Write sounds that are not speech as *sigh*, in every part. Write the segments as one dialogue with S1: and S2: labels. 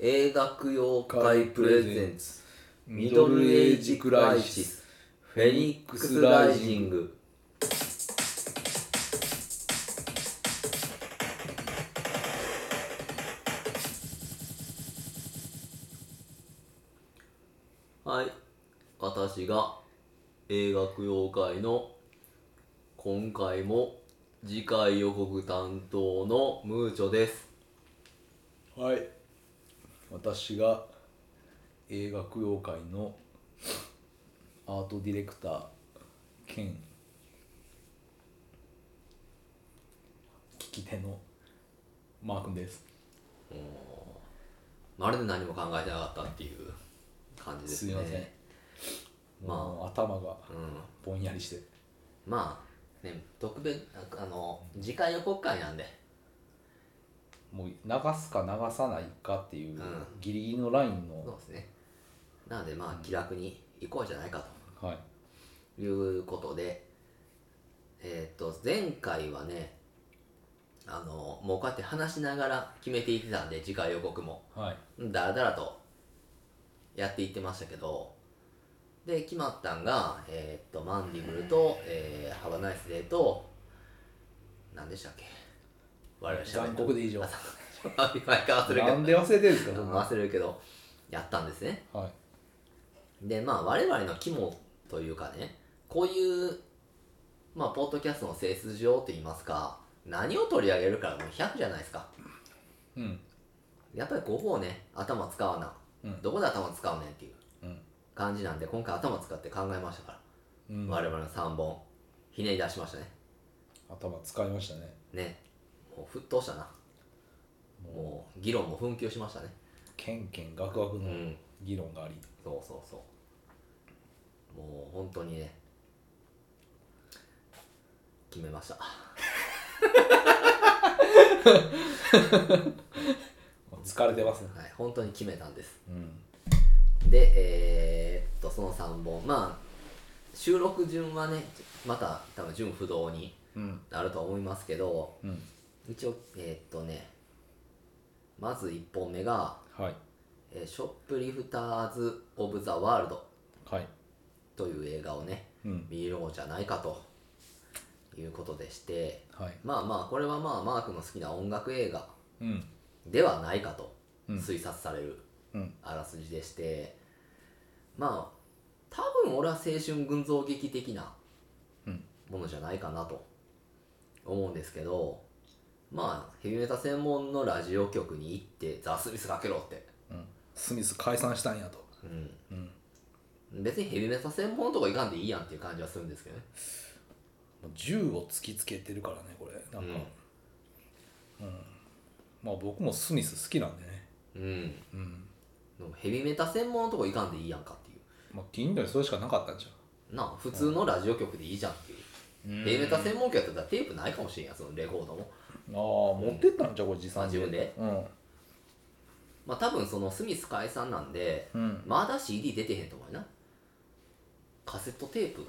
S1: 映楽妖怪プレゼンツミドルエイジクライシスフェニックスライジングはい私が映楽妖怪の今回も次回予告担当のムーチョです
S2: はい私が映画妖怪のアートディレクター兼聞き手のマー君です
S1: まるで何も考えてなかったっていう感じですすね
S2: いません、
S1: まあ
S2: もう頭が
S1: うん
S2: ぼんやりして
S1: まあね特別ああの次回予告会なんで
S2: もう流すか流さないかっていう、
S1: ん
S2: ギリギリのライン
S1: そう
S2: の、
S1: ですねなのでまあ気楽に行こうじゃないか
S2: はい、
S1: ということでえっ、と前回はねあのもうこうやって話しながら決めていってたんで次回予告も
S2: はい、
S1: だらだらとやっていってましたけどで決まったんが、えーっとマンディブルと、えーハバナイスデーと何でしたっけ我々
S2: 残酷で以上
S1: あ毎回忘れる
S2: なん
S1: け
S2: で忘れてるんですか
S1: ど
S2: そんな
S1: 忘れるけどやったんですね
S2: はい
S1: でまあ我々の肝というかねこういうまあポッドキャストの性質上といいますか何を取り上げるからもう100じゃないですか
S2: うん
S1: やっぱりここをね頭使わな、
S2: うん
S1: どこで頭使うねんっていう
S2: うん
S1: 感じなんで今回頭使って考えましたから、
S2: うん
S1: 我々の3本ひねり出しましたね
S2: 頭使いましたね
S1: ねもう沸騰したなもう議論も紛糾しましたね
S2: ケンケンガクガク
S1: う
S2: の
S1: ん
S2: 議論があり、
S1: そうそうそうもう本当にね決めました
S2: 疲れてますね、
S1: はい本当に決めたんです
S2: うん、
S1: でえーっとその3本まあ収録順はねまた多分順不動に
S2: うん
S1: なると思いますけど
S2: うん
S1: 一応えーっとねまず1本目が
S2: はい
S1: えーショップリフターズ・オブ・ザ・ワールド
S2: はい
S1: という映画をね、
S2: うん
S1: 見ようじゃないかということでして、
S2: はい
S1: まあまあ、これはまあ、マークの好きな音楽映画
S2: うん
S1: ではないかと
S2: うん
S1: 推察される
S2: うん
S1: あらすじでして、まあ、多分俺は青春群像劇的な
S2: うん
S1: ものじゃないかなと思うんですけど、まあ、ヘビメタ専門のラジオ局に行って、ザ・スミスかけろって。
S2: うんスミス解散したんやと
S1: うん
S2: うん
S1: 別にヘビメタ専門のとこ行かんでいいやんっていう感じはするんですけどね
S2: もう銃を突きつけてるからねこれなんかうん、まあ僕もスミス好きなんでね
S1: うん
S2: うん
S1: でもヘビメタ専門のとこ行かんでいいやんかってい
S2: まあ近所にそれしかなかったんじ
S1: うなあ普通のラジオ局でいいじゃんっていう、
S2: ゃん、うん
S1: ヘビメタ
S2: あ
S1: 専門局やったらテープないかもしれんやんそのレコードも
S2: あ持ってったんじゃんこれ持
S1: まあ
S2: 参
S1: 自分で
S2: うん
S1: まあ多分そのスミス解散なんで
S2: うん
S1: まだ CD 出てへんと思うよなカセットテープ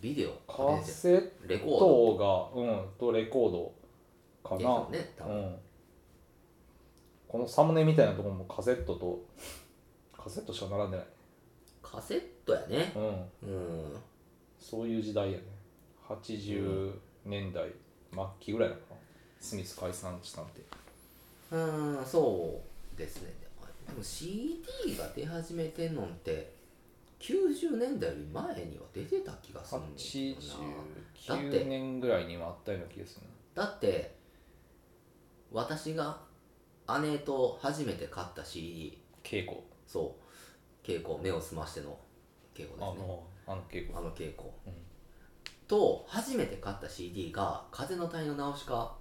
S1: ビデオ
S2: カ
S1: 出て
S2: セッ
S1: レコ
S2: トがうんとレコード
S1: ード
S2: か
S1: でし
S2: な
S1: ょうね多分、
S2: うん、このサムネみたいなところもカセットとカセットしか並んでない、
S1: カセットやね
S2: うん、
S1: うん
S2: そういう時代やね80年代末期ぐらいなのかなスミス解散したんて
S1: うーんそうですねでも CD が出始めてんのって90年代より前には出てた気がするんだなだって
S2: 89年ぐらいにはあったような気がするね
S1: だって私が姉と初めて買った CD
S2: 稽古
S1: そう稽古目を澄ましての稽古
S2: あ
S1: ですね
S2: のあの稽古
S1: あの稽古、
S2: うん
S1: と初めて買った CD が「風の谷のナウシカ」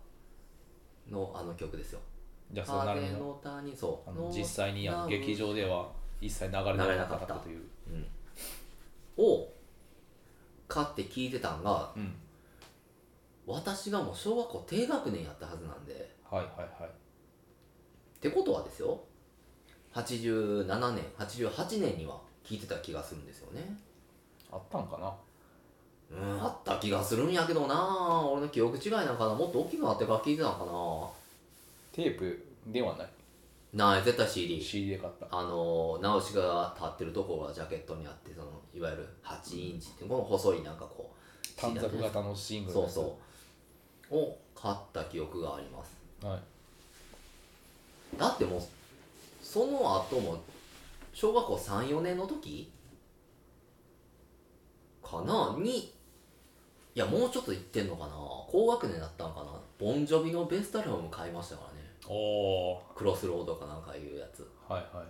S1: のあの曲ですよ
S2: じゃあそれなる
S1: 風
S2: の
S1: の谷そう
S2: あの実際にあの
S1: の
S2: 劇場では一切流れなかったという
S1: うん、を買って聞いてたんが
S2: うん
S1: 私がもう小学校低学年やったはずなんでっ
S2: はいはいはい
S1: てことはですよ87年88年には聞いてた気がするんですよね
S2: あったんかな
S1: うんあった気がするんやけどな俺の記憶違いなんかなもっと大きくなってから聞いてたのかな
S2: テープではない
S1: ない絶対 CD
S2: CD で買った
S1: あの直しが立ってるとこがジャケットにあってそのいわゆる8インチっていうこの細いなんかこう
S2: 短冊型のシングル
S1: そう
S2: う
S1: そうを買った記憶があります
S2: そうはい
S1: だってもうその後も小学校34年の時かなにいやもうちょっと行ってんのかな高学年だったんかなボンジョビのベストアルバム買いましたからね
S2: おお
S1: クロスロードかなんかいうやつ
S2: はいはい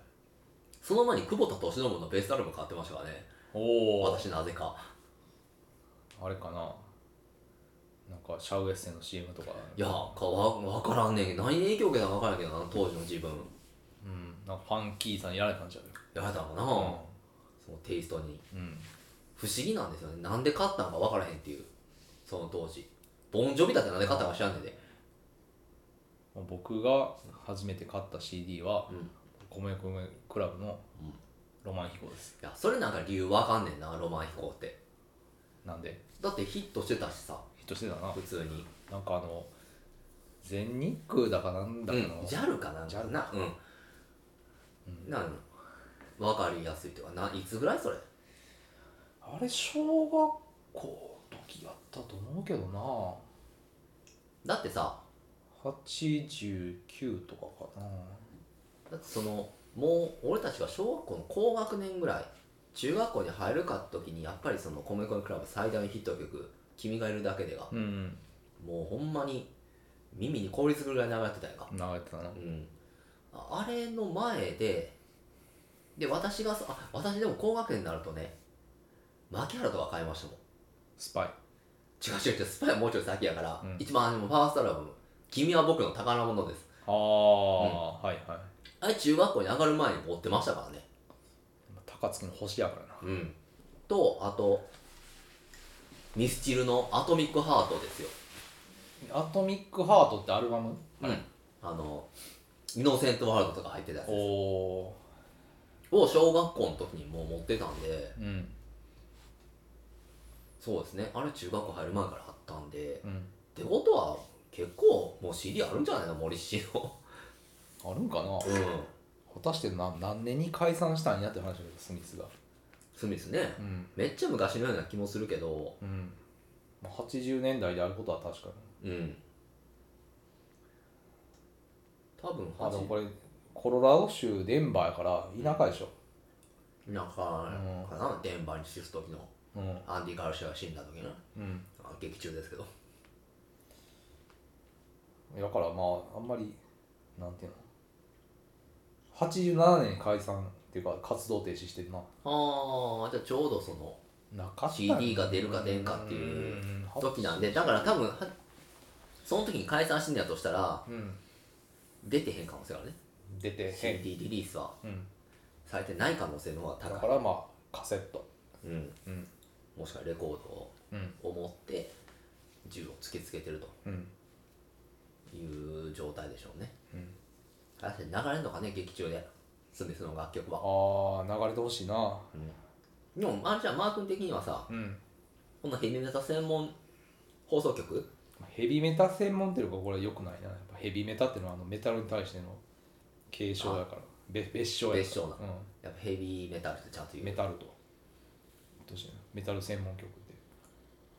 S1: その前に久保田利伸のベストアルバム買ってましたからね
S2: おお
S1: 私なぜか
S2: あれかななんかシャウエッセンの CM とか
S1: いやかわわからんねんけど何に影響受けたか分からんけどな当時の自分
S2: うんなんかファンキーさんやられたんちゃう
S1: やだろうな、
S2: よ
S1: そのテイストに
S2: うん、うん、
S1: 不思議なんですよねなんで買ったんか分からへんっていうその当時ボンジョビだってなんで買ったんか知らんねんで
S2: まあ僕が初めて買った CD は
S1: うんい
S2: 米米クラブの
S1: うん
S2: ロマン飛行です
S1: やそれなんか理由分かんねんなロマン飛行って
S2: なんで
S1: だってヒットしてたしさ
S2: ヒットしてたな
S1: 普通に
S2: なんかあの全日空だかなんだ
S1: う
S2: か
S1: ん
S2: の、
S1: JAL かなんか
S2: JAL
S1: なうん、なん分かりやすいというかないつぐらいそれ
S2: あれ小学校の時やったと思うけどな
S1: だってさ
S2: 89とかかな
S1: だってそのもう俺たちが小学校の高学年ぐらい中学校に入るかって時にやっぱりその米米クラブ最大のヒット曲「君がいるだけでが」
S2: うん
S1: もうほんまに耳に凍りつくぐらい流れてたやんか
S2: 流れてたな
S1: うんああれの前でで私がさあ私でも高学年になるとね牧原とか買いましたもん
S2: スパイ
S1: 違う違う違うスパイはもうちょい先やから、
S2: うん
S1: 一番初めのファーストアルバム「君は僕の宝物」です
S2: ああ、はいはい
S1: あれ中学校に上がる前に持ってましたからね
S2: 高槻の星やからな
S1: うん、とあとミスチルの「アトミックハート」ですよ、
S2: アトミックハートってアルバム
S1: うんあの「イノセントワールド」とか入ってたやつ
S2: お
S1: です
S2: お
S1: を小学校の時にもう持ってたんで
S2: ーうん
S1: そうですねあれ中学校入る前からあったんで
S2: うん
S1: ってことは結構もう CD あるんじゃないの森氏
S2: *laughs*
S1: の
S2: あるんかな
S1: うん
S2: 果たしてな何年に解散したんやって話だけどスミスが
S1: スミスね
S2: うん
S1: めっちゃ昔のような気もするけど
S2: うんまあ80年代であることは確かに
S1: うん多分
S2: あでも
S1: 8
S2: これコロラド州デンバーやから田舎でしょ
S1: なんかかなデンバーにシフト時の
S2: うん
S1: アンディ・ガルシアが死んだ時の
S2: うん
S1: あ劇中ですけど
S2: だからまああんまりなんていうの87年に解散っていうか活動停止してるな
S1: ああじゃあちょうどその
S2: なかったよ
S1: CD が出るか出んかっていう
S2: うん
S1: 時なんでだから多分はその時に解散してんやとしたら
S2: うん
S1: 出てへん可能性があるね
S2: 出てへん、
S1: CD リリースは
S2: うん、
S1: されてない可能性の方
S2: だ
S1: が
S2: か
S1: 高い、
S2: らまあカセット
S1: うん、
S2: うん
S1: もしくはレコー
S2: うん
S1: ドを持って銃を突きつけてると
S2: うん
S1: いう状態でしょうね
S2: うん
S1: 果たして流れるのかね劇中でスミスの楽曲は
S2: ああ流れてほしいな
S1: でもあれじゃあマー君的にはさ
S2: うん
S1: このヘビメタ専門放送局
S2: ヘビメタ専門っていうかこれよくないなやっぱヘビメタっていうのはあのメタルに対しての継承やからべ別称やから
S1: 別称な
S2: う
S1: やっぱヘビーメタルってちゃんと言
S2: ん、
S1: う
S2: メタルとどうしようメタル専門局って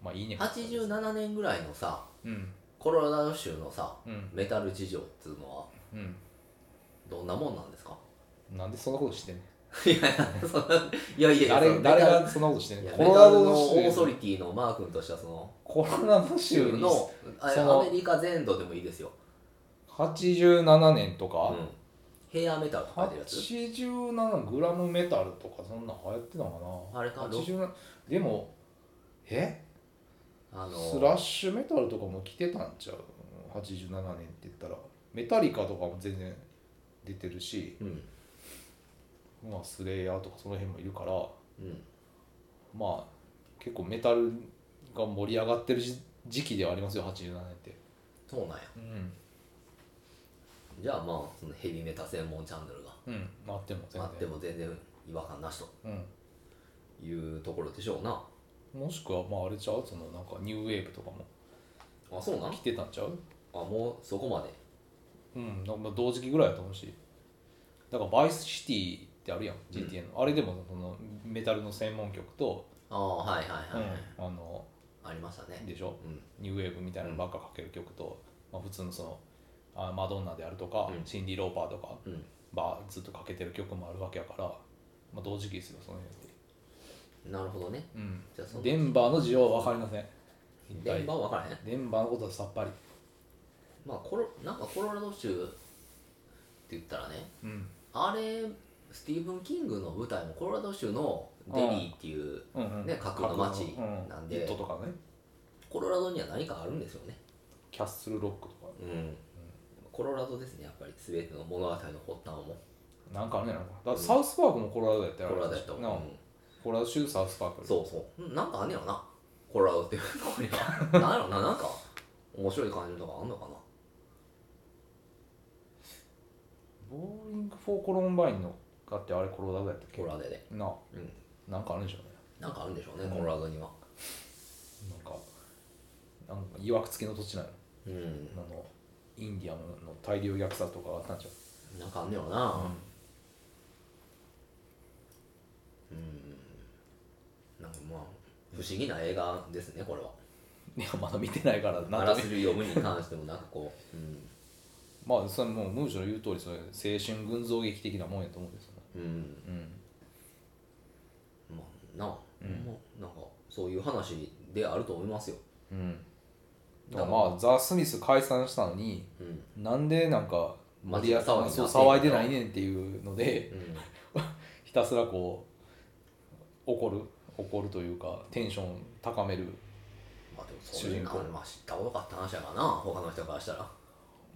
S2: まあいいね
S1: 87年ぐらいのさ
S2: うん
S1: コロラド州のさ
S2: うん
S1: メタル事情っつうのは
S2: う
S1: どんなもんなんですか
S2: んなんでそんなことしてんね
S1: いやいやそんないやい
S2: ん
S1: や
S2: 誰
S1: メタ
S2: 誰
S1: ル
S2: がそんなことしてん
S1: い
S2: ねん
S1: や
S2: コ
S1: メ
S2: ロ
S1: タ
S2: ラ
S1: ルの
S2: ド
S1: オーソ
S2: 州
S1: リティのマー君としてはその
S2: コロラド州
S1: 州
S2: に
S1: のあ
S2: その
S1: アメリカ全土でもいいですよ、
S2: 87年と
S1: う
S2: か、
S1: ん、ヘアメタルとか出るやつ
S2: 87グラムメタルとかそんなん流行ってたのかな
S1: あれか
S2: 87でもえ
S1: あ
S2: ス
S1: の
S2: ラッシュメタルとかも来てたんちゃう87年って言ったらメタリカとかも全然出てるし、
S1: うん
S2: まあ、スレイヤーとかその辺もいるから
S1: うん
S2: まあ結構メタルが盛り上がってる時時期ではありますよ87年って
S1: そうなんや
S2: うん、
S1: じゃあまあそのヘビメタ専門チャンネルが
S2: うん、あっても全然
S1: あっても全然違和感なしというところでしょうな
S2: うん、もしくはまああれちゃうそのなんかニューウェーブとかも
S1: あそうなんあ
S2: 来てたんちゃう
S1: もうそこまで
S2: うん、なんかまあ同時期ぐらいだと思うしだからバイスシティってあるやん GTN の、あれでもそのメタルの専門局と、
S1: ああはいはいはい、
S2: あの
S1: ありましたね
S2: でしょ
S1: うん
S2: ニューウェーブみたいなのばっかかける曲と、まあ、普通のそのあマドンナであるとか、
S1: うん
S2: シンディ・ローパーとか、
S1: うん
S2: ばずっとかけてる曲もあるわけやから、まあ、同時期ですよその辺って、
S1: なるほどね
S2: うん
S1: じゃあその
S2: デンバーの需要は分かりません
S1: 電波は分からへん
S2: デンバーのことはさっぱり
S1: まあコロなんかコロラド州って言ったらね
S2: うん
S1: あれスティーブン・キングの舞台もコロラド州のデリーっていう
S2: うんうん
S1: ね架空の街なんで
S2: リットとかね
S1: コロラドには何かあるんですよね
S2: キャッスルロックとか
S1: うんコロラドですねやっぱり全ての物語の発端はも
S2: なんかあるんじゃないのかなだってサウスパークもコロラドやった
S1: コ
S2: よ
S1: ロラドやった
S2: な
S1: もん、
S2: コロラド州サウスパー
S1: うん
S2: ク
S1: そうそううんなんかあんねやろなコロラドっていうとこにはなんやろななんか面白い感じのとかあんのかな
S2: ボーリング・フォー・コロンバインのだってあれコロラドやったっけ
S1: コロラドで
S2: なあ
S1: うん
S2: なんかあるんでしょうね
S1: なんかあるんでしょうね、
S2: うん
S1: コロラドには
S2: なんかなんかいわくつきの土地なの
S1: うん
S2: あのインディアンの大量虐殺とかがあったんじゃ
S1: なんかあんねやろな、
S2: ん、
S1: うんなんかまあ不思議な映画ですねこれは。
S2: いやまだ見てないから
S1: あ
S2: なん
S1: ら
S2: と
S1: す
S2: も
S1: じ読むに関してもなんかこう、う
S2: まあそれはもうムージョの言う通りそれ青春群像劇的なもんやと思うんですよね
S1: ん、うん、まあなあ、
S2: うん
S1: まあなんかそういう話であると思いますよ。
S2: うん、うん、だからまあザ・スミス解散したのに
S1: うん、
S2: なんでなんか
S1: マジで
S2: 森保さん
S1: 騒いでな
S2: がそう騒いでないねんっていうので
S1: うん、
S2: *laughs* ひたすらこう怒る怒るというかテンション高める
S1: まあでもそういうの
S2: 主人公
S1: まあ知ったことかって話やからな他の人からしたら。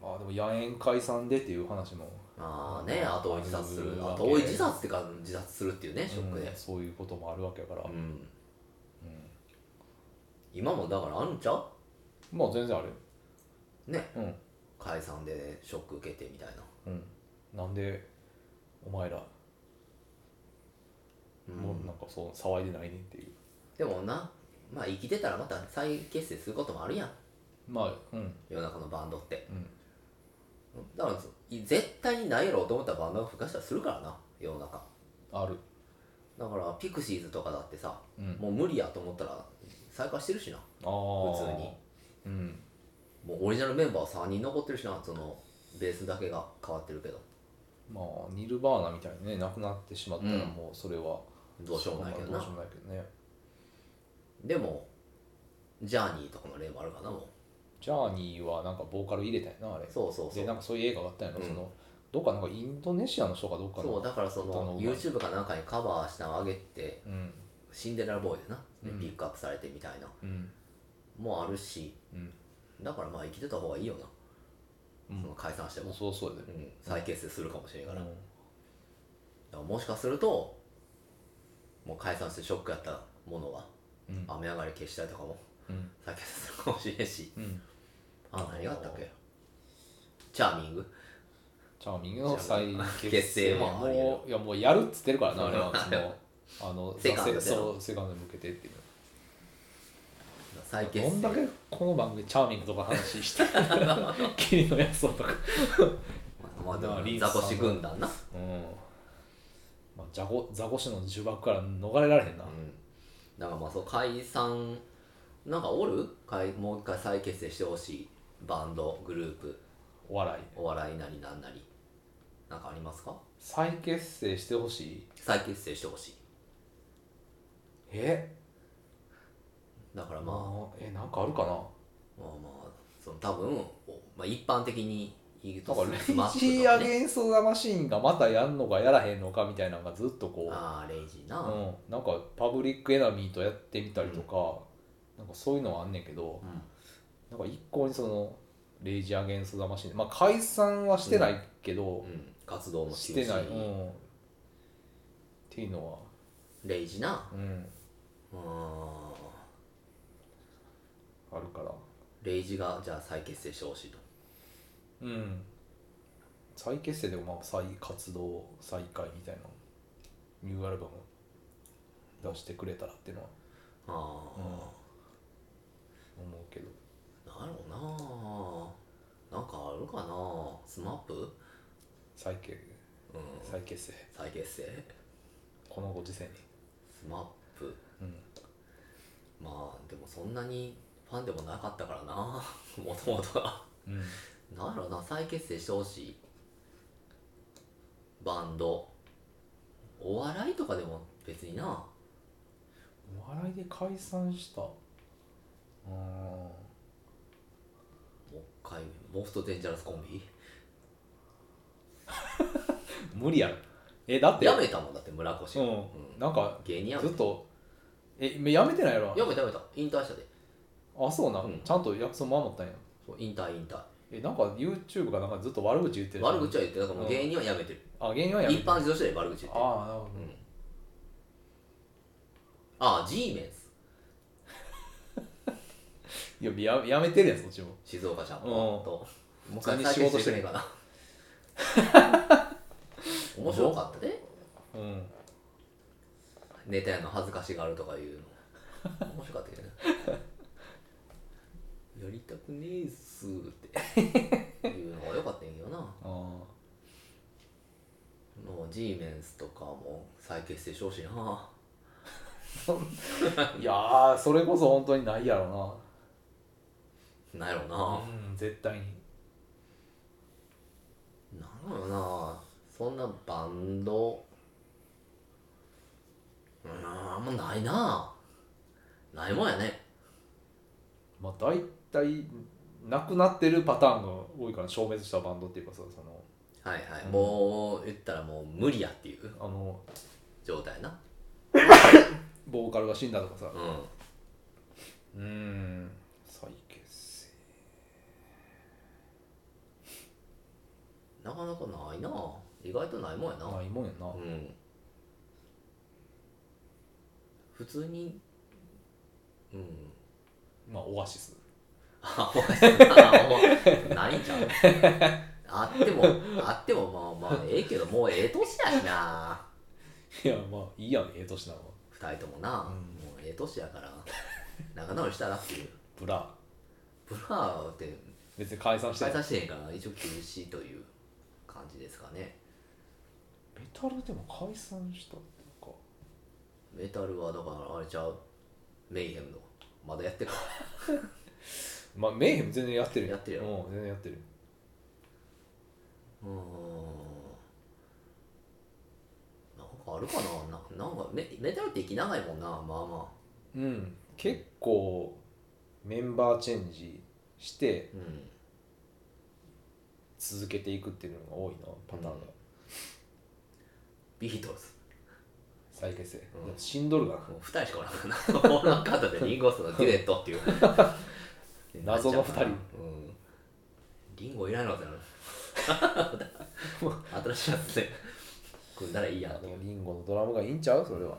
S2: まあでも野縁解散でっていう話も
S1: ああね後追い自殺する
S2: うん
S1: 後追い自殺っていうか自殺するっていうねショックで
S2: うん。そういうこともあるわけやから、
S1: うん、今もだからあるんちゃう
S2: まあ全然あるよ
S1: ね
S2: うん
S1: 解散でショック受けてみたいな。
S2: うん、なんでお前ら、
S1: うん
S2: もうなんかそう騒いでないねんっていう
S1: でもなまあ生きてたらまた再結成することもあるやん
S2: まあうん
S1: 世の中のバンドって
S2: うん
S1: だからい絶対にないやろうと思ったバンドが復活したらするからな世の中
S2: ある
S1: だからピクシーズとかだってさ、
S2: うん
S1: もう無理やと思ったら再開してるしな
S2: ああ
S1: 普通に
S2: うん
S1: もうオリジナルメンバー3人残ってるしなそのベースだけが変わってるけど
S2: まあニルバーナみたいにねなくなってしまったら
S1: うん
S2: もうそれは
S1: どうしようもないけど
S2: どう
S1: な
S2: しようもないけどね
S1: でもジャーニーとかの例もあるかなも
S2: ジャーニーはなんかボーカル入れたよなあれ
S1: うそうそうそ
S2: で
S1: う
S2: なんかそういう映画があったよな、
S1: うん
S2: そのどっかなんかインドネシアの人かどっかの
S1: そうだからそ
S2: 歌の
S1: の
S2: うまい
S1: YouTube かなんかにカバーしたのあげて
S2: うん
S1: シンデレラボーイでな、
S2: うん
S1: ピックアップされてみたいな
S2: うん
S1: もあるし
S2: うん
S1: だからまあ生きてた方がいいよな、
S2: うん
S1: その解散しても、
S2: そうそうやで、
S1: うん再結成するかもしれんから,、
S2: うん
S1: もしかするともう解散してショックやったものが
S2: うん
S1: 雨上がり消したりとかも
S2: うん
S1: 再結成するかもしれんし
S2: うん
S1: あ何があったっけチャーミング
S2: チャーミングの再
S1: 結
S2: 結
S1: 成
S2: 成
S1: も
S2: も
S1: ありえる
S2: ういやもうやるっつってるからなあれはそのあの
S1: *laughs* セカンドで
S2: せそうセカンドに向けてっていう
S1: 再
S2: ど
S1: 結
S2: んだ
S1: 成
S2: けこの番組チャーミングとか話して *laughs* 霧の野草とか
S1: *laughs* まあで
S2: まあリ
S1: も
S2: ン
S1: ザ
S2: スさん
S1: コ
S2: の
S1: シ軍団な、
S2: うんまあザコザコシの呪縛から逃れられへんな
S1: うん、だからまあそう解散なんかおる解もう一回再結成してほしいバンドグループ
S2: お笑い
S1: お笑いなりなんなりなんかありますか
S2: 再結成してほしい
S1: 再結成してほしい
S2: え
S1: だから
S2: ま
S1: まあ、
S2: あえなんかあるかな
S1: まあまあその多分、おまあ、一般的に言うと
S2: なんかレ
S1: スマッ
S2: イ
S1: プ
S2: ジ
S1: と
S2: ー・
S1: か
S2: ア
S1: ね
S2: ゲンスト・ザ・マシーンがまたやんのかやらへんのかみたいなのがずっとこう
S1: ああレイジーな、
S2: うん、なんかパブリックエナミーとやってみたりとか、なんかそういうのはあんねんけど
S1: うん
S2: なんか一向にそのレイジ・アゲンスト・ザ・マシンまあ解散はしてないけど、
S1: うん活動も
S2: し
S1: 休
S2: てない、
S1: 止
S2: うん、っていうのは、
S1: レイジーな
S2: うん、
S1: うーん
S2: あるから、
S1: レイジーがじゃあ再結成してほしいと
S2: うん、再結成でもまあ再活動再開みたいなニューアルバム出してくれたらっていうのは
S1: ああ、
S2: 思うけど
S1: なるほどななんかあるかなスマップ
S2: 再結
S1: うん
S2: 再結成
S1: 再結成
S2: このご時世に
S1: スマップ
S2: うん
S1: まあでもそんなにファンでもなかったからな *laughs* もともとは
S2: うん
S1: なんやろな再結成してほしいバンドお笑いとかでも別にな
S2: お笑いで解散したうん
S1: もう一回モフとデンジャラスコンビ
S2: 無理やろえだって
S1: やめたもんだって村越
S2: う
S1: が、
S2: ん、なんか
S1: 芸人や
S2: ず
S1: め
S2: ったとえ今やめてないやろ
S1: やめたやめた引退したで
S2: あそうな、
S1: うん
S2: ちゃんと約束守ったんや
S1: そう引退引退
S2: えなんか YouTube かなんかずっと悪口言ってる
S1: 悪口は言ってだからもう芸人はやめてる、
S2: あ芸人はやめ
S1: 一般人として悪口言ってる
S2: ああなる
S1: う
S2: ほ
S1: んああ G メンス
S2: ど、いやややめてるやんそっちも
S1: 静岡ちゃんと
S2: うん
S1: も
S2: も
S1: う
S2: う
S1: 一回
S2: 完
S1: 再
S2: 仕
S1: 結成
S2: 事し
S1: して
S2: て
S1: ねえ
S2: る
S1: かな
S2: *laughs*
S1: 面白かったで
S2: うん
S1: ネタやの恥ずかしがるとかいうの面白かったけどね *laughs* やりたくねえっすっていうのが良かったんやけどな
S2: あー
S1: もう G メンスとかも再結成してほしいない
S2: やーそれこそ本当にないやろ
S1: なんやろ
S2: うな
S1: な、
S2: うん絶対に
S1: なんやろなそんなバンドうーんあんまないなないもんやね
S2: まあ大体なくなってるパターンが多いから消滅したバンドっていうかさその
S1: はいはい、もう言ったらもう無理やっていう
S2: あの
S1: 状態な
S2: ボーカルが死んだとかさ
S1: うん
S2: うん再結
S1: なかなかないな意外とないもんやな
S2: 成ないもんやな、
S1: うん普通にうん
S2: まあオアシス
S1: あお前そんなお前ないんちゃ *laughs* うあってもあってもまあまあええけどもうええ年やしない
S2: やまあいいやんええ年なの
S1: 二人ともな、
S2: うん
S1: もうええ年やから仲直りしたらっていう
S2: ブラ
S1: ブラーって
S2: 別に解散して
S1: 解
S2: ない
S1: 散してへんから一応休止という感じですかね
S2: メタルでも解散したっていうか
S1: メタルはだからあれちゃうメイヘムのまだやってるか
S2: まあメイヘム全然やってる
S1: やってるや
S2: うん全然やってる
S1: うーんなんかあるかなななんかメメタルって息長いもんなまあまあ
S2: うん結構メンバーチェンジして
S1: うん
S2: 続けていくっていうのが多いなパターンが、
S1: うんビートルズ
S2: 再結成、
S1: うん
S2: でも死んどるがな
S1: もう2人しかおらんからなおらんかったでリンゴスのデュエットっていう
S2: *laughs* 謎の二人
S1: うんリンゴいらんのかってな
S2: *laughs*
S1: る新しいやつで組んだらいいやんって
S2: で
S1: いう
S2: もリンゴのドラムがいいんちゃうそれは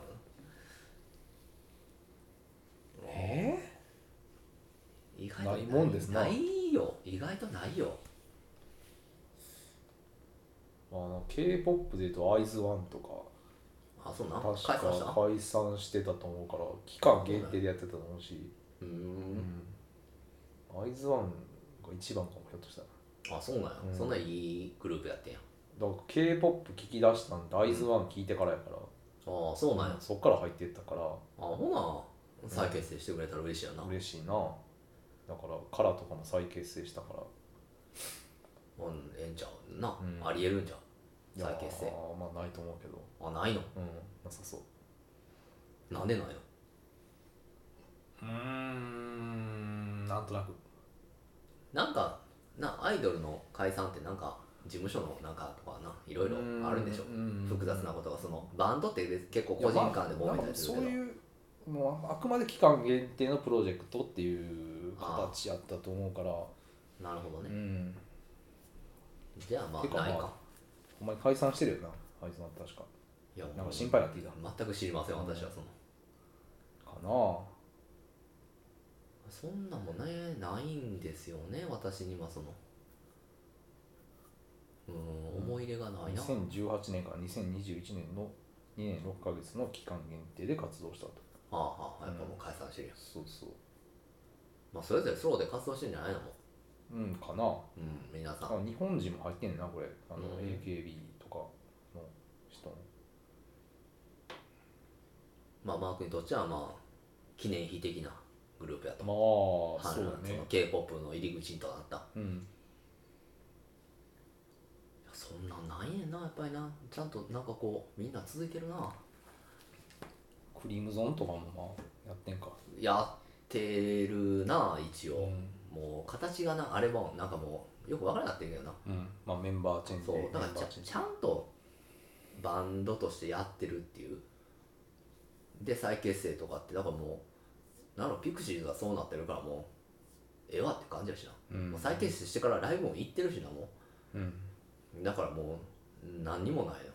S2: え
S1: 意外と
S2: ないもんですな
S1: ないよ意外とないよ
S2: ー、あの k p o p でいうとアイズワンとか
S1: あそうなん
S2: 確
S1: 解
S2: か
S1: 散したう
S2: 解散してたと思うから期間限定でやってたと思うし、
S1: ー
S2: うんん、アイズワンが一番かもひょっとしたら
S1: あそうなんや、
S2: うん
S1: そんないいグループやってんや
S2: だから k p o p 聞き出したんでアイズワン聞いてからやから、
S1: ああそうなんや
S2: そっから入ってったから
S1: あほな再結成してくれたら嬉しいよな、
S2: 嬉しいなだからカラーとかも再結成したから
S1: うん、ええんちゃうな、
S2: うん
S1: ありえるんじゃう
S2: いや
S1: 再結成
S2: まあないと思うけど
S1: あないの
S2: うんなさそう
S1: なんでないの
S2: うんなんとなく
S1: なんかなアイドルの解散ってなんか事務所のなんかとかないろいろあるんでしょ複雑なことがそのバンドって結構個人間で揉めたりするけ
S2: そう
S1: ど、
S2: いうもうあくまで期間限定のプロジェクトっていう形やったと思うから
S1: なるほど
S2: う
S1: ね、
S2: ん
S1: じゃあま
S2: てか
S1: あ
S2: まあ
S1: ないか
S2: お前解散してるよなあいつなんて確か
S1: いや
S2: なんか心配になってきたか
S1: 全く知りません私はその
S2: な
S1: そんなもんねないんですよね私にはそのうん思い入れがないな、
S2: 2018年から2021年の2年6ヶ月の期間限定で活動したと
S1: ああはあやっぱもう解散してるよ、
S2: そうそう
S1: まあそれぞれソロで活動してんじゃないのも
S2: うんかな
S1: ううん皆さん
S2: あ日本人も入ってんねんなこれあ
S1: う
S2: の
S1: ん
S2: AKB とか
S1: マークにとってはまあ記念碑的なグループやと
S2: まあ
S1: はい
S2: そうだ
S1: そ
S2: ね
S1: の k p o p の入り口にとなったい
S2: うん
S1: やそんなんないねんなやっぱりなちゃんとなんかこうみんな続いてるな
S2: クリームゾーンとかもまあやってんか
S1: やってるな一
S2: う
S1: 応、
S2: ん、
S1: もう形がなあれもなんかもうよく分からなかったけどな
S2: うん、まあメンバーチェンジ
S1: そ
S2: メ
S1: う
S2: ン
S1: だ
S2: バ
S1: からちゃ
S2: ーチェンジ
S1: ちゃんとバンドとしてやってるっていうで再結成とかってだからもうなんだろうピクシーズがそうなってるからもうええわって感じやしな、
S2: うん
S1: もう再結成してからライブも行ってるしなも
S2: うん
S1: うだからもう何にもないよ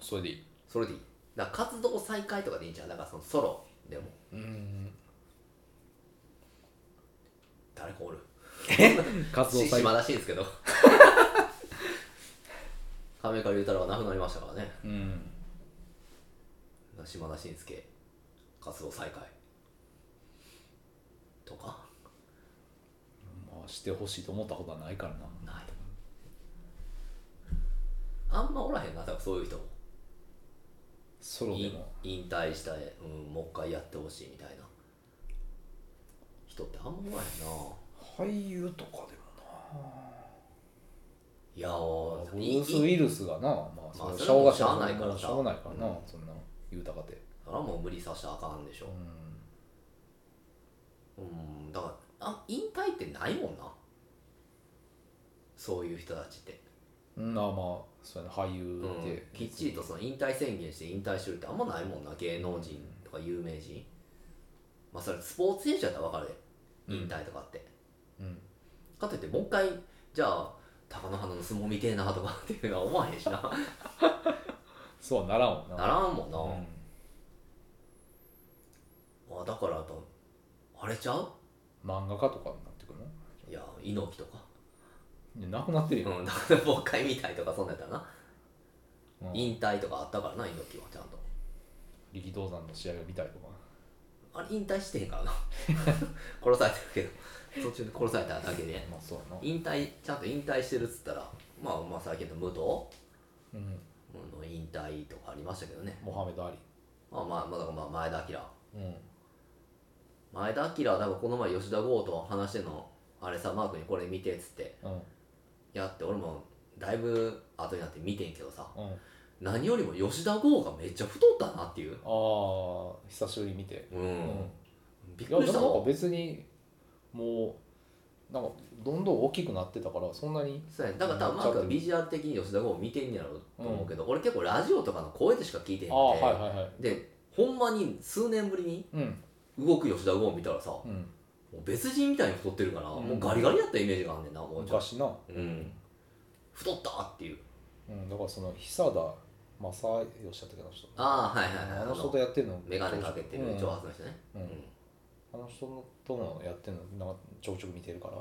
S2: それでいい
S1: それでいいだから活動再開とかでいいんじゃんだからそのソロでも
S2: うん
S1: 誰かおる
S2: 活動
S1: し
S2: 再
S1: 島らしいんですけど *laughs* 亀狩龍太郎が亡くなりましたからね
S2: うん
S1: 島田紳介活動再開とか
S2: まあしてほしいと思ったことはないからな
S1: ないあんまおらへんな多分そういう人も
S2: ソロで
S1: い
S2: も
S1: 引退したい、うん、もう一回やってほしいみたいな人ってあんまおらへんな
S2: 俳優とかでも
S1: いや
S2: な
S1: ー
S2: ブル
S1: い
S2: ース・ウ
S1: い
S2: ィルスがなまあ
S1: まあ
S2: それ
S1: それは
S2: しょう
S1: しゃ
S2: が
S1: あ
S2: な
S1: ないい
S2: か
S1: からら
S2: しょうがないからなそんな豊かで
S1: それはもう無理させたらあかんでしょ
S2: うん
S1: うんだからあ引退ってないもんなそういう人たちって、
S2: うんあまあそうやな俳
S1: う
S2: 優
S1: ん
S2: って、
S1: きっちりとその引退宣言して引退するってあんまないもんな芸能人とか有名人、まあそれスポーツ選手やったら分かるで
S2: うん
S1: 引退とかって、
S2: うん
S1: かといってもう一回じゃあ貴乃花の相撲見てえなとかっていうのは思わへんしな
S2: *laughs* そうはならんもんな
S1: ならんもんな、
S2: うん
S1: あだからやっぱあれちゃう
S2: 漫画家とかになってくるの
S1: いや猪木とか、
S2: いやなくなってるよ、
S1: うん、だからもう一回見たいとかそんなんやったらな、
S2: うん
S1: 引退とかあったからな猪木はちゃんと
S2: 力道山の試合を見たりとか
S1: あれ引退してへんからな *laughs* 殺されてるけど途中で殺されただけで
S2: まあそうやな
S1: 引退ちゃんと引退してるっつったらまあまあ最近の武藤
S2: うん
S1: の引退とかありましたけどね
S2: モハメド・アリ
S1: まあまあまあだからまあ前田明
S2: うん
S1: 前田明だからこの前吉田剛と話してんのあれさマー君にこれ見てっつって
S2: うん
S1: やって俺もだいぶ後になって見てんけどさ
S2: うん
S1: 何よりも吉田剛がめっちゃ太ったなっていう
S2: ああ久しぶりに見て
S1: うん、びっ
S2: いや
S1: くり
S2: で
S1: した
S2: もなん
S1: わ
S2: か別にもうなんかどんどん大きくなってたからそんなに
S1: そうやだから多分マークはビジュアル的に吉田剛を見てんやろうと思うけど、俺結構ラジオとかの声でしか聞いてへん
S2: あ
S1: く
S2: あ
S1: て、
S2: はいはいはい
S1: でほんまに数年ぶりに
S2: うん
S1: 動く吉田剛を見たらさも
S2: うん
S1: う別人みたいに太ってるから、
S2: うん
S1: もうガリガリやったイメージがあんねんなもうちょっ
S2: 昔な、
S1: と、うん、太ったっていう
S2: うん、だからその久田正義だったっけあの人
S1: ああはいはいはい
S2: あ
S1: あ
S2: の人
S1: の
S2: とやってるの
S1: 眼鏡かけてる
S2: うん
S1: 長髪の人ね、
S2: うん
S1: うん
S2: あの人ともやってるのなんかちょくちょく見てるから、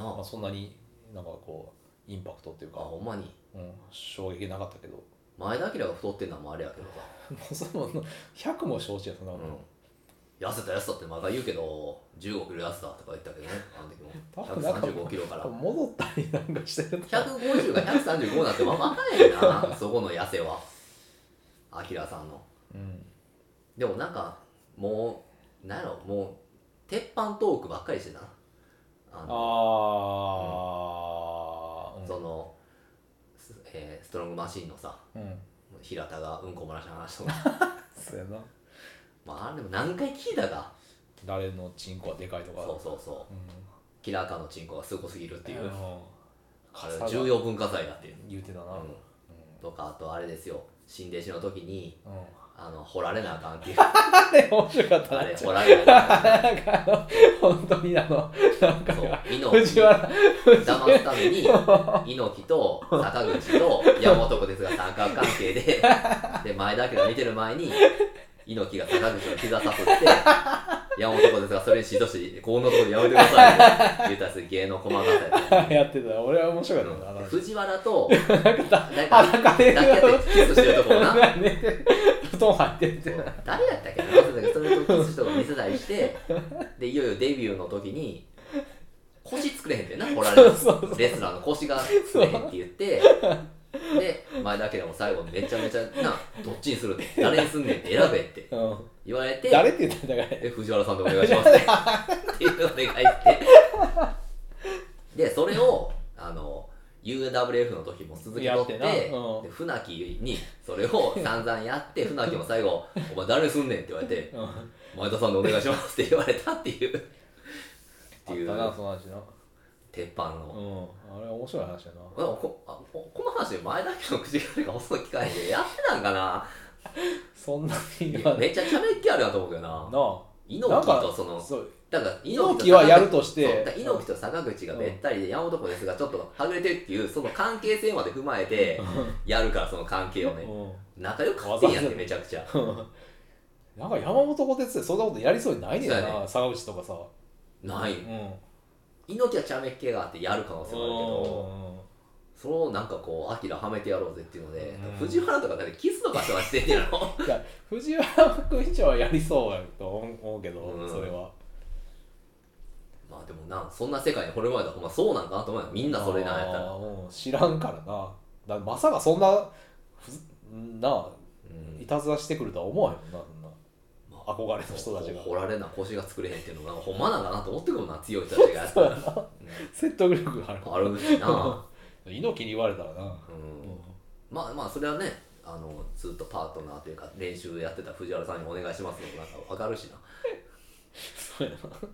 S1: な
S2: まあ、
S1: あ
S2: そんなになんかこうインパクトっていう
S1: あ
S2: か、
S1: ほんまに
S2: うん、衝撃なかったけど *laughs* も
S1: 前田明が太ってんのはもうあれやけどさ、
S2: うその100も承知やそんな
S1: う
S2: こと、
S1: ん痩せた痩せたって毎回言うけど15キロ痩せたとか言ったけどねあの時
S2: *laughs* 多
S1: も
S2: 分なんか
S1: 135キロから
S2: 戻ったりなんかしてる
S1: 150が135なんて分からへんなそこの痩せはアキラさんの
S2: うん
S1: でもなんかもうなんやろもう鉄板トークばっかりしてなあの
S2: ああ、うん
S1: その、すえーストロングマシーンのさ
S2: うん、
S1: 平田がうんこ漏らした話と
S2: *laughs*
S1: か
S2: そうやな
S1: まああれでも何回聞いたか
S2: 誰のチンコはでかいとか
S1: そうそうそう
S2: うん、
S1: キラーカーのチンコがすごすぎるっていう、あ
S2: 傘が
S1: れ重要文化財だっていう、
S2: 言うてたな
S1: うんとかあとあれですよ心停止の時に
S2: うん、うん、
S1: あの掘られなあかんっていう
S2: *laughs* あれ *laughs* 面白かった
S1: あ
S2: な
S1: れ掘られなあかん
S2: なんかあの本当にあのなんか
S1: そう、猪木
S2: 藤
S1: を
S2: 原
S1: 騙すために、猪木と坂口と山本ですが三角関係で、で、前田家が見てる前に、猪木が坂口を膝さすって、山本ですがそれに指導して、こんなとこでやめてくださいって言ったらすげえ芸能駒形やった。
S2: やってた俺は面白かったな、あの
S1: 藤原と、誰か、
S2: 裸で
S1: 抱き合ってキスしてるところ
S2: *laughs*
S1: な。
S2: 寝て布団入ってて
S1: そう誰やったっけな忘れたけどそれとキスとか見せたりしてでいよいよデビューの時に腰作れへんってな掘られる
S2: そうそう
S1: レスラーの腰が作れへんって言ってで前だけでも最後めちゃめちゃなどっちにするって誰にすんねんって選べって
S2: うん
S1: 言われて
S2: 誰って言ったんだか
S1: え藤原さんでお願いし
S2: *laughs*
S1: ますねっていうお願いしてでそれをあの UWF の時も続き取って
S2: やってなうん
S1: で船木にそれを散々やって船木も最後「お前誰にすんねん」って言われて
S2: ら、うん、
S1: 「前田さんでお願いします」って言われたっていうってい
S2: あったな
S1: う
S2: その話な
S1: 鉄板の
S2: うんあれ面白い話やな
S1: でもこあここの話前だけの口がりが細い機会でやってたんかな
S2: そんなに
S1: い
S2: 言
S1: や
S2: わない
S1: めっちゃチャレンジあるなと思うけどな
S2: な
S1: 猪木とその
S2: あそう
S1: だから
S2: 猪木はやるとして
S1: そうだから猪木と坂口がべったりで山男ですがちょっとはぐれてるっていうその関係性まで踏まえてやるからその関係をね
S2: うん
S1: 仲良く勝手にやってめちゃくちゃ
S2: なんか山本小鉄ってそんなことやりそうにないねん
S1: そうや
S2: な、坂口とかさ
S1: ない
S2: うんうん
S1: 猪木は茶目っ気があってやる可能性もあるけど
S2: うん
S1: それをなんかこうアキラはめてやろうぜっていうので
S2: うん
S1: 藤原とかだってキスとかとかしてんやろ
S2: いや藤原副長はやりそうやと思うけど、
S1: うん
S2: それは
S1: まあでもなそんな世界に惚れまれたらほんまそうなんかなと思うよみんなそれなんやった
S2: あ
S1: ら
S2: ーうん知らんからなだまさかそんなふずなあ
S1: うん
S2: いたずらしてくるとは思わへんもんなそんな
S1: まあ
S2: 憧れの人たちが
S1: 掘られな腰が作れへんっていうのがほんまなんかなと思ってくるな強い人たちがや *laughs* ったらうん
S2: *laughs* 説得力がある
S1: あるしな、
S2: 猪木に言われたらな、
S1: うん、まあまあそれはねあのずっとパートナーというか練習やってた藤原さんにお願いしますのもなんかわかるしな
S2: そうやな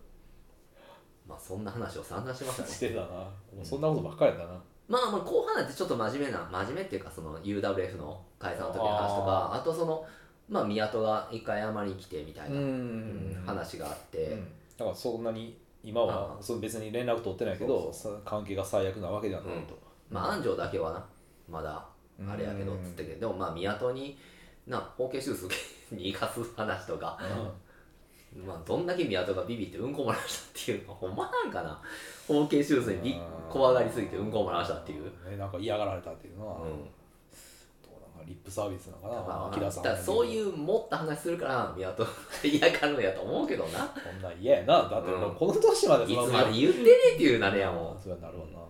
S1: まあそんな話を散々しましたね
S2: してたなもうそんなことばっかりだな、
S1: まあまあ後半だってちょっと真面目な真面目っていうかその UWF の解散の時の話とかあとそのまあ宮戸が一回謝りに来てみたいな、うん話があって、
S2: うんだからそんなに今は
S1: あー
S2: その別に連絡取ってないけど
S1: そう
S2: さ関係が最悪なわけではないと、
S1: まあ安城だけはなまだあれやけどっつってけどでもまあ宮戸にな包茎手術に生かす話とか
S2: うん
S1: まあ、どんだけ宮戸がビビってうんこ漏らしたっていうのはほ *laughs* んまなんかな包茎手術にび怖がりすぎてうんこ漏らしたっていう、うん、
S2: ねなんか嫌がられたっていうのは、どうなんかリップサービスなのか
S1: だ
S2: な
S1: か
S2: 明
S1: ら
S2: らさん
S1: だからそういう持った話するから宮戸が嫌がるのやと思うけど
S2: *laughs*
S1: な
S2: こんなん嫌やなだって
S1: うん
S2: もうこの年まで
S1: い
S2: ん
S1: つま
S2: な
S1: で言ってねえっていうなれやも
S2: そうやなるわな、
S1: ん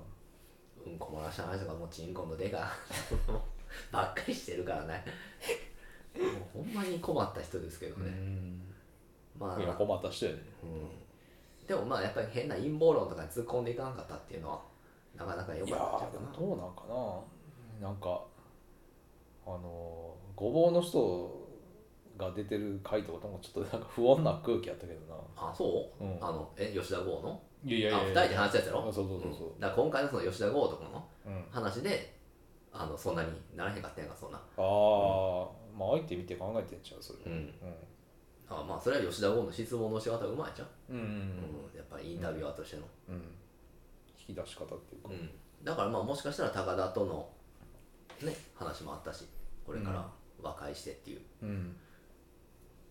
S1: うんこ漏らした話とかもうチンコの出が *laughs* ばっかりしてるからねもうほんまに困った人ですけどね、まあ
S2: いや困った人やね
S1: うんでもまあやっぱり変な陰謀論とかに突っ込んでいかなかったっていうのはなかなか良
S2: い
S1: か
S2: や
S1: ったん
S2: ー
S1: ちゃ
S2: で
S1: うか
S2: も
S1: な
S2: どうなんかななんかあのーごぼうの人が出てる回とかともちょっとなんか不穏な空気やったけどな
S1: あそう、
S2: うん
S1: あのえ吉田剛の
S2: いやいやいや
S1: あ二人で話したやつやろ
S2: あそうそうそうそ
S1: うんだから今回のその吉田剛とかの
S2: う、うん、あ
S1: 話であのそんなにならへんかったんやんかそんな
S2: あー、まあ相手見て考えてんちゃうそれ
S1: うん
S2: う
S1: あまあそれは吉田剛の質問の仕方がうまいじゃん、
S2: んうん
S1: うんやっぱりインタビュアーとしての、
S2: うん、うん、引き出し方っていうか、
S1: うんだからまあもしかしたら高田とのね話もあったしこれから和解してっていう、
S2: うん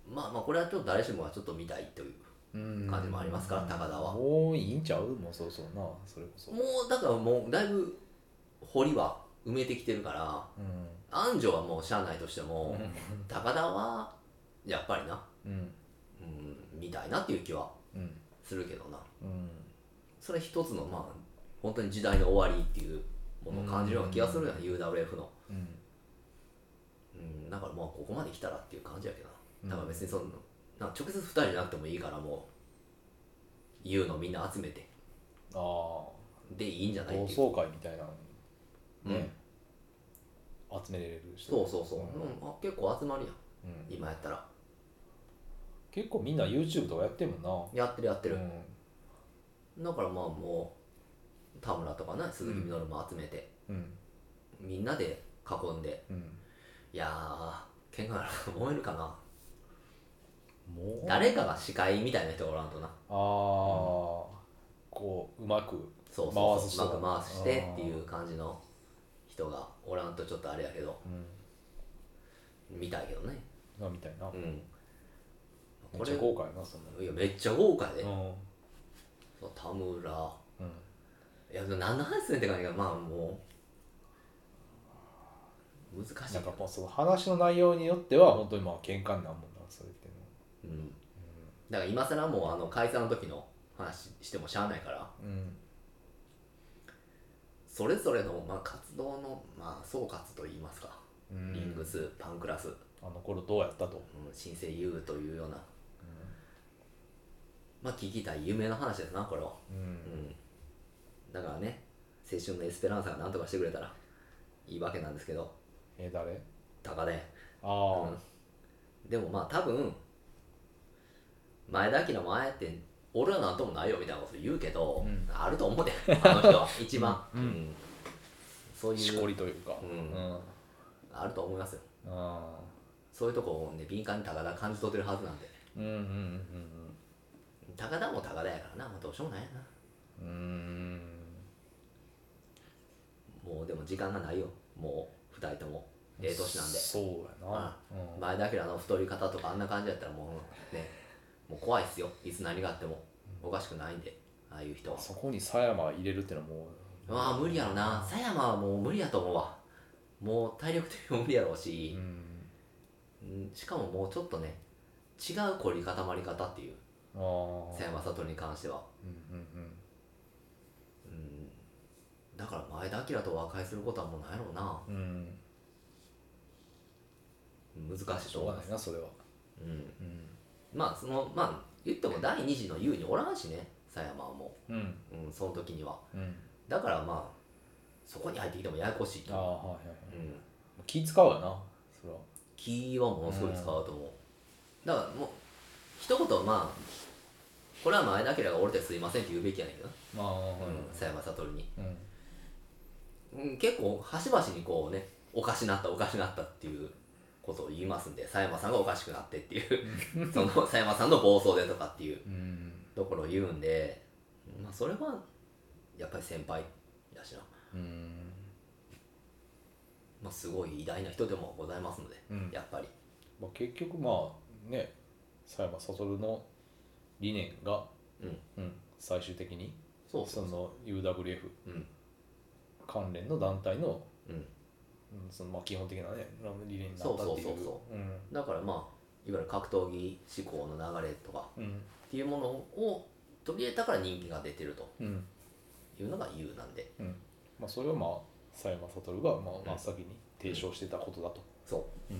S1: まあまあこれはちょっと誰しもがちょっと見たいという
S2: うん
S1: 感じもありますから高田は
S2: もういいんちゃうもうそうそうなそれこそ、
S1: もうだからもうだいぶ掘りは埋めてきてるから
S2: うん
S1: 安城はもうしゃあないとしても、高田はやっぱりな、
S2: うん
S1: うん、見たいなっていう気は
S2: うん
S1: するけどな
S2: うん
S1: それ一つのまあ本当に時代の終わりっていうものを感じるような気がするやん UWF の、
S2: うん
S1: うん、だからまあここまで来たらっていう感じやけどなだから別にそのなんか直接2人じゃなくてもいいからもう言うのみんな集めて
S2: あ
S1: でいいんじゃ
S2: あ
S1: ない
S2: 同
S1: っていう
S2: 窓会みたいなのね、集めれる人
S1: そうそうそう、うん
S2: ん
S1: あ結構集まるやん
S2: うん
S1: 今やったら
S2: 結構みんな YouTube とかやってるもんな
S1: やってるやってる、
S2: うん
S1: だからまあもう田村とかね鈴木みのるも集めて、
S2: うん
S1: みんなで囲んで
S2: うん
S1: いやー喧嘩なら燃えるかな
S2: もう
S1: 誰かが司会みたいな人がおらんとな
S2: ああ、こううまく
S1: そうそう
S2: 回す
S1: そ
S2: 人
S1: ううまく回してっていう感じの人がおらんとちょっとあれやけど
S2: うん
S1: 見たいけどね
S2: なみたいな、
S1: うん
S2: めっちゃ豪華やなそんなの
S1: いやめっちゃ豪華で、
S2: うん
S1: そう田村
S2: うん
S1: いやでも何の話すんねんって感じがまあもう難しいけ
S2: なん
S1: ど
S2: かもうその話の内容によっては本当にまあ喧嘩になるもんなそれっていうの
S1: うんだから今更もうあの解散の時の話してもしゃあないから
S2: うん
S1: それぞれの、まあ、活動の、まあ、総括といいますか、
S2: うん
S1: リングスパンクラス、うん、
S2: あの頃どうやったと、
S1: 新生 U というようなまあ聞きたい夢の話ですなこれは、
S2: うん
S1: うん、だからね青春のエスペランサが何とかしてくれたらいいわけなんですけど
S2: え誰
S1: 高で、
S2: ああ、
S1: うん、でもまあ多分前田明もあえて俺は何ともないよみたいなこと言うけど、
S2: うん
S1: あると思うであの人
S2: *laughs*
S1: は一番、
S2: うん
S1: そうい
S2: し
S1: う
S2: こりというか
S1: うん
S2: うん
S1: あると思いますよ
S2: あ
S1: そういうとこをね敏感に高田感じ取ってるはずなんで
S2: ーうんうんうん
S1: 高田も高田やからな、まあ、どうしようもないやな
S2: うんうん
S1: もうでも時間がないよもう2人ともええ年なんで
S2: そうやな、うん
S1: 前田明の太り方とかあんな感じだったらもうねもう怖いっすよいつ何があってもおかしくないんでああいう人は
S2: そこに狭山入れるってのはも
S1: ああ無理やろな佐山はもう無理やと思うわもう体力的にも無理やろう
S2: う、う
S1: し、
S2: ん、
S1: うんしかももうちょっとね違う凝り固まり方っていう
S2: ああ
S1: 佐山悟に関しては
S2: うんうん
S1: うんだから前田明と和解することはもうないやろうな
S2: うんうん
S1: 難しい
S2: し
S1: と
S2: ょう
S1: 思
S2: が
S1: う
S2: ないなそれは
S1: うん
S2: うん
S1: まあそのまあ言っても第二次の優におらんしね佐山はも
S2: うん
S1: う、うん、その時には
S2: うん
S1: だからまあそこに入ってきてもややこしいと
S2: ああ
S1: 思う、
S2: はいはいはい
S1: うん、
S2: 気使うわなそれは
S1: 気はものすごい使うと思う、だからもう一言まあこれは前田明が折れてすいませんって言うべきやねんけどな、
S2: まあ
S1: うん、佐山悟に、
S2: うん、うん、
S1: うん、結構端々にこうねおかしなったおかしなったっていうことを言いますんで佐山さんがおかしくなってっていうその佐山さんの暴走でとかっていう
S2: うん
S1: ところを言うんで、まあ、それはやっぱり先輩だしな、
S2: うん
S1: まあ、すごい偉大な人でもございますので、
S2: うん
S1: やっぱり
S2: まあ、結局まあね佐山悟の理念が、
S1: うん
S2: うん、最終的に
S1: そうそ
S2: そうの UWF
S1: うん
S2: 関連の団体の,、
S1: うん
S2: うんそのまあ、基本的な、ね、理念になったって
S1: そうそう
S2: いう
S1: そうそ
S2: うん
S1: だからまあいわゆる格闘技志向の流れとか
S2: うん
S1: っていうものを取り入れたから人気が出てると
S2: うん
S1: いうのが U なんで
S2: うんまあ、それをまあ佐山悟がまあ
S1: ん
S2: 真っ先に提唱してたことだと、
S1: そう
S2: うん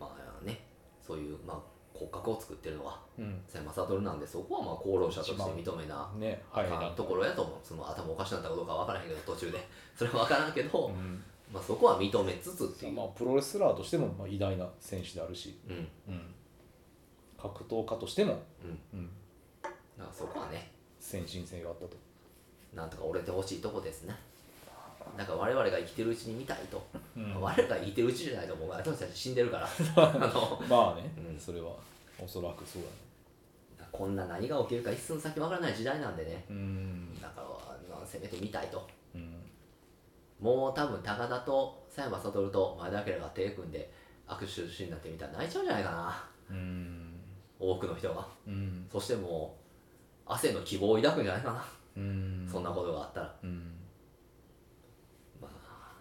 S1: まあねそういう、まあ、骨格を作ってるのは
S2: うん
S1: 佐山悟なんでそこはまあ功労者として認めな
S2: ね
S1: あ
S2: はい
S1: かんところやと思うその頭おかしなったかどうかわからへんけど途中でそれはわからんけど、
S2: うん
S1: まあ、そこは認めつつっていう、
S2: まあ、プロレスラーとしてもまあ偉大な選手であるし、
S1: うん
S2: うん、格闘家としても、
S1: うん
S2: うん、
S1: だからそこはね
S2: 先進性があったと。
S1: なんとか折れてほしいとこですねだから我々が生きてるうちに見たいと、
S2: うん
S1: 我々が生きてるうちじゃないと思う私たち死んでるからあの
S2: まあね、
S1: うん
S2: それはおそらくそうだね
S1: こんな何が起きるか一寸先わからない時代なんでね
S2: うん
S1: だからあのせめて見たいと
S2: うん
S1: もう多分高田と佐山悟と前田明が手組んで握手しになってみたら泣いちゃうんじゃないかな
S2: うん
S1: 多くの人が
S2: うん
S1: そしてもう汗の希望を抱くんじゃないか
S2: *laughs*
S1: な、
S2: うん
S1: そんなことがあったら
S2: うん
S1: まあ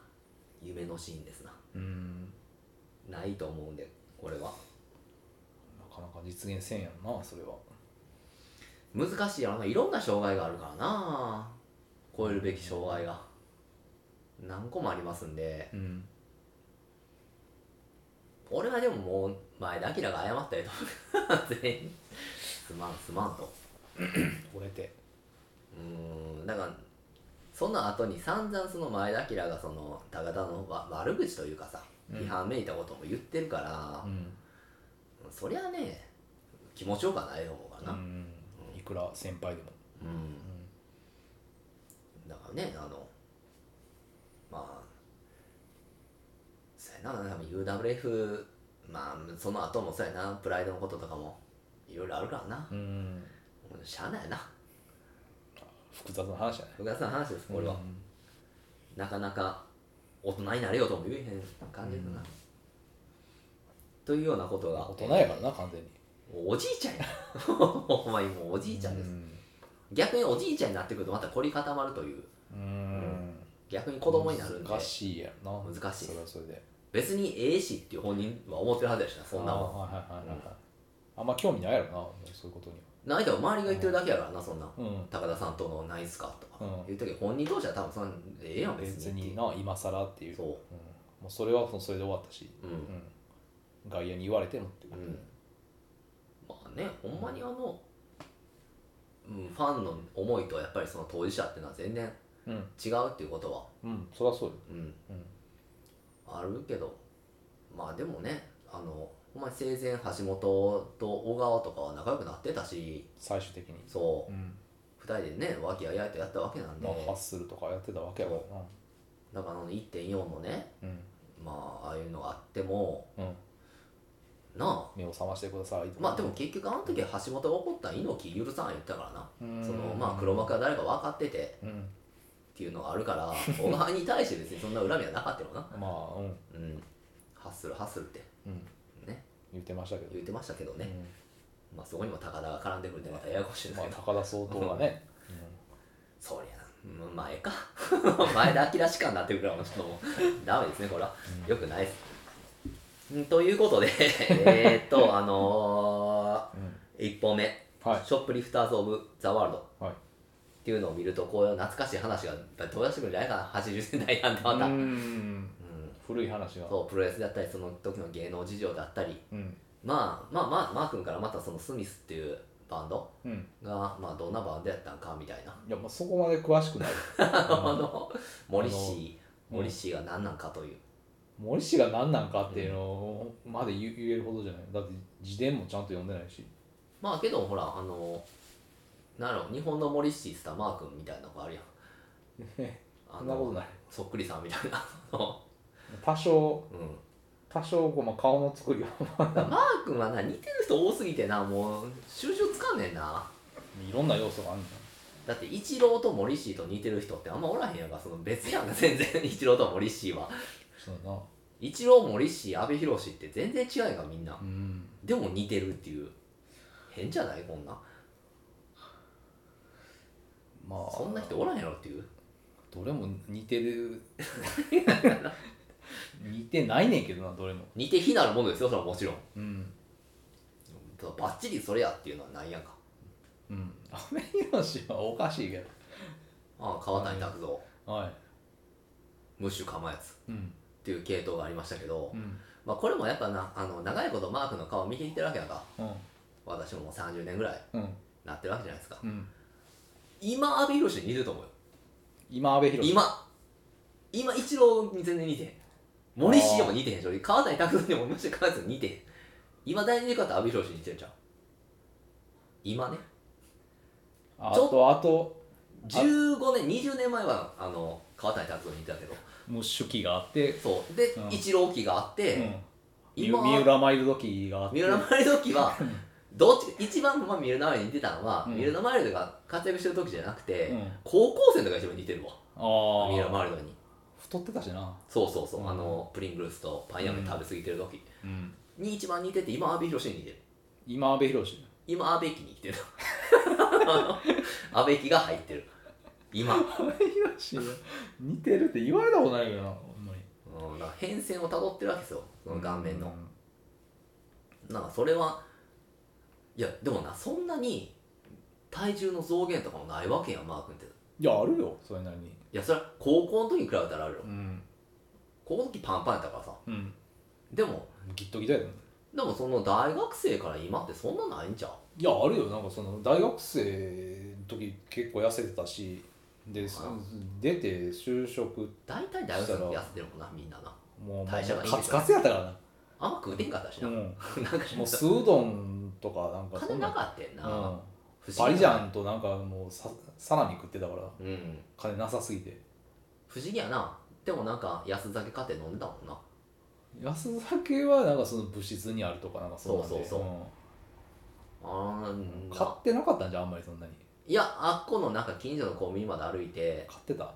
S1: 夢のシーンですな
S2: うん
S1: ないと思うんでこれは
S2: なかなか実現せんやんなそれは
S1: 難しいやろないろんな障害があるからな超えるべき障害が何個もありますんで
S2: うん
S1: 俺はでももう前田明が謝ったりとか全員すまんすまんと
S2: 折れて
S1: うーんだからその後に散々その前田明がその高田のわ悪口というかさ
S2: うん
S1: 批判めいたことも言ってるから
S2: う、ん
S1: そりゃね気持ちよくはないと思うから
S2: う
S1: な、
S2: んいくら先輩でも
S1: うん
S2: うん
S1: だからねあのまあそうやな多分 UWF まあその後もそうやなプライドのこととかもいろいろあるからな、
S2: うん
S1: しゃあないな
S2: 複雑な話やね
S1: 複雑な話ですこれは、
S2: うん
S1: なかなか大人になれようとも言えへん感じだな、というようなことが
S2: 大人やからな完全に
S1: おじいちゃんや *laughs* お前もうおじいちゃんです、
S2: うん
S1: 逆におじいちゃんになってくるとまた凝り固まるという
S2: うん
S1: 逆に子供になるんで
S2: 難しいやんな
S1: 難しい
S2: それはそれで
S1: 別にええしっていう本人は思ってるはずやしなそんなもん
S2: あーはいはいはいはいあんま興味ないやろなそういうことには
S1: ないだろ周りが言ってるだけやからなそんなん
S2: うん
S1: 高田さんとのないっすかとか
S2: うん
S1: 言ったけど本人同士は多分そんなんええやん別
S2: 別
S1: に
S2: にな今更っていう
S1: そう
S2: うんもうそれはもうそれで終わったし、
S1: う
S2: うん
S1: ん
S2: 外野に言われてもっていううん
S1: まあねほんまにあの、うん、ファンの思いとやっぱりその当事者っていうのは全然
S2: うん、
S1: 違うっていうことは、
S2: うん、そりゃそうよ、
S1: うん、
S2: うん、
S1: あるけどまあでもねあのほんまに生前橋本と小川とかは仲良くなってたし
S2: 最終的に、
S1: そううん二人でね和気あいあいとやったわけなんで
S2: まあ、ハッスルとかやってたわけやから
S1: だからあの1.4のね
S2: な、
S1: まあああいうのがあっても
S2: うんうん、
S1: なあ
S2: 目を覚ましてくださいとか
S1: まあでも結局あの時橋本が怒ったん猪木許さん言ったからな
S2: うん
S1: そのまあ黒幕は誰か分かってて
S2: うん
S1: っていうのがあるから
S2: *laughs*
S1: 小川に対して別にそんな恨みはなかったよな
S2: まあうん
S1: うんハッスルハッスルって
S2: うん
S1: ね
S2: 言ってましたけど
S1: 言ってましたけどね、まあそこにも高田が絡んでくるんでまたややこしい
S2: うん
S1: です
S2: まあ
S1: けど、
S2: 高田総統がね、
S1: そりゃなうんまあええか *laughs* 前田明しかになってくるからちょっともう *laughs* ダメですねこれはよくないですんということ
S2: *laughs*
S1: でえーっとあの
S2: うんうん
S1: ー、1本目、
S2: はい
S1: ショップリフターズ・オブ・ザ・ワールド
S2: はい
S1: っていうのを見るとこういう懐かしい話が飛び出してくるんじゃないかな80年代なんてまた、
S2: う
S1: うん
S2: ん古い話が
S1: そうプロレスだったりその時の芸能事情だったり、
S2: うん
S1: まあ、まあまあマー君からまたそのスミスっていうバンド
S2: うん
S1: が、まあ、どんなバンドやったんかみたいな、
S2: いやまあそこまで詳しくない
S1: あの森氏
S2: うん
S1: 森氏が何なんかという、
S2: 森氏が何なんかっていうのまで言う言えるほどじゃないだって自伝もちゃんと読んでないし
S1: まあけどほらあのなんやろ日本の森氏スターマー君みたいなのがあるやんあの
S2: そんなことない
S1: そっくりさんみたいなあの
S2: 多少
S1: うん
S2: 多少こう、まあ、顔の作りは *laughs*
S1: だからマー君はな似てる人多すぎてなもう収拾つかんねんない
S2: ろんな要素があるんだ
S1: だってイチローとモリシーと似てる人ってあんまおらへんやんかその別やんか全然イチローとモリシーは
S2: そうだな
S1: イチローモリシー阿部寛って全然違うやんかみんな
S2: うん
S1: でも似てるっていう変じゃないこんな
S2: まあ
S1: そんな人おらへんやろっていう
S2: どれも似
S1: *laughs*
S2: てる似てないねんけどなどれも
S1: 似て非なるものですよそれはもちろん
S2: うん
S1: バッチリそれやっていうのはないやんか
S2: うんアメリカ氏はおかしいけ
S1: ああ川谷拓三
S2: どは
S1: ムッシュかまやつっ
S2: いうん
S1: ていう系統がありましたけど、
S2: うん
S1: まあ、これもやっぱなあの長いことマークの顔見てきてるわけやんか
S2: うん
S1: 私ももう30年ぐらい
S2: うん
S1: なってるわけじゃないですか
S2: うん
S1: 今阿部寛に似てると思うよ
S2: 今阿部寛
S1: 今今一郎に全然似てへん森氏も似てへんし俺川谷拓三にも森氏川谷拓三に似てへん今大事に言う方阿部寛に似てるじゃん今ね
S2: あ
S1: ちょ
S2: とあと
S1: 15年20年前はあの川谷拓三に似てたけど
S2: もう手記があって、
S1: そうで、
S2: うん
S1: 一郎期があって、
S2: うん、み
S1: 今
S2: 三浦マイルド期があって
S1: 三浦マイルド期はどっち一番、まあ、三浦マイルドに似てたのは、
S2: うん
S1: 三浦マイルドが活躍してる時じゃなくて、
S2: うん
S1: 高校生とか一番似てるわ
S2: あ
S1: 三浦
S2: あ
S1: マイルドに
S2: 太ってたしな
S1: そうそうそう、
S2: うん
S1: あのプリングルスとパイナップル食べ過ぎてる時、
S2: うん
S1: に一番似てて今阿部寛に似てる
S2: 今阿部寛
S1: 今安倍駅に来てる安倍駅が入ってる今、うん、
S2: 阿部寛似てるって言われたことないけどなほんまに
S1: だから変遷をたどってるわけですよその顔面の、なんかそれはいやでもなそんなに体重の増減とかもないわけやんマー君って
S2: いやあるよそれなりに
S1: いやそれは高校の時に比べたらあるよ
S2: うん
S1: 高校の時パンパンやったからさ
S2: うん
S1: でも
S2: ギットギトやで
S1: でもその大学生から今ってそんなないんちゃう
S2: いやあるよなんかその大学生の時結構痩せてたしでそ出て就職
S1: 大体大学生って痩せてるもんなみんなな
S2: もう
S1: 代謝がいいでしょ
S2: カツカツやったからな、
S1: あんま食うてんかったし
S2: う
S1: な、
S2: ん、
S1: なんか
S2: もう酢うどんとかなんか
S1: 金
S2: な
S1: なかったよな、
S2: うん
S1: 不思議な
S2: バリジャンとなんかもうさサラミ食ってたから
S1: うん
S2: 金なさすぎて
S1: 不思議やなでもなんか安酒買って飲んでたもんな
S2: 安酒はなんかその物質にあるとかなんかそんなんで
S1: そうそうそあー
S2: うん
S1: な
S2: 買ってなかったんじゃんあんまりそんなに
S1: いやあっこのなんか近所のコンビニまで歩いて
S2: 買ってた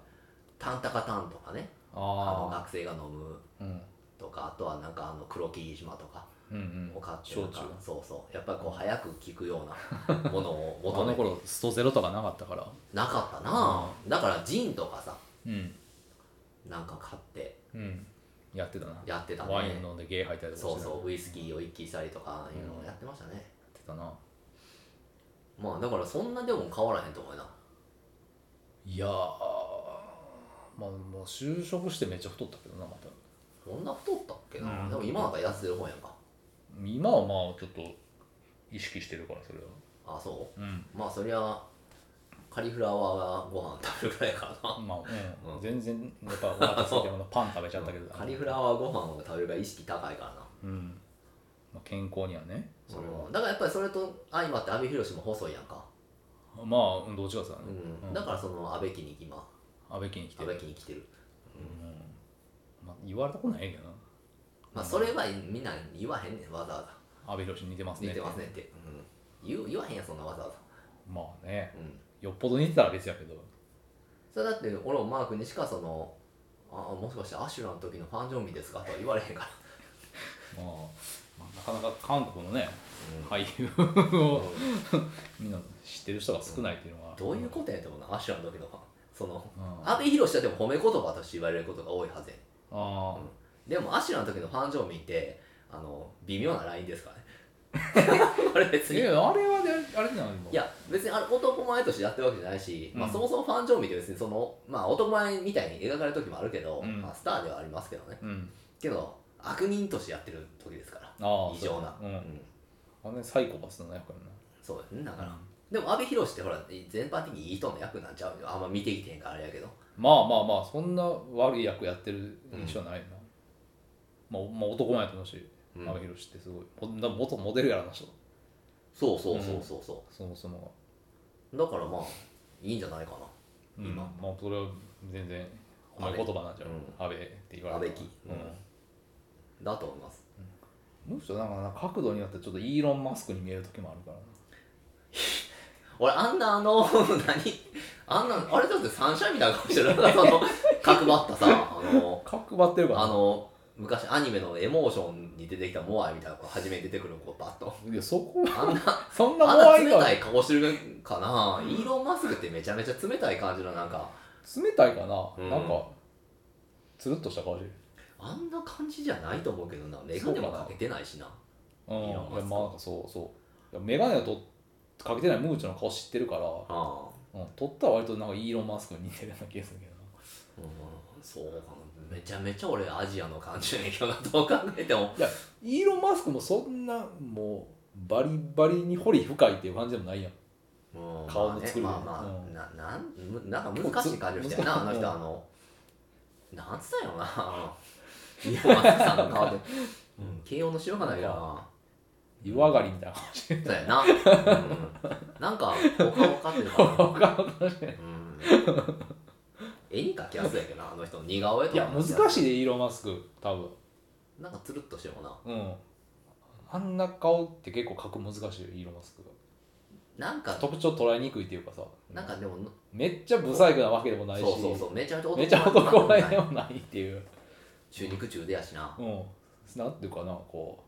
S1: タンタカタンとかねあの
S2: あ
S1: 学生が飲む
S2: あうん
S1: とかあとはなんかあの黒霧島とか
S2: うんうん
S1: を買ってな
S2: 焼
S1: ん
S2: 酎
S1: かそうそうやっぱりこう早く効くよう
S2: *laughs*
S1: なものを
S2: あ
S1: 求
S2: の
S1: めて
S2: 頃ストゼロとかなかったから
S1: なかったなだからジンとかさ
S2: うん
S1: なんか買って
S2: うんやってたな
S1: やってたね
S2: ワイン飲んでゲー吐いたりとか
S1: そう
S2: してな
S1: そうウイスキーを一気にしたりとかいうのをやってましたね、
S2: やってたな
S1: まあだからそんなでも変わらへんと思うよない
S2: やーまあもう就職してめっちゃ太ったけどなまた
S1: そんな太ったっけな、
S2: うん
S1: でも今なんか痩せてる方やんか
S2: 今はまあちょっと意識してるからそれは
S1: あそ
S2: うん
S1: うまあそりゃカリフラワーご飯食べるくらいやからな
S2: まあ、うん
S1: うん
S2: 全然やっぱお腹空いてるのパン食べちゃったけど、
S1: カリフラワーご飯を食べるが意識高いからな
S2: うん、まあ、健康にはねそれは
S1: うんだからやっぱりそれと相まって阿部寛も細いやんか、
S2: まあ運動違うさね
S1: う、ん
S2: うん
S1: だからその阿部家に今
S2: 安倍家に来て
S1: 阿
S2: る
S1: 部、家に来てる、
S2: まあ、言われたことないけどな
S1: まあそれはみんな言わへんねんわざわざ
S2: 安倍博似てますね
S1: 似てますねって、うん、言う言わへんやんそんなわざわざ、
S2: まあね
S1: うん、
S2: よっぽど似てたら別やけど
S1: それだって俺もマークにしかそのあもしかしてアシュラの時のファンジョンミですかとは言われへんから、
S2: まあ、まあなかなか韓国のね
S1: うん
S2: 俳優をみんな知ってる人が少ないっていうのは、
S1: どういうことやと思うなアシュラの時のファンその
S2: うん
S1: 阿部寛はでも褒め言葉として言われることが多いはずやん
S2: あ
S1: でもアシュラの時のファンジョンミってあの微妙なラインですからね *laughs* あれ別
S2: ー
S1: に
S2: い
S1: い
S2: やあれはねあれじゃないの
S1: や別にあれ男前としてやってるわけじゃないし、まあ、
S2: うん
S1: そもそもファン・ジョンミって別にその、まあ、男前みたいに描かれる時もあるけど、
S2: うん
S1: まあ、スターではありますけどね
S2: うん
S1: けど悪人としてやってる時ですから
S2: ああ
S1: 異常な
S2: そう
S1: うん
S2: だねうん、あれサイコパスの役や
S1: そうですねだか
S2: な、
S1: ら、でも阿部寛ってほら全般的にいい人の役なんちゃうよあんま見てきてへんからあれやけど
S2: まあまあまあそんな悪い役やってる印象はないな、まあ、まあ男前やと思うし
S1: うん
S2: 阿部寛ってすごいほんだ元モデルやらの人
S1: そうそうそうそうそ
S2: そもそもが
S1: うだからまあいいんじゃないかな
S2: うん
S1: 今
S2: まあそれは全然お前言葉なんじゃん安倍って言われたら
S1: 安倍期
S2: うん
S1: だと思います
S2: むしろなんかな角度によってちょっとイーロン・マスクに見える時もあるからな
S1: 俺あんなあの *laughs* 何あんなあれだってサンシャインみたいな顔してるなんかその角張ったさあの
S2: *laughs* 角張ってるから
S1: あの昔アニメのエモーションに出てきたモアイみたいな子初めに出てくる子バッと
S2: いやそこは
S1: あん
S2: *laughs*
S1: な
S2: そんなモ
S1: あ
S2: ア
S1: ん
S2: イ
S1: な
S2: が
S1: 冷たい顔してるかなイーロン・マスクってめちゃめちゃ冷たい感じのなんか
S2: 冷たいかな、
S1: うん
S2: なんかつるっとした顔してる
S1: あんな感じじゃないと思うけどなメガネもかけてないしな
S2: うん
S1: イーロンマスク
S2: いやまあなんかそうそういや眼鏡をとかけてないムーチョの顔知ってるから
S1: ああ
S2: うん、取ったら割となんかイーロン・マスクに似てるような気がするけどな
S1: うんそうかなめちゃめちゃ俺アジアの感じやねんけどなどう考えても
S2: いやイーロン・マスクもそんなもうバリバリに掘り深いっていう感じでもないやん
S1: うん
S2: 顔の作り
S1: まあ、ね、まあ
S2: うん
S1: まあななんむなんか難しい感じの人やなあの
S2: 難しい
S1: 人あのなんつったんやろ
S2: *laughs*
S1: なあのイーロンマスクさんの顔で、うん、慶応のしようがないよな
S2: 湯上がりみたいな感じで
S1: そうやな、うん、なんかお顔分かってるから、
S2: *laughs*
S1: うん、絵に描きやすいやけどなあの人の似顔絵と
S2: い
S1: か
S2: や
S1: も
S2: 難しいでイーロン・マスク多分
S1: なんかつるっとしてもな
S2: うんあんな顔って結構格難しいよイーロン・マスクが
S1: なんか
S2: 特徴捉えにくいっていうかさ
S1: なんかでも
S2: めっちゃブサイクなわけでもないし
S1: そうそうそうめちゃめちゃ
S2: めっちゃ男前
S1: な
S2: でもないっていう
S1: 中肉中背やしな、
S2: うんなんていうかなこ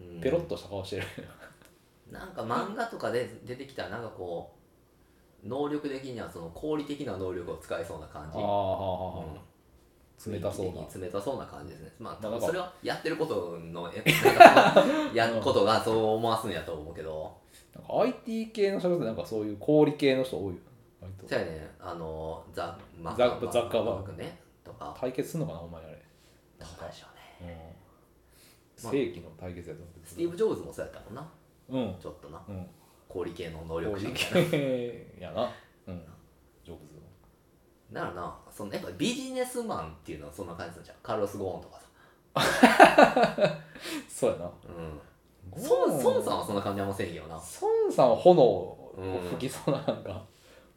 S1: うん
S2: うペロッとした顔してる、
S1: なんか漫画とかで出てきたなんかこう能力的にはその効率的な能力を使えそうな感じ
S2: ああはあはあ、
S1: うん
S2: 冷たそうな
S1: 冷たそうな感じですねまあ
S2: まあ
S1: 多
S2: な
S1: 分
S2: んか
S1: それはやってること
S2: *laughs*
S1: のえなんかやることがそう思わすんやと思うけど
S2: なんか IT 系の社会でなんかそういう小売系の人多いよ割と
S1: そうやねあのザ・マ
S2: ザザッカーバーグ
S1: ねとか
S2: 対決するのかなお前あれなん
S1: そう
S2: か
S1: で、しょうね
S2: うん、
S1: まあ
S2: 正規の対決やと思う
S1: スティーブ・ジョブズもそうやったもんな
S2: うん
S1: ちょっとな
S2: うん
S1: 効率系の能
S2: 小
S1: 力
S2: 売
S1: 者みたいな
S2: 系やなうんジョブズの
S1: ならなそのやっぱビジネスマンっていうのはそんな感じなんじゃんカルロス・ゴーンとかさ、
S2: そうやな
S1: うん、孫孫さんはそんな感じあんませんけどな
S2: 孫さんは炎を
S1: うん
S2: 吹きそうななんか、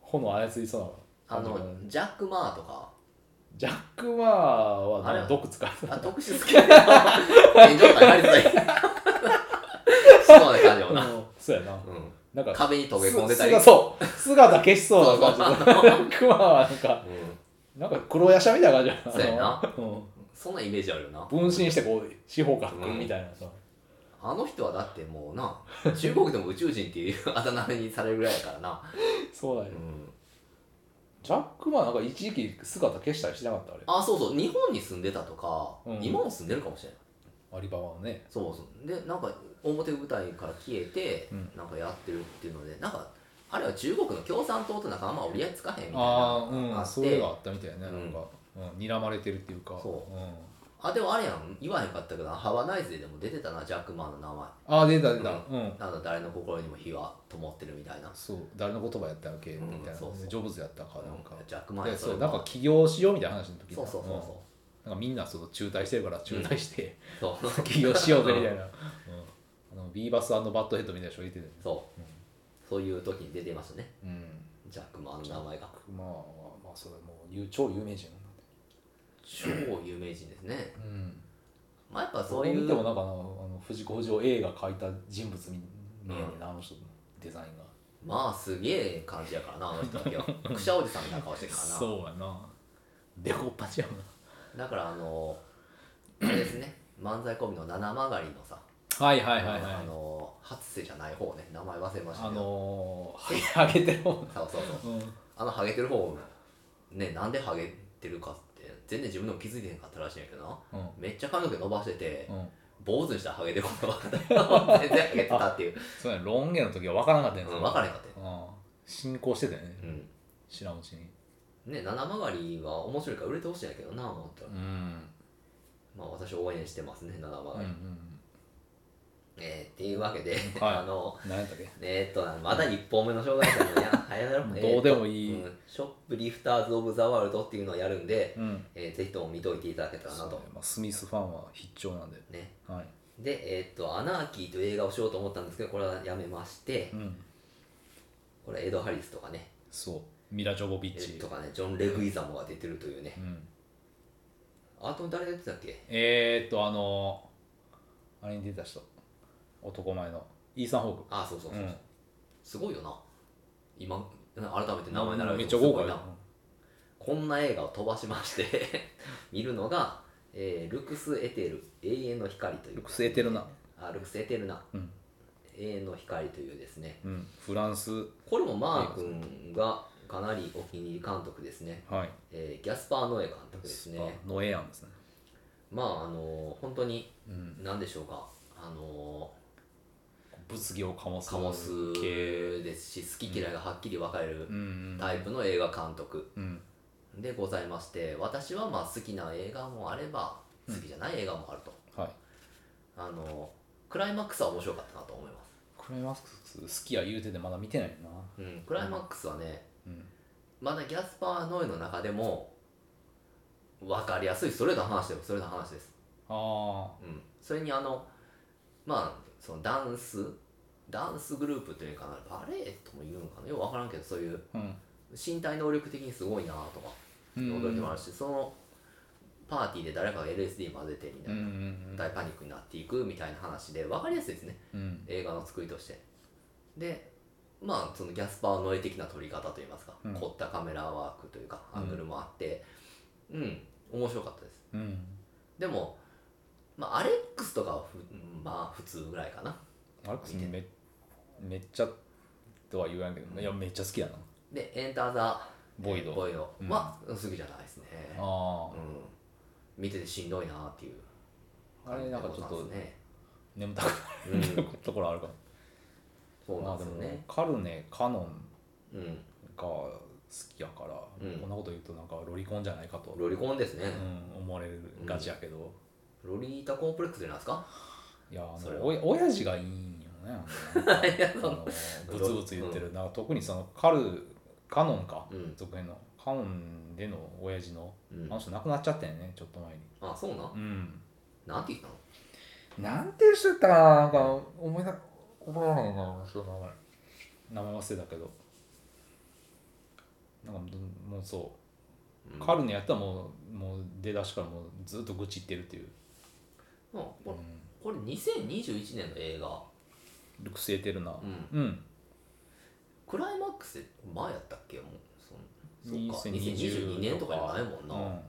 S2: 炎操りそうな
S1: あ
S2: 感じが
S1: のジャック・マーと
S2: *laughs*
S1: か
S2: ジャック・マーは
S1: あれ
S2: な
S1: は
S2: んか毒使う
S1: あ特殊好きやけど天井とかやりづらいそうな感じもな、
S2: うんそうやな
S1: う
S2: なん
S1: ん、
S2: か
S1: 壁に溶け込んでたり
S2: すそう姿消しそうな感じでジャック・マーはなんか
S1: うん、
S2: なんか黒やしゃみたいな感じ
S1: そうやな
S2: あの
S1: そんなイメージあるよな
S2: うん、分身してこう四方からみたいなさ、
S1: あの人はだってもうな中国でも宇宙人っていうあだ名にされるぐらいやからな、
S2: そうだ
S1: う
S2: よ
S1: ん、
S2: ジャック・マンなんか一時期姿消したりしなかったあれ
S1: あそうそう日本に住んでたとか、
S2: うん
S1: 今も住んでるかもしれない
S2: アリババのね
S1: そうそうでなんか表舞台から消えて、
S2: うん
S1: なんかやってるっていうのでなんかあれは中国の共産党となんかあんま折り合いつかへんみたいな
S2: ああうん
S1: あって
S2: それがあったみたいね、
S1: うん
S2: なんか、うん、睨まれてるっていうか
S1: そ
S2: ん、
S1: あでもあれやん言わへんかったけどハワナイズでも出てたなジャックマンの名前
S2: ああ出た出た、
S1: う
S2: うん
S1: なんだ誰の心にも火は灯ってるみたいな
S2: そう誰の言葉やったっけみたいな、
S1: うんそうそう
S2: ジョブズやったかなんか、
S1: ジャックマン
S2: で
S1: や
S2: そう
S1: れ
S2: なん
S1: は
S2: か起業しようみたいな話の時
S1: そうそうそう
S2: うんなんかみんなその中退してるから中退して、
S1: そうそう
S2: *laughs* 起業しようぜみたいな、うん、あのビーバスバッドヘッドみたいな人がいてたよね
S1: そう、そういう時に出てましたね
S2: うん
S1: ジャックマンの名前が
S2: まあまあそれもう有超有名人なんだ
S1: 超有名人ですね
S2: うん
S1: まあやっぱそ
S2: そうれ
S1: い
S2: 見ても
S1: う
S2: なんかあのあの藤子不二雄 A が描いた人物に見えねえなあの人のデザインが
S1: まあすげえ感じやからなあの人だ
S2: *laughs*
S1: けはくしゃおじさんみたいな顔してるからな
S2: うやなデコっぱちやな
S1: だからあのあれですね漫才コンビの七曲りのさ、
S2: はいはいはいはい
S1: あの初瀬じゃない方ね名前忘れました
S2: あ
S1: けど、
S2: のー、ハゲてるも
S1: そうそうそう
S2: うん、
S1: あのハゲてる方ねなんでハゲてるかって全然自分でも気づいてへんかったらしいんやけどな
S2: うん
S1: めっちゃ髪の毛伸ばしてて、
S2: うん、
S1: 坊主にしたらハゲてることが分かった *laughs* 全然ハゲてたっていう、
S2: そうやねロン毛の時は分からなかった
S1: う
S2: や
S1: ん、
S2: つ、
S1: 分からへんかったよ
S2: うん進行してたよね、
S1: うん
S2: 知らんうちに
S1: ね七曲りは面白いから売れてほしいんやけどな思ったら、
S2: うん
S1: まあ私応援してますね七曲
S2: うんう
S1: り、
S2: ん
S1: えーっていうわけで、
S2: はい
S1: あの
S2: 何やったっけ
S1: えーっとなまだ1本目の紹介者のや早めろ
S2: もう
S1: えーっと
S2: どうでもいい
S1: うんショップリフターズ・オブ・ザ・ワールドっていうのをやるんで、
S2: うん
S1: えーぜひとも見といていただけたらな
S2: そう
S1: と
S2: ねまあ、スミスファンは必聴なんで
S1: ね
S2: はい
S1: でえーっと「アナーキー」という映画をしようと思ったんですけどこれはやめまして
S2: うん
S1: これエド・ハリスとかね
S2: そうミラ・ジョボビッ
S1: え
S2: チ、
S1: ーとかねジョン・レグイザモが出てるというね
S2: うん、
S1: あと誰出てたっけ
S2: えー、っとあのー、あれに出た人男前のイーサン・ホーク
S1: あそうそうそう、
S2: うん
S1: すごいよな今改めて名前並べても
S2: めっちゃ豪
S1: す
S2: 華
S1: ごい
S2: よ
S1: なこんな映画を飛ばしまして *laughs* 見るのが、えールクス・エテル永遠の光という
S2: ルクス・エテルナ
S1: あルクス・エテルナ
S2: うん、
S1: 永遠の光というですね
S2: うん、フランス
S1: これもマー君がかなりお気に入り監督ですね、
S2: はい
S1: えーギャスパー・ノエ監督ですね
S2: あノエアンですね
S1: まああのー本当に
S2: うん
S1: 何でしょうかあの
S2: 物議を醸
S1: ー
S2: す
S1: カモス
S2: 系
S1: ですし好き嫌いがはっきり分かれる
S2: うんうん
S1: タイプの映画監督
S2: うん
S1: でございまして私はまあ好きな映画もあれば好きじゃない映画もあると、
S2: はい
S1: あのークライマックスは面白かったなと思います、
S2: クライマックス好きや言うててまだ見てないよな
S1: うん、クライマックスはね、
S2: うん
S1: まだギャスパー・ノイの中でも分かりやすいそれの話でもそれの話です、
S2: あ
S1: うん、それにあのまあそのダンスダンスグループというかなバレエとも言うのかなよく分からんけどそういう
S2: あうん
S1: 身体能力的にすごいなとか
S2: うんうん
S1: 驚きもあるし、そのパーティーで誰かが LSD 混ぜてみた
S2: う
S1: い
S2: んう
S1: な、
S2: ん
S1: 大パニックになっていくみたいな話で分かりやすいですね
S2: うん
S1: 映画の作りとしてでまあそのギャスパーノエ的な撮り方といいますか、
S2: うん
S1: 凝ったカメラワークというか
S2: うん
S1: アングルもあってうん、面白かったです
S2: うん
S1: でも、まあ、アレックスとかはふまあ普通ぐらいかな
S2: マルクスめめっちゃとは言わんけどいやめっちゃ好きやな
S1: でエンター・ザ・
S2: ボイド
S1: ボイド
S2: うん
S1: は好きじゃないですね、
S2: あ
S1: うん見ててしんどいなっていう
S2: ああれなんかちょっと
S1: 感じで
S2: 眠たく
S1: ございま
S2: な
S1: すね、
S2: るところあるか
S1: う
S2: も
S1: ん、そう
S2: ま
S1: な
S2: あ
S1: ん
S2: で
S1: です
S2: も
S1: よね、
S2: カルネカノン
S1: うん、
S2: が好きやから
S1: うん
S2: こんなこと言うとなんかロリコンじゃないかと
S1: ロリコンですね、
S2: うん思われがちやけど
S1: ロリータコンプレックスじゃないですか
S2: いやあ
S1: それ
S2: のおや親父がいいんよねなんかあのブツブツ言ってるなんか特にそのカルカノンか、
S1: うん
S2: 続編のカノンでの親父の、
S1: うん
S2: あの人亡くなっちゃったよねちょっと前に
S1: あそうなん
S2: うん
S1: なんて言ったの
S2: なんていう人やったかななんか思いな覚えられへんなその名前名前忘れたけどなんかもうもうそう、カルネやったらもうもう出だしからもうずっと愚痴言ってるっていう、
S1: うん、こ
S2: う
S1: れ
S2: ん、
S1: これ2021年の映画、
S2: ルクスエテルな
S1: うん、
S2: うん
S1: クライマックスって前やったっけもうそんそっか2022
S2: 2020
S1: 年とかじゃないもんな、
S2: うん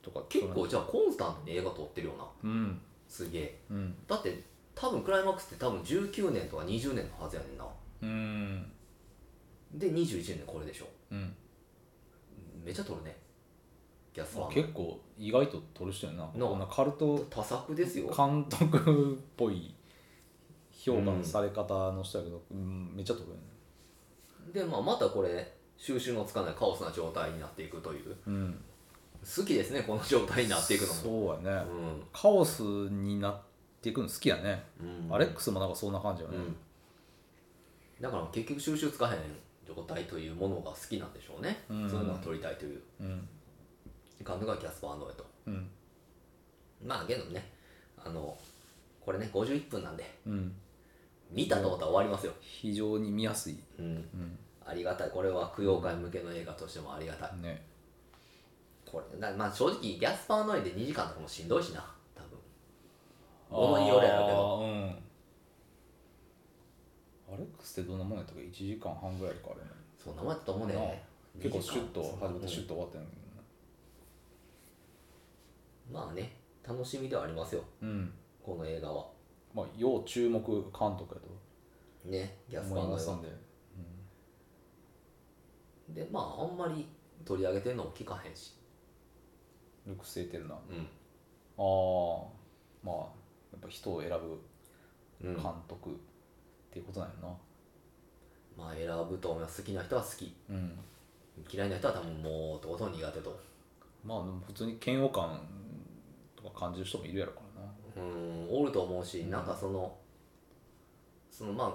S2: とか
S1: 結構じゃあコンスタントに映画撮ってるよな
S2: うん
S1: すげえ
S2: うん
S1: だって多分クライマックスって多分19年とか20年のはずやねんな
S2: うん
S1: で21年これでしょ
S2: うん
S1: めっちゃ撮るねキャストは
S2: 結構意外と撮る人やな
S1: な
S2: こんなカルト
S1: 多作ですよ
S2: 監督っぽい評価のされ方の人やけど、うんめっちゃ撮るよね
S1: で、まあ、またこれ収拾のつかないカオスな状態になっていくという
S2: うん
S1: 好きですねこの状態になっていくのも
S2: そうやね、
S1: うん
S2: カオスになっていくの好きやね、
S1: うん
S2: アレックスもなんかそんな感じよ
S1: う
S2: ね、
S1: んだから結局収集つかへん状態というものが好きなんでしょうね、
S2: うん
S1: そういうのを撮りたいという
S2: うん
S1: 監督がキャスパー・ノエと
S2: うん
S1: まあけどねあのこれね51分なんで
S2: うん
S1: 見たと思ったら終わりますよ、
S2: 非常に見やすい、
S1: うん、
S2: うん
S1: ありがたいこれは供養会向けの映画としてもありがたい
S2: ね、
S1: これだまあ正直キャスパー・ノエで2時間とかもしんどいしな多分
S2: も
S1: 物によるやろうけど
S2: うんアレックスってどんなもんやったっけ1時間半ぐらいかあれね
S1: そんなもんやったと思うね
S2: 結構シュッと
S1: 2時間
S2: 始まってシュッと終わったんや
S1: まあね楽しみではありますよ
S2: けどねうん
S1: この映画は
S2: まあ要注目監督や
S1: ねキャ
S2: と
S1: スパー・
S2: 思い
S1: ノ
S2: ま
S1: エ
S2: す
S1: は
S2: んで
S1: でまああんまり取り上げてんのも聞かへんし
S2: ルクスエテルなあ
S1: うん
S2: あーまあやっぱ人を選ぶ
S1: うん
S2: 監督っていうことなんや
S1: まあ選ぶと思います好きな人は好き
S2: なうん
S1: 嫌いな人は多分もうとことん苦手と
S2: まあでも普通に嫌悪感とか感じる人もいるやろからな
S1: うんおると思うし、なんかそのそのまあ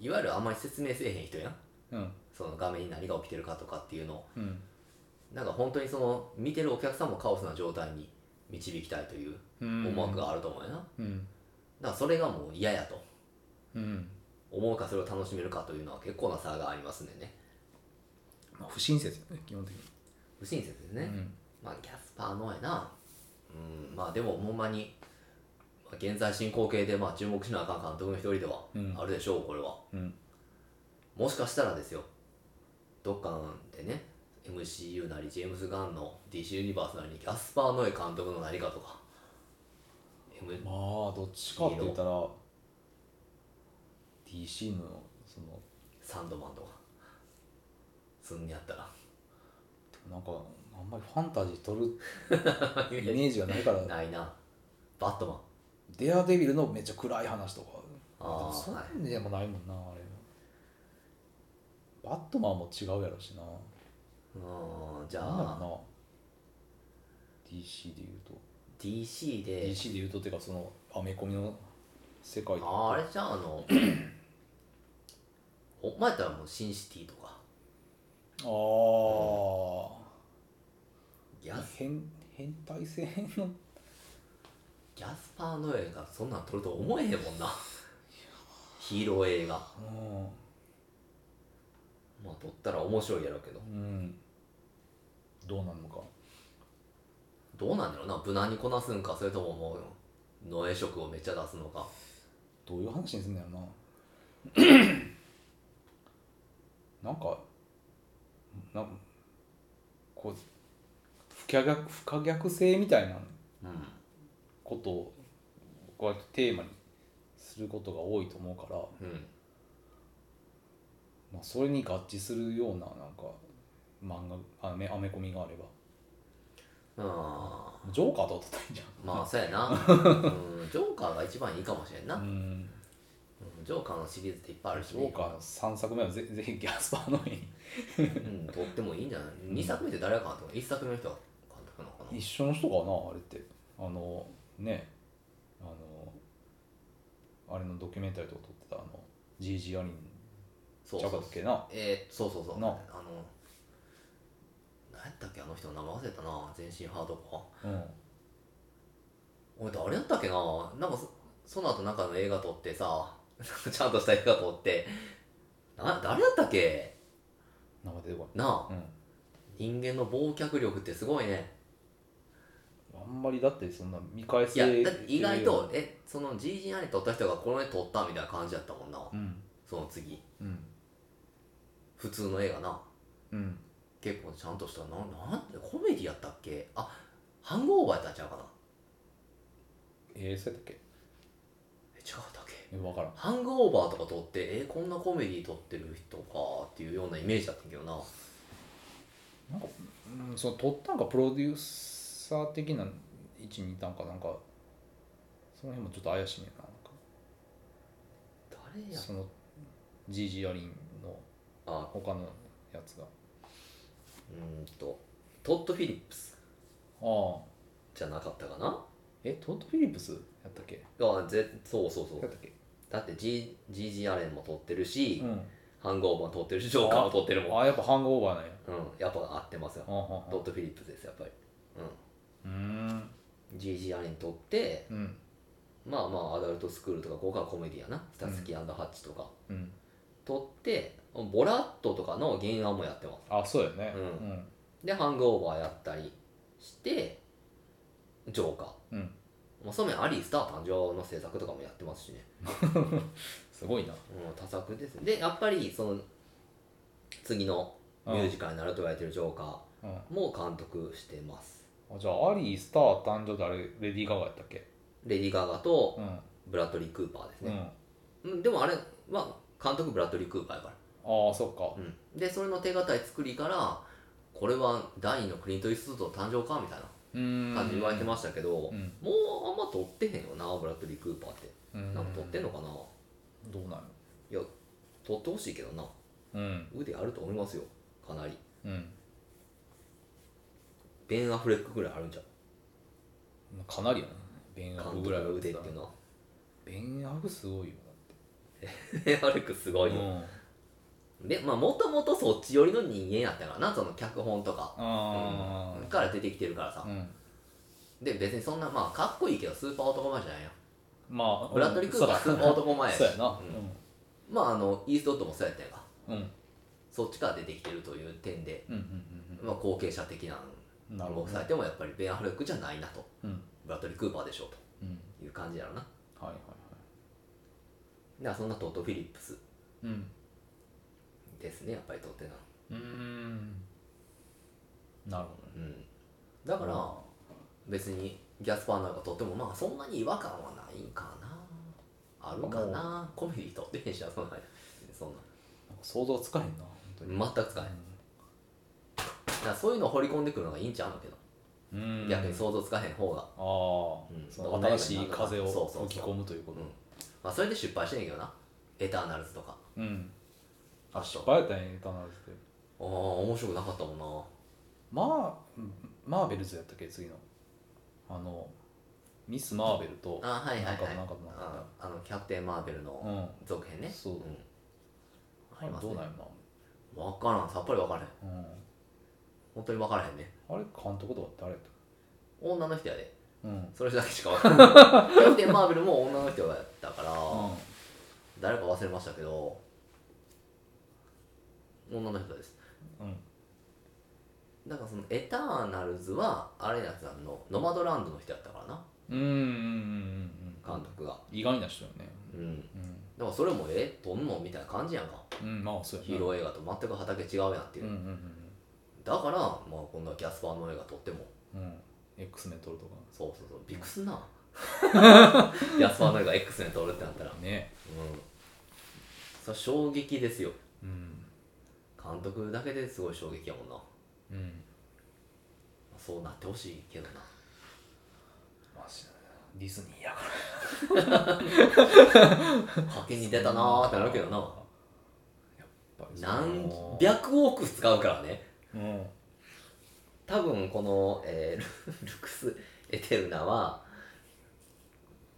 S1: いわゆるあんまり説明せえへん人やん
S2: うん
S1: その画面に何が起きてるかとかっていうのを
S2: うん
S1: なんか本当にその見てるお客さんもカオスな状態に導きたいという
S2: うん
S1: 思惑があると思うよな、
S2: うん
S1: だからそれがもう嫌やと
S2: うん
S1: 思うかそれを楽しめるかというのは結構な差がありますんでね
S2: まあ不親切よね基本的に
S1: 不親切ですね、
S2: うん
S1: まあキャスパーのやなうんまあでもほんまにまあ現在進行形でまあ注目しなあかん監督の一人では
S2: うん
S1: あるでしょう、これは
S2: うん
S1: もしかしたらですよどっかでね MCU なりジェームズ・ガンの DC ユニバースなりにキャスパー・ノエ監督の何かとか、M
S2: まあどっちかって言ったら DC のその
S1: サンドマンとかすんねやったら
S2: なんかあんまりファンタジー撮るイメージがない *laughs* から
S1: ないなバットマン
S2: デアデビルのめっちゃ暗い話とか
S1: あー
S2: そんなんでもないもんなあれバットマンも違うやろしな
S1: うんじゃ
S2: なんだろう
S1: あ
S2: な DC で言うと
S1: DC で
S2: DC で言うとっていうかそのアメコミの世界と
S1: ああれじゃああの *clears throat* お前やったらもうシンシティとか
S2: あ
S1: ギャ
S2: あ
S1: ス
S2: 変変態性の
S1: ギャスパー・ノエがそんなん撮ると思えへんもんなヒーロー映画まあ撮ったら面白いやろうけど
S2: うん、うん、どうなるのか
S1: どうなんだろうな無難にこなすんかそれとももうノエ色をめっちゃ出すのか
S2: どういう話にすんだよ *coughs* ななんかなこう不可逆不可逆性みたいな
S1: うん
S2: ことをこうやってテーマにすることが多いと思うから、
S1: うん
S2: まあ、それに合致するようななんか漫画アメアメコミがあれば
S1: あ
S2: ジョーカーと撮ったらいいんじゃん
S1: ーまあそうやな、うん、ジョーカーが一番いいかもしれんな、
S2: うん
S1: うんジョーカーのシリーズっていっぱいあるし、
S2: ジョーカーの3作目はぜぜひギャスパーの絵に
S1: うん、とってもいいんじゃない2作目って誰が監督 ?1 作目の人が監督なのかな
S2: 一緒の人かなあれってあのねあのあれのドキュメンタリーとか撮ってたあのジージー・アリン
S1: そう
S2: ちゃう
S1: そ
S2: か
S1: う
S2: ったっけな
S1: えー、そうそうそうあ
S2: な
S1: の何やったっけあの人の名前忘れたな全身ハードコ
S2: うん
S1: ア俺誰やったっけななんかそその後なんかの映画撮ってさ *laughs* ちゃんとした映画撮ってな誰やったっけ
S2: 名前出てこ
S1: なあ
S2: ない、
S1: 人間の忘却力ってすごいね
S2: うん、あんまりだってそんな見返
S1: い
S2: せ
S1: やだって意外とえそのジージーアニ撮った人がこの絵撮ったみたいな感じだったもんな
S2: うん
S1: その次
S2: うん
S1: 普通の映画な
S2: うん
S1: 結構ちゃんとしたななんてコメディやったっけあハングオーバーやったんちゃうかな
S2: えー、そうやったっけ
S1: え違ったっけ
S2: え分からん
S1: ハングオーバーとか撮ってえこんなコメディ撮ってる人かっていうようなイメージだったんやけどな
S2: なんかうん、その撮ったんかプロデューサー的な位置にいたんかなんかその辺もちょっと怪しいねんななんか
S1: 誰や
S2: そのジージーアリンの
S1: あ
S2: 他のやつが
S1: うーんとトッド・フィリップス
S2: ああ
S1: じゃなかったかな
S2: えトート・フィリップスやったっけ
S1: あぜそうそうそ
S2: やっ
S1: う
S2: たっけ
S1: だってジージージーアレンも撮ってるし、
S2: うん
S1: ハングオーバーも撮ってるしジョーカーも撮ってるもん
S2: ああやっぱハングオーバーなんや
S1: うんやっぱ合ってますよ
S2: あああ
S1: ドット・フィリップスですやっぱり
S2: あうん
S1: うん GG アレン撮って
S2: うん
S1: まあまあアダルトスクールとかここはコメディやなスタスキーハッチとか
S2: うん
S1: 撮ってボラットとかの原案もやってます
S2: あそうやね
S1: う
S2: うんん
S1: でハングオーバーやったりしてジョーカー
S2: うん
S1: もうその面アリースター誕生の制作とかもやってますしね、
S2: すごいな
S1: うん、多作ですねでやっぱりその次のミュージカルになると言われてるジョーカ
S2: うん
S1: ーも監督してます
S2: あじゃあアリースター誕生であれレディー・ガガやったっけ
S1: レディー・ガガと
S2: うん
S1: ブラッドリー・クーパーです
S2: う
S1: ね
S2: んあ
S1: うん、でもあれは監督ブラッドリー・クーパーやか、
S2: あそっから
S1: うん、でそれの手堅い作りからこれは第二のクリント・イーストウッドの誕生かみたいうなん感じで言われてましたけど、
S2: うん
S1: もうあんま撮ってへんよなブラッドリー・クーパーって
S2: うん
S1: なんか撮ってんのかな、
S2: どうなる
S1: いや撮ってほしいけどな
S2: うん
S1: 腕あると思いますよかなり
S2: うん
S1: ベン・アフレックぐらいあるんじゃう
S2: かなりやなベン・アフ
S1: 監
S2: ぐ
S1: 督
S2: らい
S1: の
S2: は
S1: 腕っていうのは
S2: ベン・アフすごいよだって
S1: ベ *laughs* ン・アフレックすごいよ、
S2: うん
S1: でまあもともとそっち寄りの人間やったからなその脚本とか
S2: あ
S1: から出てきてるからさ
S2: あ、うん
S1: で別にそんなまあかっこいいけどスーパー男前じゃないよ
S2: まあ
S1: ブラッドリー・クーパース
S2: そう
S1: ーパー男前やし
S2: そうやな
S1: うんまああのイーストウッドもそうやったやんか
S2: うんうん
S1: そっちから出てきてるという点で、
S2: うんうん
S1: まあ、後継者的な
S2: うんなる
S1: の
S2: ほ
S1: を
S2: ど
S1: されてもやっぱりベン・アフレックじゃないなと
S2: うん
S1: ブラッドリー・クーパーでしょう
S2: うん
S1: という感じやろなだか
S2: はいはいはい
S1: らそんなトッド・フィリップス
S2: うん
S1: ですねやっぱりとってな
S2: うーんなるほ
S1: うんだから、別にギャスパーなんかとってもまあそんなに違和感はないかなあるかなコメディとってへんしなそんなそんな
S2: どなんか想像つかへんな本当に
S1: 全く使えへんだからそういうのを掘り込んでくるのがいいんちゃうのけど、
S2: うん
S1: 逆に想像つかへん方が、
S2: ああ、
S1: うん
S2: その新しい風を
S1: そうそうそう
S2: 吹き込むというこ
S1: うん
S2: と
S1: まあ、それで失敗してんねんけどなエターナルズとか
S2: うん
S1: あ
S2: 失
S1: そう
S2: 敗やったんやエターナルズって
S1: ああ面白くなかったもんな
S2: まあマーベルズやったっけ次のあのミス・マーベルと
S1: あはいはいはい
S2: なんかなんかな
S1: あ
S2: んか
S1: あのキャプテン・マーベル
S2: う
S1: の
S2: ん
S1: 続編ね、
S2: そうん
S1: あり
S2: あれ
S1: ます
S2: どう
S1: ね
S2: なんや
S1: 分からんさっぱり分からへん
S2: ろな、うん
S1: 本当に分からへんね
S2: あれ監督とか誰やったっ
S1: 女の人やで
S2: けうん
S1: それだけしか分 *laughs* からないキャプテン・マーベルも女の人やったから、
S2: あ
S1: 誰か忘れましたけど女の人です
S2: うん
S1: だからそのエターナルズはあれやつあのノマドランドの人やったからな
S2: うんうんうんうんう
S1: 監
S2: ん
S1: 督が
S2: 意外な人よね
S1: うんだ
S2: う
S1: からそれもえとんのみたいな感じやんか
S2: ん、うん、まあそうや
S1: ヒーロー映画と全く畑違うやんっていう、
S2: うんうん
S1: だから、まあ、こんなキャスパーの映画撮っても
S2: うんうんうん X メン撮るとか
S1: そうそうそうビクス *laughs* なキャスパーの映画 X に撮るってなったらうん
S2: ね
S1: それは衝撃ですよ
S2: うん
S1: 監督だけですごい衝撃やもんな
S2: うん
S1: そうなってほしいけどな
S2: マジでディズニーやから
S1: 賭けに出たなーってなるけ
S2: *laughs*
S1: どな
S2: やっぱりそ
S1: 何
S2: の
S1: 百億使うからね
S2: うん
S1: 多分この、えールル *laughs* クス・エテルナは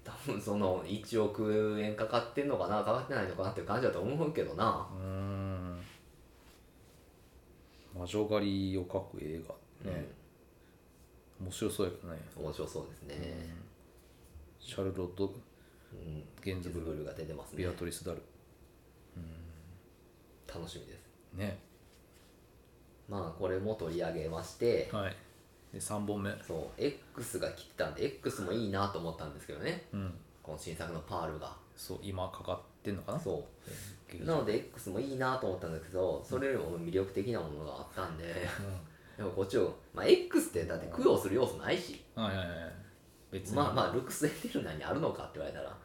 S1: 多分その1億円かかってんのかなかかってないのかなっていう感じだと思うけどな
S2: うーん魔女狩りを描く映画ね、面白そうやけどね、
S1: 面白そうですね、
S2: シャルロット・
S1: うん、
S2: ゲンズ
S1: ズ
S2: ブ
S1: ブ
S2: ル
S1: ルーが出てます
S2: ベ
S1: ね
S2: アトリス・ダル
S1: 楽しみです
S2: ね
S1: まあこれも取り上げまして
S2: はいで3本目
S1: そう X が来てたんで X もいいなと思ったんですけどね
S2: うん
S1: この新作のパールが
S2: そう今かかってんのかな
S1: そう
S2: 劇
S1: な
S2: 場
S1: ので X もいいなと思ったんだけどそれよりも魅力的なものがあった
S2: *laughs*
S1: んで、でもこっちを、まあ、X ってだって供養する要素ないし、
S2: うんはいはいはい別に、
S1: まあまあルクス・エテルナにあるのかって言われたら、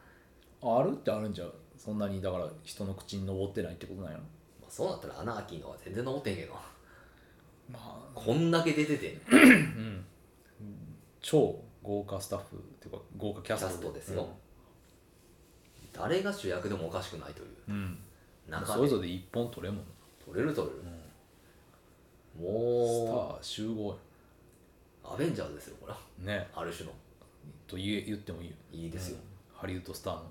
S1: ま
S2: あるってあるんじゃうそんなにだから人の口に登ってないってことなんやろ
S1: あ、そうなったらアナーキーの方が全然残ってんけど
S2: まあ
S1: こんだけ出てて
S2: 超豪華スタッフっていうか豪華キャスト
S1: キャストですよ誰が主役でもおかしくないとい
S2: うん、うん
S1: う中
S2: それ
S1: で
S2: ぞれ一本取れんもん
S1: 取れる取れる、
S2: スタ
S1: も
S2: ー集合
S1: うアベンジャーズですよこれは
S2: やね
S1: ある種の
S2: と言え言ってもいいよ
S1: いいですよ、
S2: うんハリウッドスターの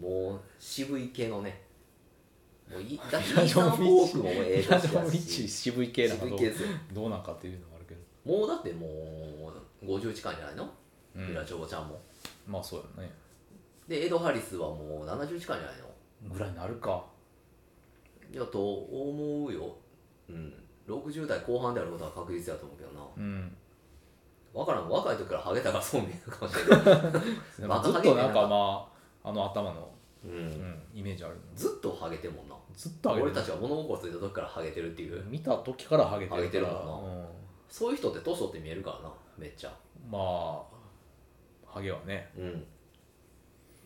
S1: もう渋い系のねもういいだってイー
S2: ラジ
S1: サ
S2: オ
S1: ン・ホークもええ
S2: ミ
S1: 年や
S2: ッチ
S1: し
S2: 渋い系なのか
S1: 渋
S2: ど
S1: いう系ですよ
S2: どうなんかっていうのもあるけど、
S1: もうだってもう50近いんじゃないの、
S2: うん
S1: ミラチョボちゃんも
S2: まあそうやね
S1: でエド・ハリスはもう70近いんじゃないの
S2: ぐらいになるか
S1: いやと思うようん60代後半であることは確実だと思うけどな
S2: うん
S1: 分からん若い時からハゲたからそう見えるかもしれない、
S2: ずっと
S1: また
S2: なん
S1: ハゲてな
S2: か
S1: かっ
S2: まああの頭の、
S1: う、
S2: うんん、イメージあるの
S1: ずっとハゲてんもんな
S2: ずっとハゲて
S1: 俺
S2: る
S1: たちが物心ついた時からハゲてるっていう
S2: 見た時からハゲて
S1: ハゲてる
S2: るか
S1: も
S2: ら
S1: んなそういう人って年取って見えるからなめっちゃ
S2: うん、まあハゲはね
S1: うん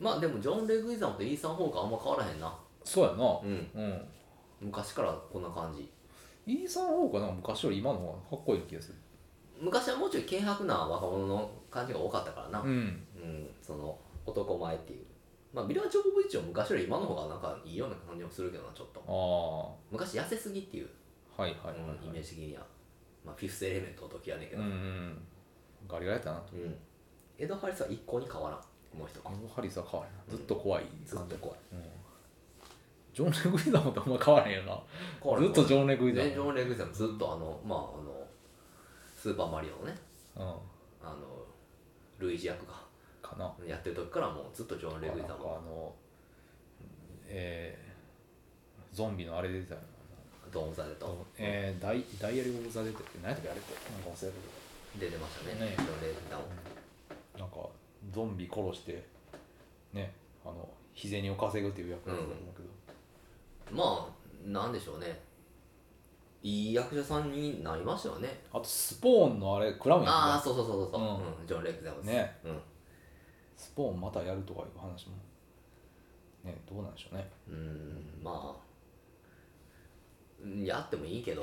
S1: まあでもジョン・レグイザムとイーサン・ホークはあんま変わらへんな
S2: そうやな
S1: うん
S2: うん
S1: 昔からこんな感じ
S2: イーサン・ホークはなんか昔より今の方がかっこいい気がする
S1: 昔はもうちょい軽薄な若者の感じが多かったからな
S2: うん
S1: うん、その男前っていう。まあ、ミラー・ジョボビッチは昔より今の方がなんかいいような感じもするけどな、ちょっと
S2: あ。あは
S1: 昔痩せすぎっていう、
S2: いはいはい、
S1: うんイメージ的には。まあ、フィフスエレメントの時はねんけ
S2: う
S1: ど。
S2: んう
S1: うんん。
S2: うんガリガリやったなと
S1: エド・ハリスは一向に変わらん、この人
S2: あ。のハリスは変わらんなずっと怖い、
S1: ずっと怖い。
S2: ジョン・レグリザムとあんま変わらへんよな
S1: 変わらん
S2: ずっとジョン・レグリザム、
S1: ねジョン・レグゼムずっとあの、まあ、あの、スーパーマリオのね、
S2: うん、
S1: あの、ルイージ役が
S2: かな
S1: やってる時からもうずっとジョン・レグゼ
S2: なんか
S1: ム
S2: あ。のえー、ゾンビのあれ出てたよ
S1: ドーン・ザ・デ
S2: な
S1: と
S2: えー、ダイダイアリー・オブ・ザ・デッドって何やったっけあれってなんか忘れた
S1: 出てましたね、
S2: ね
S1: ジョン・レグゼム。
S2: けどなんかゾンビ殺してねあの日銭を稼ぐっていう役だと思うけど、
S1: まあなんでしょうねいい役者さんになりましたよね
S2: あとスポーンのあれクラムやった
S1: ああ
S2: か
S1: そうそうそうそう、う
S2: うん
S1: んジョン・レグゼムです
S2: ね、
S1: う
S2: スポーンまたやるとかいう話もねどうなんでしょうね
S1: ん、うん、まあうんやってもいい
S2: *laughs*
S1: けど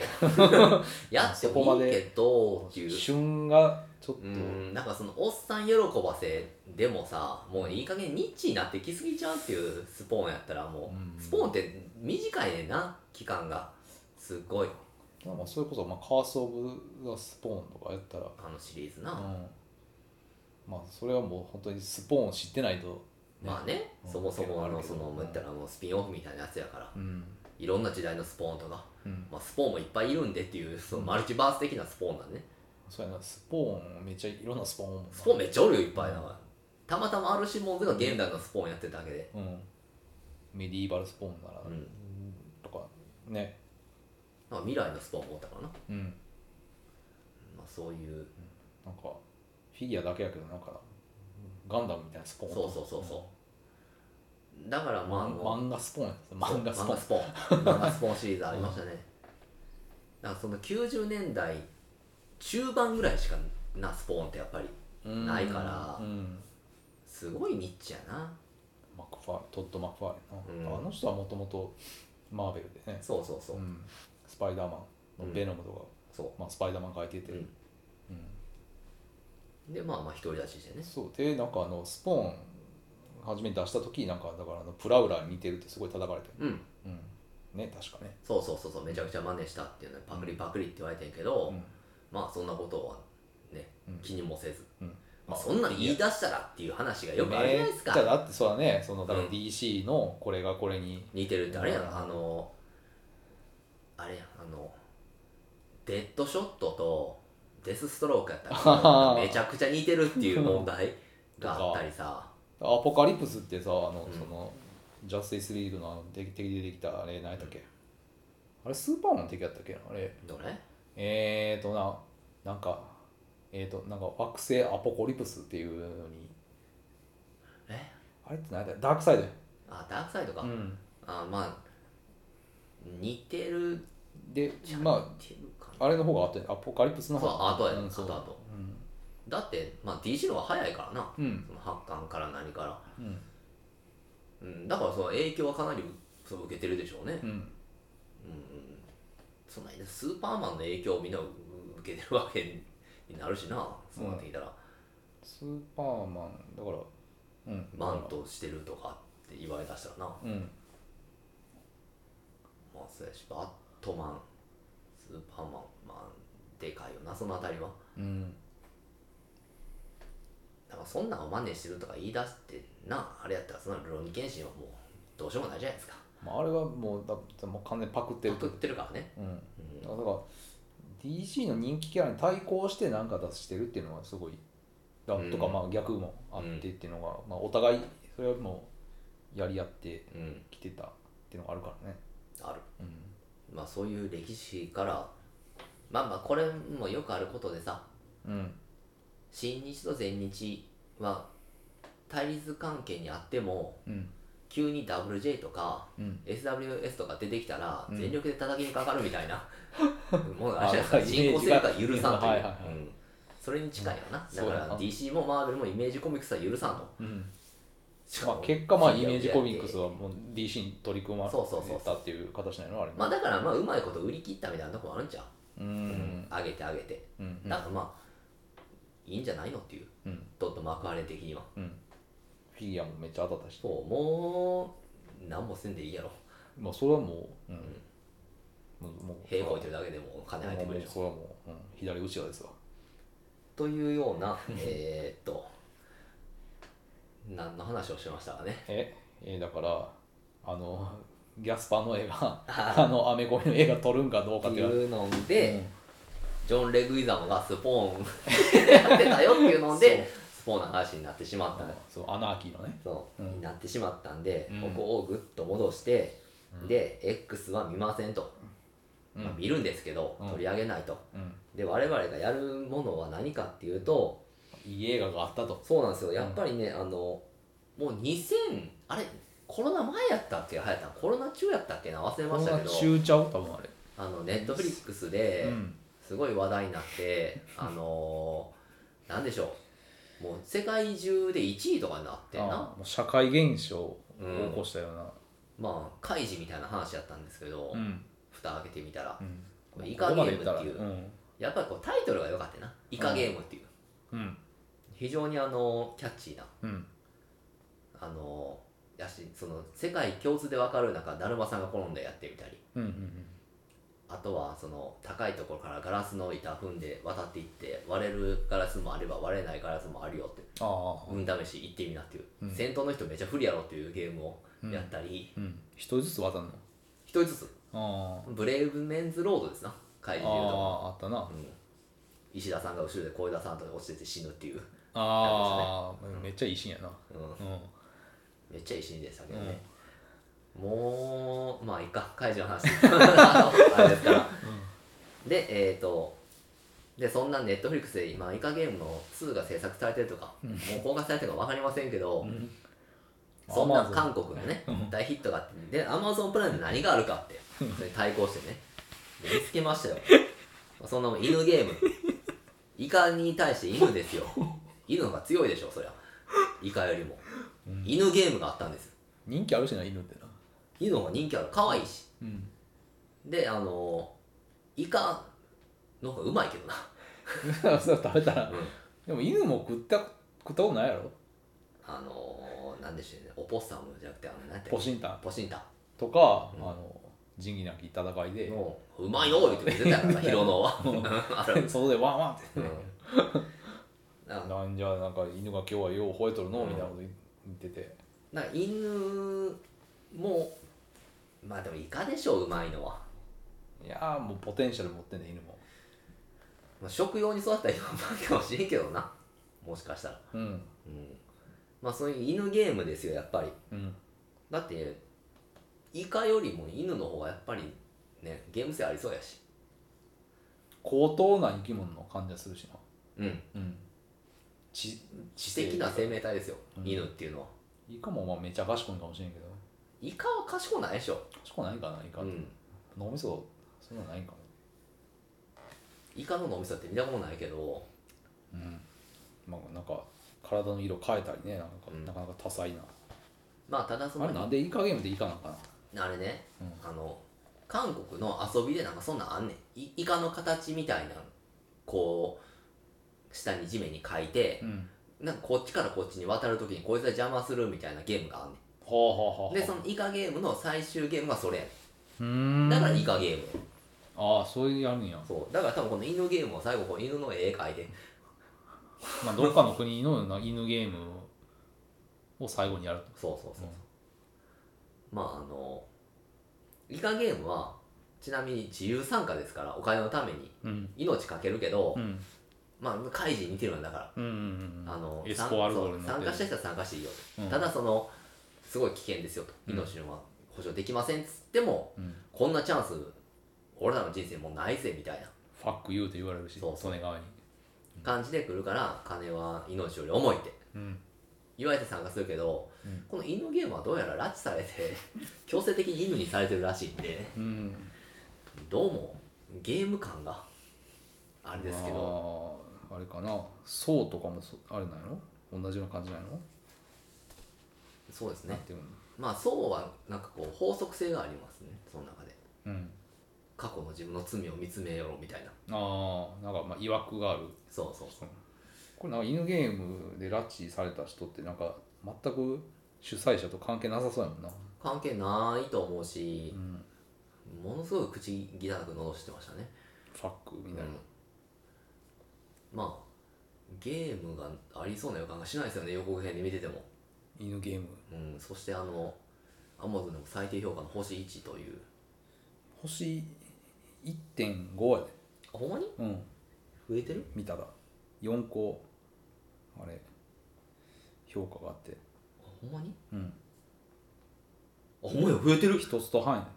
S1: やって
S2: そこ
S1: も
S2: ま
S1: いいけ
S2: で
S1: どっていう
S2: 旬がちょっと、
S1: うんなんかそのおっさん喜ばせでもさもういい加減ニッチになってきすぎちゃうっていうスポーンやったらもう、
S2: うん
S1: スポーンって短いねんな期間がすっごい
S2: まあまあそれこそ、まあ、カース・オブ・ザ・スポーンとかやったら、
S1: あのシリーズ
S2: う
S1: な、
S2: んまあそれはもう本当にスポーンを知ってないと、
S1: まあね、
S2: うん
S1: そもそもあの
S2: 結
S1: そ
S2: 構あ
S1: の
S2: るけどうん
S1: 言ったらもうスピンオフみたいなやつやから、
S2: うん
S1: いろんな時代のスポーンとか、
S2: うん、
S1: まあ、スポーンもいっぱいいるんでっていうそのマルチバース的なスポーンだね
S2: そうやなスポーンめっちゃいろんなスポーンおんもんな
S1: スポーンめっちゃおるよいっぱいだからたまたま RC モンズが現代のスポーンやってただけで
S2: うん、メディーバルスポーンなら、
S1: うん
S2: とかね
S1: なんか未来のスポーンもおったからな、
S2: うん
S1: まあ、そういう
S2: なんかフィギュアだけやけどなんかガンダムみたいなスポーン
S1: そうそうそうそうだからまあ
S2: 漫
S1: もう
S2: 漫画スポーンやった漫画ス
S1: そう漫
S2: ポー
S1: 画
S2: ン
S1: スポーン
S2: *laughs*
S1: 漫画スポーンシリーズありましたね、だからその90年代中盤ぐらいしかなスポーンってやっぱり
S2: うん
S1: ないから
S2: うん
S1: すごいニッチやな
S2: マクファートッド・マクファーレンな、
S1: うん
S2: あの人はもともとマーベルでね、
S1: そうそうそう、
S2: うんスパイダーマンのベノムとか、
S1: そ
S2: まあ、スパイダーマン書いてて、
S1: う、
S2: うん
S1: でまあまあ独り立ちしてね
S2: そうでなんかあのスポーン初めに出した時なんかだからあのプラウラーに似てるってすごい叩かれてる、
S1: うん
S2: うん、ね確かね、
S1: そうそうそうそうめちゃくちゃ真似したっていうのにパクリパクリって言われてんけど、
S2: うん
S1: まあそんなことはね
S2: うん
S1: 気にもせず、
S2: うん
S1: まあ、そんなん言い出したらっていう話がよくあるじゃないですか、
S2: ねじゃあだってそうだねそのだから
S1: うん
S2: DC のこれがこれに、
S1: 似てるってあれやん、
S2: うん
S1: あのあれやんあのデッドショットとデスストロークやったら
S2: *laughs*
S1: めちゃくちゃ似てるっていう問題があったりさ
S2: アポカリプスってさあの、
S1: うん
S2: そのジャスティスリーグのあの敵敵でできたあれ何やったっけ、あれスーパーマンの敵やったっけあれ
S1: どれ
S2: えーとな、なんか、えーと、なんか惑星アポコリプスっていうのに、
S1: え
S2: あれって何だダークサイドや
S1: あダークサイドか、
S2: うん。
S1: あまあ似てる
S2: で
S1: じゃ、
S2: ま
S1: 似てるかな
S2: あ、あれの方が後やアポカリプスの方
S1: そう後や
S2: うん、
S1: 後
S2: そう
S1: 後だって、まあ、DC の方が早いからな、
S2: うん。うん。
S1: その発刊から何から、
S2: うん。
S1: うん、だからその影響はかなりそう受けてるでしょうね、
S2: うん。
S1: そんなにスーパーマンの影響をみんな受けてるわけになるしなそうなってきたら、
S2: スーパーマンだからうん
S1: マントしてるとかって言われだしたらな、
S2: うん
S1: まあそうやしバットマンスーパーマンまあでかいよなその辺りは
S2: うん
S1: だからそんなんを真似してるとか言い出してなあれやったらそんなの論理検診はもうどうしようもないじゃないですか
S2: まああれはもうだってもう完全にパクってる
S1: パクってるからね、
S2: うん
S1: うん
S2: だから DC の人気キャラに対抗して何か出してるっていうのがすごいだ
S1: うん
S2: とかまあ逆もあってっていうのが、まあ、お互いそれはもうやり合って
S1: うん、
S2: きてたっていうのがあるからね
S1: ある
S2: う
S1: まあそういう歴史からまあまあこれもよくあることでさ
S2: んうん
S1: 新日と前日は対立関係にあっても
S2: うん
S1: 急に WJ とか
S2: うん
S1: SWS とか出てきたら
S2: うん
S1: 全力で叩きにかかるみたい
S2: *laughs*
S1: な、もうあれじゃないで
S2: あ
S1: すか人工性が許さんという、
S2: はいはいはい
S1: うんそれに近いよな、
S2: うん
S1: だか
S2: そうやな
S1: ら DC もマーベルもイメージコミックスは許さんと
S2: うん
S1: しか
S2: まあ
S1: も、
S2: 結果まあ
S1: い
S2: イ
S1: いや
S2: メ
S1: いい
S2: ー
S1: や
S2: ジコミックスはもう DC に取り組まれ
S1: そうそうそう
S2: たっていう形なのはあれね
S1: まあだからまあうまいこと売り切ったみたいなとこもあるんちゃ
S2: う
S1: う、
S2: ん
S1: 上げて上げて
S2: うん
S1: だからまあいいんじゃないのっていう
S2: うん
S1: ちょっと幕張的には
S2: うんフィギュアもめっちゃ当たったし
S1: そうもう何もせんでいいやろ
S2: まあそれはもううんもうもう
S1: 平行いてるだけでも金入ってくるでしょ
S2: それはもう、うん、左打ち側ですわ
S1: というようなえーっと何の話をしてましたかね
S2: ええだからあのギャスパーの映画あのアメコミの映画撮るんかどう
S1: って
S2: かって
S1: い
S2: いう
S1: うので、
S2: うん
S1: ジョン・レグイザムがスポーン *laughs* やってたよっていうのでスポーンの話になってしまった、
S2: そうアナーキーのね
S1: そう、
S2: うん
S1: になってしまったんで、
S2: うん
S1: ここをぐっと戻して、で X は見ませんと、
S2: うん
S1: まあ見るんですけど、
S2: うん
S1: 取り上げないと
S2: うん
S1: で我々がやるものは何かっていうと
S2: いい映画があったと
S1: そうなんですよやっぱりね、あのもう2000あれコロナ前やったっけ流行ったのコロナ中やったっけな忘れましたけど
S2: こんな中ちゃう多分あれ、
S1: あのネットフリックスで
S2: うん
S1: すごい話題になって、あのーなんでしょうもう世界中で1位とかになってん
S2: あ
S1: な
S2: あもう社会現象を起こしたような
S1: まあ開示みたいな話やったんですけど、
S2: うん
S1: 蓋開けてみたら
S2: うん
S1: これイカゲームっていう
S2: ここまで言ったらうん
S1: やっぱりこうタイトルが良かったな「イカゲーム」っていう、
S2: うん
S1: 非常にあのキャッチーな
S2: うん
S1: あのやしその世界共通で分かる中だるまさんが転んでやってみたり
S2: うんうん
S1: あとはその高いところからガラスの板踏んで渡っていって割れるガラスもあれば割れないガラスもあるよって
S2: ああ
S1: 運試し行ってみなっていう、
S2: うん
S1: 先頭の人めっちゃ不利やろっていうゲームをやったり
S2: うん一人ずつ渡るの
S1: 一人ずつ
S2: あ
S1: ブレイブメンズロードですな怪
S2: ああ
S1: 獣で言うと、
S2: ああったな
S1: うん、石田さんが後ろで小枝さんと落ちてて死ぬっていう、
S2: ああ、めっちゃいいシーンやな
S1: うん、
S2: うん
S1: めっちゃいいシーンでしたけどね、もうまあいいか怪獣の話あのあれですから、でえっ、とでそんなネットフリックスで今イカゲームの2が制作されてるとか、もう公開されてるか分かりませんけど、
S2: ん
S1: そんな
S2: Amazon
S1: 韓国のね大ヒットがあってでアマゾンプライムで何があるかってそれに対抗してねで見つけましたよそんなもん犬ゲームイカに対して犬ですよ犬の方が強いでしょそりゃイカよりも、犬ゲームがあったんです
S2: 人気あるしな犬ってな
S1: 犬の方が人気ある可愛いし
S2: うん
S1: であのイカの方がうまいけどな、
S2: *laughs* そう食べたら
S1: うん
S2: でも犬も食った食ったことないやろ
S1: あのなんでしょうねオポッサムじゃなくてあのなんて
S2: ポシンタン
S1: ポシンタ
S2: とか、
S1: うん
S2: あの仁義なき戦いで
S1: のうまいの言って言ってた
S2: *laughs*
S1: からさヒロノは *laughs* あれ
S2: 外でワンワンって
S1: うんだから
S2: なんじゃなんか犬が今日はよう吠えとるの、みたいなこと言ってて
S1: なんか犬もまあでもイカでしょううまいのは、
S2: いやーもうポテンシャル持ってんね犬も
S1: まあ、食用に育ったら今うまいかもしれんけどなもしかしたら
S2: うん
S1: うんまあそういう犬ゲームですよやっぱり
S2: うん
S1: だってイカよりも犬の方がやっぱりねゲーム性ありそうやし
S2: 高等な生き物の感じがするし
S1: うん
S2: なうん知
S1: 知的な生命体ですよ、
S2: うん
S1: 犬っていうのは
S2: イカもまあめちゃ賢いかもしれんけど
S1: イカは賢くないでしょ、
S2: 賢くないかなイカ
S1: う
S2: って、
S1: ん、
S2: 脳みそそんなないんかも
S1: イカの脳みそって見たことないけど
S2: うんまあなんか体の色変えたりねなんか、
S1: うん
S2: なかなか多彩な
S1: まあただそ
S2: あ
S1: の
S2: れなんでイカゲームでイカなのかな
S1: あれね、
S2: う
S1: あの韓国の遊びでなんかそんなんあんねんいイカの形みたいなこう下に地面に書いて
S2: うん
S1: なんかこっちからこっちに渡る時にこいつが邪魔するみたいなゲームがあんね
S2: ほうほうほうほ
S1: ん
S2: う
S1: でそのイカゲームの最終ゲームがそれやね
S2: うーん
S1: んだからイカゲーム
S2: ああそういうやるんや
S1: そうだから多分この犬ゲームを最後こう犬の絵描いて
S2: まあどっかの国のな犬ゲームを最後にやる
S1: そうそうそうそう、まああのイカゲームはちなみに自由参加ですからお金のために
S2: とうん
S1: 命かけるけど、
S2: うん
S1: まあカイジに似てるんだから
S2: うんうんうん
S1: あの
S2: エスコアルドル
S1: 参そう参
S2: に乗って
S1: 加した人は参加していいよと、
S2: うん
S1: ただそのすごい危険ですよと
S2: うん
S1: 命のは保証できませんっつっても、
S2: うん
S1: こんなチャンス俺らの人生もうないぜみたいな
S2: ファックユーと言われるし
S1: そうそ
S2: 利根川に
S1: 感じで来るから金は命より重いって
S2: うん
S1: 言われて参加するけど、
S2: うん
S1: この犬ゲームはどうやら拉致されて *laughs* 強制的に犬にされてるらしいんで
S2: うん
S1: どうもゲーム感があれですけど
S2: あーあれかなそうとかもそあれなんやろ同じような感じなんやろ
S1: そうです
S2: なん
S1: ね
S2: ていうの
S1: まあそうはなんかこう法則性がありますねその中で
S2: うん
S1: 過去の自分の罪を見つめようみたいな
S2: ああなんかまあいわくがある
S1: そうそうそう
S2: これなんか犬ゲームで拉致された人ってなんか全く主催者と関係なさそうやもんな
S1: 関係ないと思うし
S2: う、ん
S1: ものすごい口汚く喉してましたね、
S2: ファックみたいな、
S1: うんまあゲームがありそうな予感がしないですよね予告編で見てても、
S2: 犬ゲーム
S1: うん、そしてあのアマゾンでも最低評価の星1という
S2: 星1.5やで
S1: あほんまに
S2: うん
S1: 増えてる
S2: 見たら4個あれ評価があって
S1: あほんまに
S2: うん
S1: あほんまや増えてる
S2: 一つと半やね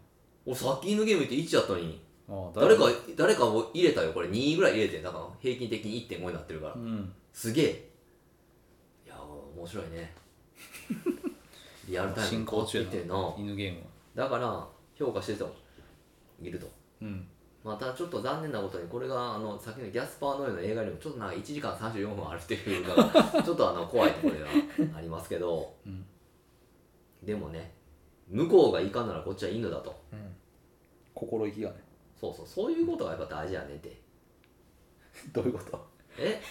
S1: 俺さっきのゲームって1やったのに
S2: あーだい
S1: 誰
S2: ぶ
S1: か誰かを入れたよこれ2ぐらい入れてだから平均的に1.5になってるから、
S2: うん
S1: すげえいや面白い *laughs* ねリアルタイム
S2: 進行中
S1: 変わってきてんな
S2: 犬ゲームは
S1: だから評価してる人もいると
S2: うん
S1: またちょっと残念なことにこれがあの先のギャスパーのような映画よりもちょっとなんか1時間34分あるっていうのがちょっとあの怖いところではありますけ *laughs* ど、
S2: うん
S1: でもね向こうがいかんならこっちは犬だと
S2: うん心意気がね *laughs*
S1: そうそうそういうことがやっぱ大事やねって
S2: どういうこと
S1: *laughs* え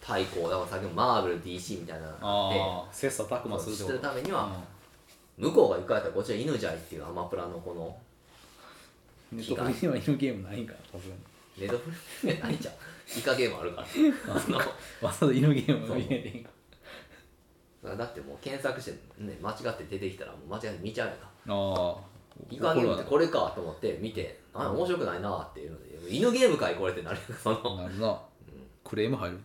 S1: 対抗だからさっきのマーベル DC みたいなのがあって
S2: ああ切磋琢磨するって
S1: そう知
S2: こと
S1: るためには
S2: うん
S1: 向こうが行くやったらこっちは犬じゃいっていうアマプラのこの
S2: ネットフリには犬ゲームないんかさすがに
S1: ネットフリーないじゃんイカゲームあ *laughs* るからあの
S2: わざと犬ゲーム見えてんか
S1: だってもう検索して、ね、間違って出てきたらもう間違って見ちゃうやんか
S2: ああ
S1: イカゲームってこれかと思って見てあ面白くないなっていうので犬ゲームかいこれってなるやん *laughs* かその
S2: なるなクレーム入る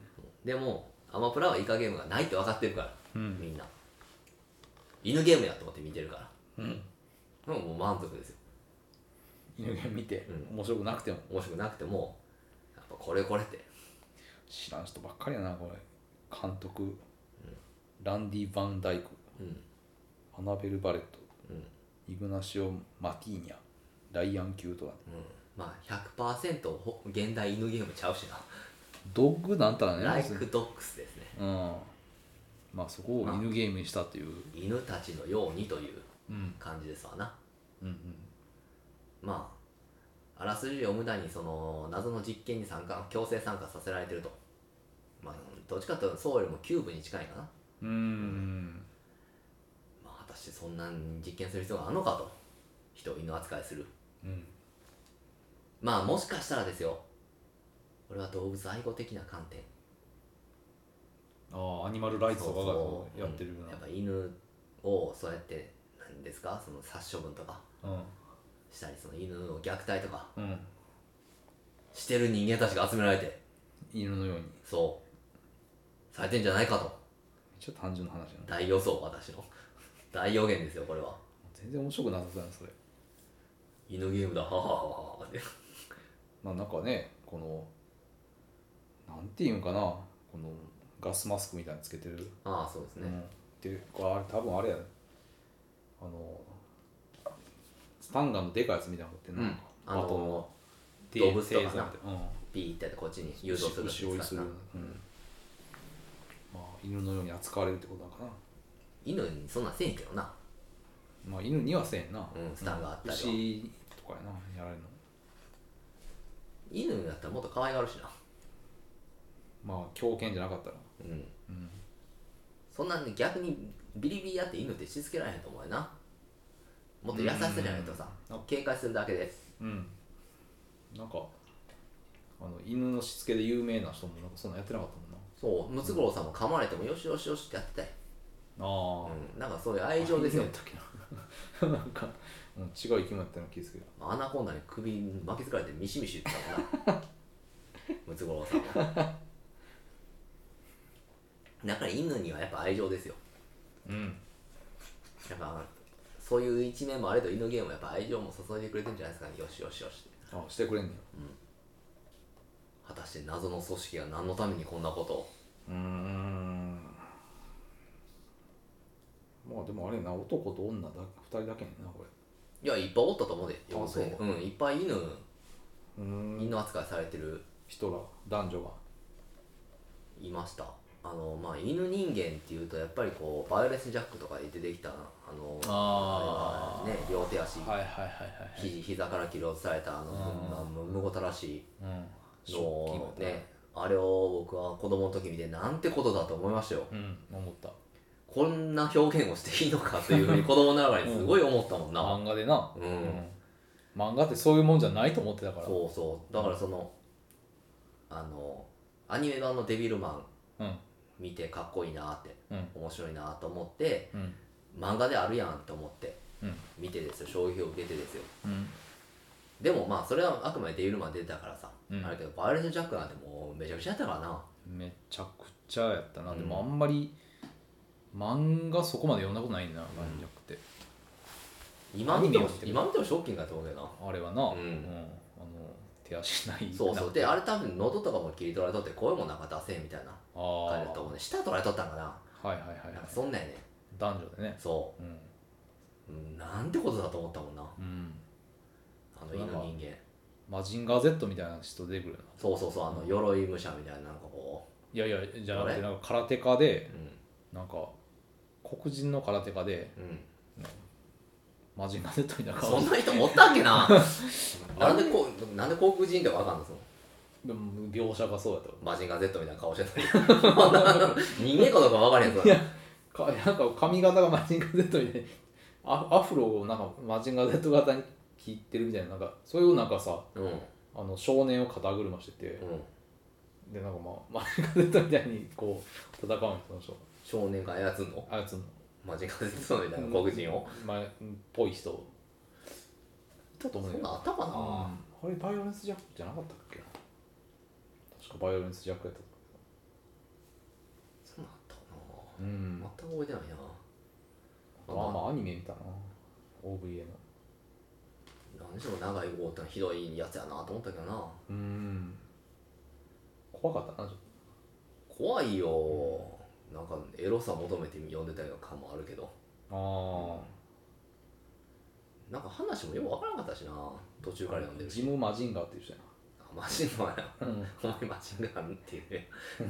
S1: でもアマプラはイカゲームがないって分かってるから
S2: うん
S1: みんな犬ゲームやと思って見てるから
S2: うん
S1: でももう満足ですよ
S2: 犬ゲーム見て
S1: う
S2: 面白くなくても
S1: 面白くなくてもやっぱこれこれって
S2: 知らん人ばっかりやなこれ監督ランディ・バンダイク
S1: うん
S2: アナベル・バレット
S1: うん
S2: イグナシオ・マティーニャライアン・キュートラン
S1: うんまあ100%ほ現代犬ゲームちゃうしな
S2: ドッグなんたらね
S1: ライ
S2: 別に
S1: クドックスですね
S2: うんまあそこを犬ゲームにしたっていう
S1: 犬たちのようにという
S2: うん
S1: 感じですわな
S2: うん
S1: まああらすじを無駄にその謎の実験に参加強制参加させられてるとまあどっちかというとそうよりもキューブに近いかな
S2: うんうん
S1: まあ果たしてそんな実験する必要があるのかと人を犬扱いする
S2: うん
S1: まあもしかしたらですよこれは動物愛護的な観点
S2: ああアニマルライツとかが
S1: そ
S2: こ
S1: う
S2: う
S1: そう
S2: やってるよう
S1: うん
S2: な
S1: やっぱ犬をそうやって何ですかその殺処分とかしたりその犬を虐待とか
S2: うん、うん、
S1: してる人間たちが集められて
S2: 犬のようにめっ
S1: そうされてんじゃないかと
S2: ちゃ単純な話やな
S1: 大予想私の大予言ですよこれは
S2: 全然面白くなさそうやなそれ
S1: 犬ゲームだはははははって
S2: まあなんかねこのなんていうんかなこのガスマスクみたいにつけてる、
S1: ああそうです
S2: う
S1: ね
S2: ん、っていうかあれ多分あれやねあのスタンガンのでかいやつみたいなの持ってんな
S1: うん
S2: なんか、
S1: あの
S2: 後の
S1: ー動物とかな
S2: テーザーみたいなうん
S1: ピーってやってこっちに誘導する
S2: 牛追いする、うんまあ、犬のように扱われるってことなのかな
S1: 犬にそんなんせえへんけどな
S2: まあ犬にはせえへんな、
S1: うんスタンがあったりは
S2: 牛とかやなやられるの
S1: 犬やったらもっと可愛がるしな
S2: まあ狂犬じゃなかったら
S1: うん
S2: うん
S1: そんなんね逆にビリビリやって犬ってしつけられへんと思うよなもっと優しさじゃないとさ
S2: うん
S1: 警戒するだけで
S2: うんなんかあの犬のしつけで有名な人もなんかそんなんやってなかったもんな
S1: そうムツゴロウさんも噛まれてもよしよしよしってやってたよ、
S2: ああ、
S1: うん、なんかそういう愛情ですよ
S2: あ犬やったっけな *laughs* なんか、うん、違う生き物やったような気がするけど
S1: アナコンダに首巻きつかれてミシミシ言ってたもん
S2: *laughs*
S1: なムツゴロウさんはだから犬にはやっぱ愛情ですよ
S2: うん
S1: やっぱそういう一面もあれど犬ゲームはやっぱ愛情も注いでくれてるんじゃないですかねよしよしよしって
S2: あしてくれんねや
S1: 果たして謎の組織が何のためにこんなことを
S2: うーんまあでもあれやな男と女だけ2人だけやなこ
S1: いやいっぱいおったと思うで
S2: あそう
S1: うんいっぱい犬
S2: れうーん
S1: 犬扱いされてる
S2: 人ら男女が
S1: いましたあのまあ犬人間っていうとやっぱりこうバイオレンスジャックとかで出てきたあの
S2: あ
S1: あ
S2: ー
S1: れはね両手足
S2: はいはいはい
S1: 肘膝から切り落とされたあの
S2: あ
S1: むむごたらし
S2: はいうん
S1: い
S2: シ
S1: の
S2: ョッキングや
S1: を
S2: ったな
S1: ねあれを僕は子供の時見てなんてことだと思いましたよ
S2: うん思った
S1: こんな表現をしていいのかというふ *laughs* うに子供ながらにすごい思ったもんな、
S2: 漫画でな、
S1: うん
S2: 漫画ってそういうもんじゃないと思ってたから
S1: そうそうだからそのあのアニメ版の「デビルマン
S2: うん」
S1: 見てかっこいいなって
S2: うん
S1: 面白いなと思って
S2: うん
S1: 漫画であるやんと思って
S2: うん
S1: 見てですよ消費を受けてですよ
S2: うん
S1: でもまあそれはあくまでデビルマン出てたからさ、
S2: うん
S1: あれけどバイオレンスジャックなんてもうめちゃくちゃやったからな
S2: めちゃくちゃやったな、
S1: うん
S2: でもあんまり漫画そこまで読んだことないんだな
S1: うん
S2: 感じなくて、
S1: 今見ても
S2: アニメを見てる
S1: 今見てもショッキングだと思うけどな
S2: あれはな、
S1: うん
S2: あの手足ない
S1: そうそう
S2: 手
S1: であれ多分喉とかも切り取られとって声もなんか出せんみたいな
S2: あ
S1: 感
S2: ー
S1: じだと思うね舌取られとったんかな
S2: はいはいはい、は
S1: なんか
S2: い、
S1: そんなんやね
S2: 男女でね
S1: そ
S2: うん、
S1: ううんなんてことだと思ったもんな
S2: うん、
S1: あの犬人間
S2: マジンガー Z みたいな人出てくるよな
S1: そうそうそうあの鎧武者みたいななんかこ
S2: いやいやじゃなく
S1: あれ
S2: てなんか空手家で
S1: う
S2: なんか黒人の空手家で
S1: うんうん
S2: マジンガー Z みたいな
S1: そ
S2: 顔
S1: んな人おったっけ
S2: *laughs*
S1: ななんでこうなんで航空人ってわかんのその
S2: でも描写がそうやと
S1: マジンガー Z みたいな顔して
S2: *laughs*
S1: たり人間かどうか分からへんぞ
S2: いやか *laughs* なんか髪型がマジンガー Z みたいにアアフロをなんかマジンガー Z 型に切ってるみたいななんかそういうなんかさ
S1: うんうん
S2: あの少年を肩車しててでなんかまあマジンガー Z みたいにこう戦うんですよその人
S1: 少年が操るの
S2: あやつの
S1: マジンガー Z みたいな黒人を、
S2: まあぽい人いたと思う
S1: そん
S2: よ
S1: なんあったかな、
S2: うんあれバイオレンスジャックじゃなかったっけな確かバイオレンスジャックやったと
S1: そんなんあったか
S2: 思ううん
S1: な全く覚えてないな
S2: まあまあアニメ見たな OVA の
S1: 何しろ長い号ってのはひどいやつやなと思ったけどな
S2: うん怖かったなちょっと
S1: 怖いよなんかエロさ求めて読んでたような感もあるけど
S2: ああ、
S1: なんか話もよく分からなかったしな途中から読んでる
S2: ジ
S1: し
S2: ム・マジンガーっていう人や
S1: あマジンガーや
S2: な、うん、
S1: お前マジンガーっていうね *laughs*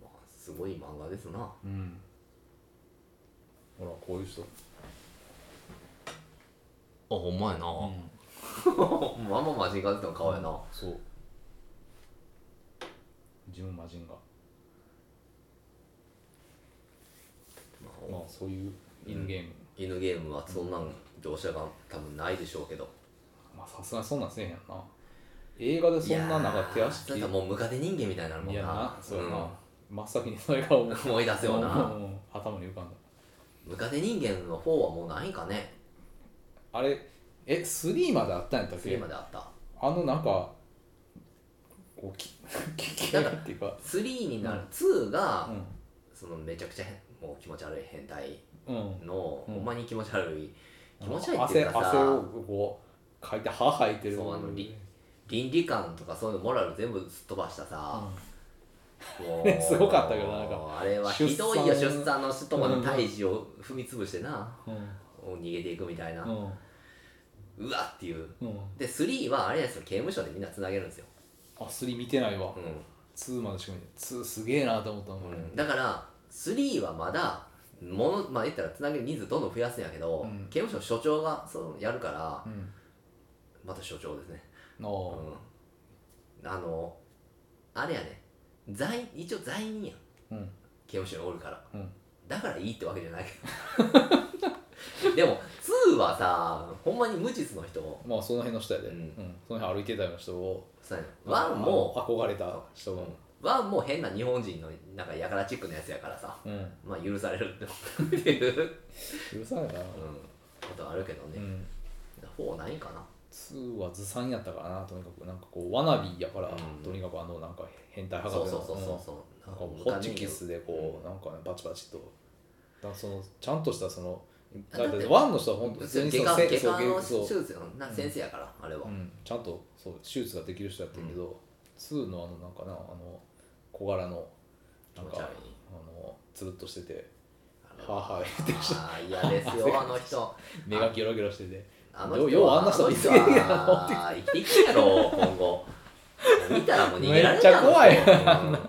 S1: まあすごい漫画ですな
S2: うん、ほらこういう人、
S1: あほんまやな、まあまあマジンガーっての顔やな、
S2: そうジム・マジンガー
S1: まあ
S2: まあそういう犬ゲーム、
S1: 犬ゲームはそんなん描写が多分ないでしょうけど
S2: まあさすがにそんなんせえへんやんな映画でそんななんか手足
S1: いやーなんかもうムカデ人間みたいになるもん
S2: い
S1: な
S2: やなそうやな、真っ先にそれが思
S1: う
S2: う
S1: ん思い出すよな
S2: うん頭に浮かんだ
S1: ムカデ人間の方はもうないんかね
S2: あれえ3まであったんやったっけ
S1: 3まであった
S2: あのなんかこうき *laughs* きき
S1: なんか
S2: っていうか
S1: 3になる、2が、
S2: う
S1: そのめちゃくちゃ変もう気持ち悪い変態
S2: んうん
S1: の、
S2: うん
S1: ほんまに気持ち悪い気持ち悪いってい
S2: 汗
S1: うかさ
S2: 汗をこうかいて歯吐いてる
S1: そうあのり倫理観とかそういうのモラル全部すっ飛ばしたさ、も
S2: ね *laughs* すごかったけどなん
S1: あれはひどいよ
S2: 出産
S1: 出産の人まで胎児を踏み潰してな、
S2: うん
S1: 逃げていくみたいな、
S2: うんうん
S1: うわっていう
S2: うん
S1: で3はあれですよ刑務所でみんなつなげるんですよ、
S2: あ3見てないわ
S1: うん
S2: 2までしか見てない2すげえなと思ったの、
S1: だから3はまだものまあ言ったらつなげる人数どんどん増やすんやけど、
S2: うん
S1: 刑務所の所長がそのやるから
S2: うん
S1: また所長ですね、
S2: あ
S1: う
S2: あ
S1: ん、あのあれやね在一応在任やん
S2: うん
S1: 刑務所におるから
S2: うん
S1: だからいいってわけじゃない *laughs* けどでも2はさほんまに無実の人
S2: まあその辺の人やで、
S1: うん
S2: その辺歩いてたような人を
S1: そうやね1も
S2: あの憧れた人が
S1: 1も変な日本人のなんかやからチックなやつやからさ
S2: うん
S1: まあ許されるっていう、うん、
S2: 許さないな、
S1: ことはあるけど
S2: う
S1: ね、
S2: ん、
S1: 4ないんかな
S2: 2はずさんやったからなとにかくなんかこうわなびやから、
S1: うん
S2: とにかくあのなんか変態
S1: そ
S2: 博
S1: う
S2: 士
S1: そ
S2: の
S1: うそうそうそう
S2: うんなんかもうホッチキスでこう、なんかねバチバチとだからそのちゃんとしたその
S1: あ
S2: だっ
S1: だって
S2: てワンの人は本当
S1: 普通に
S2: そ
S1: 外
S2: の
S1: 科
S2: せ
S1: 外科の
S2: そう
S1: 手術のな先生やから、あれは、
S2: うん、ちゃんとそう手術ができる人やったけど、2のあのなんかなあの小柄の
S1: 気
S2: なん
S1: 持
S2: か
S1: ち悪い
S2: あのつるっとしてて
S1: あれ
S2: はあはあ言ってる *laughs* 人
S1: あー嫌ですよあの人
S2: 目がギョロギョロしてて
S1: あの
S2: よう
S1: 人は
S2: ようあんな人
S1: の人は生きてるやろ今後見たらもう逃げられ
S2: めっちゃ怖い
S1: あの人うん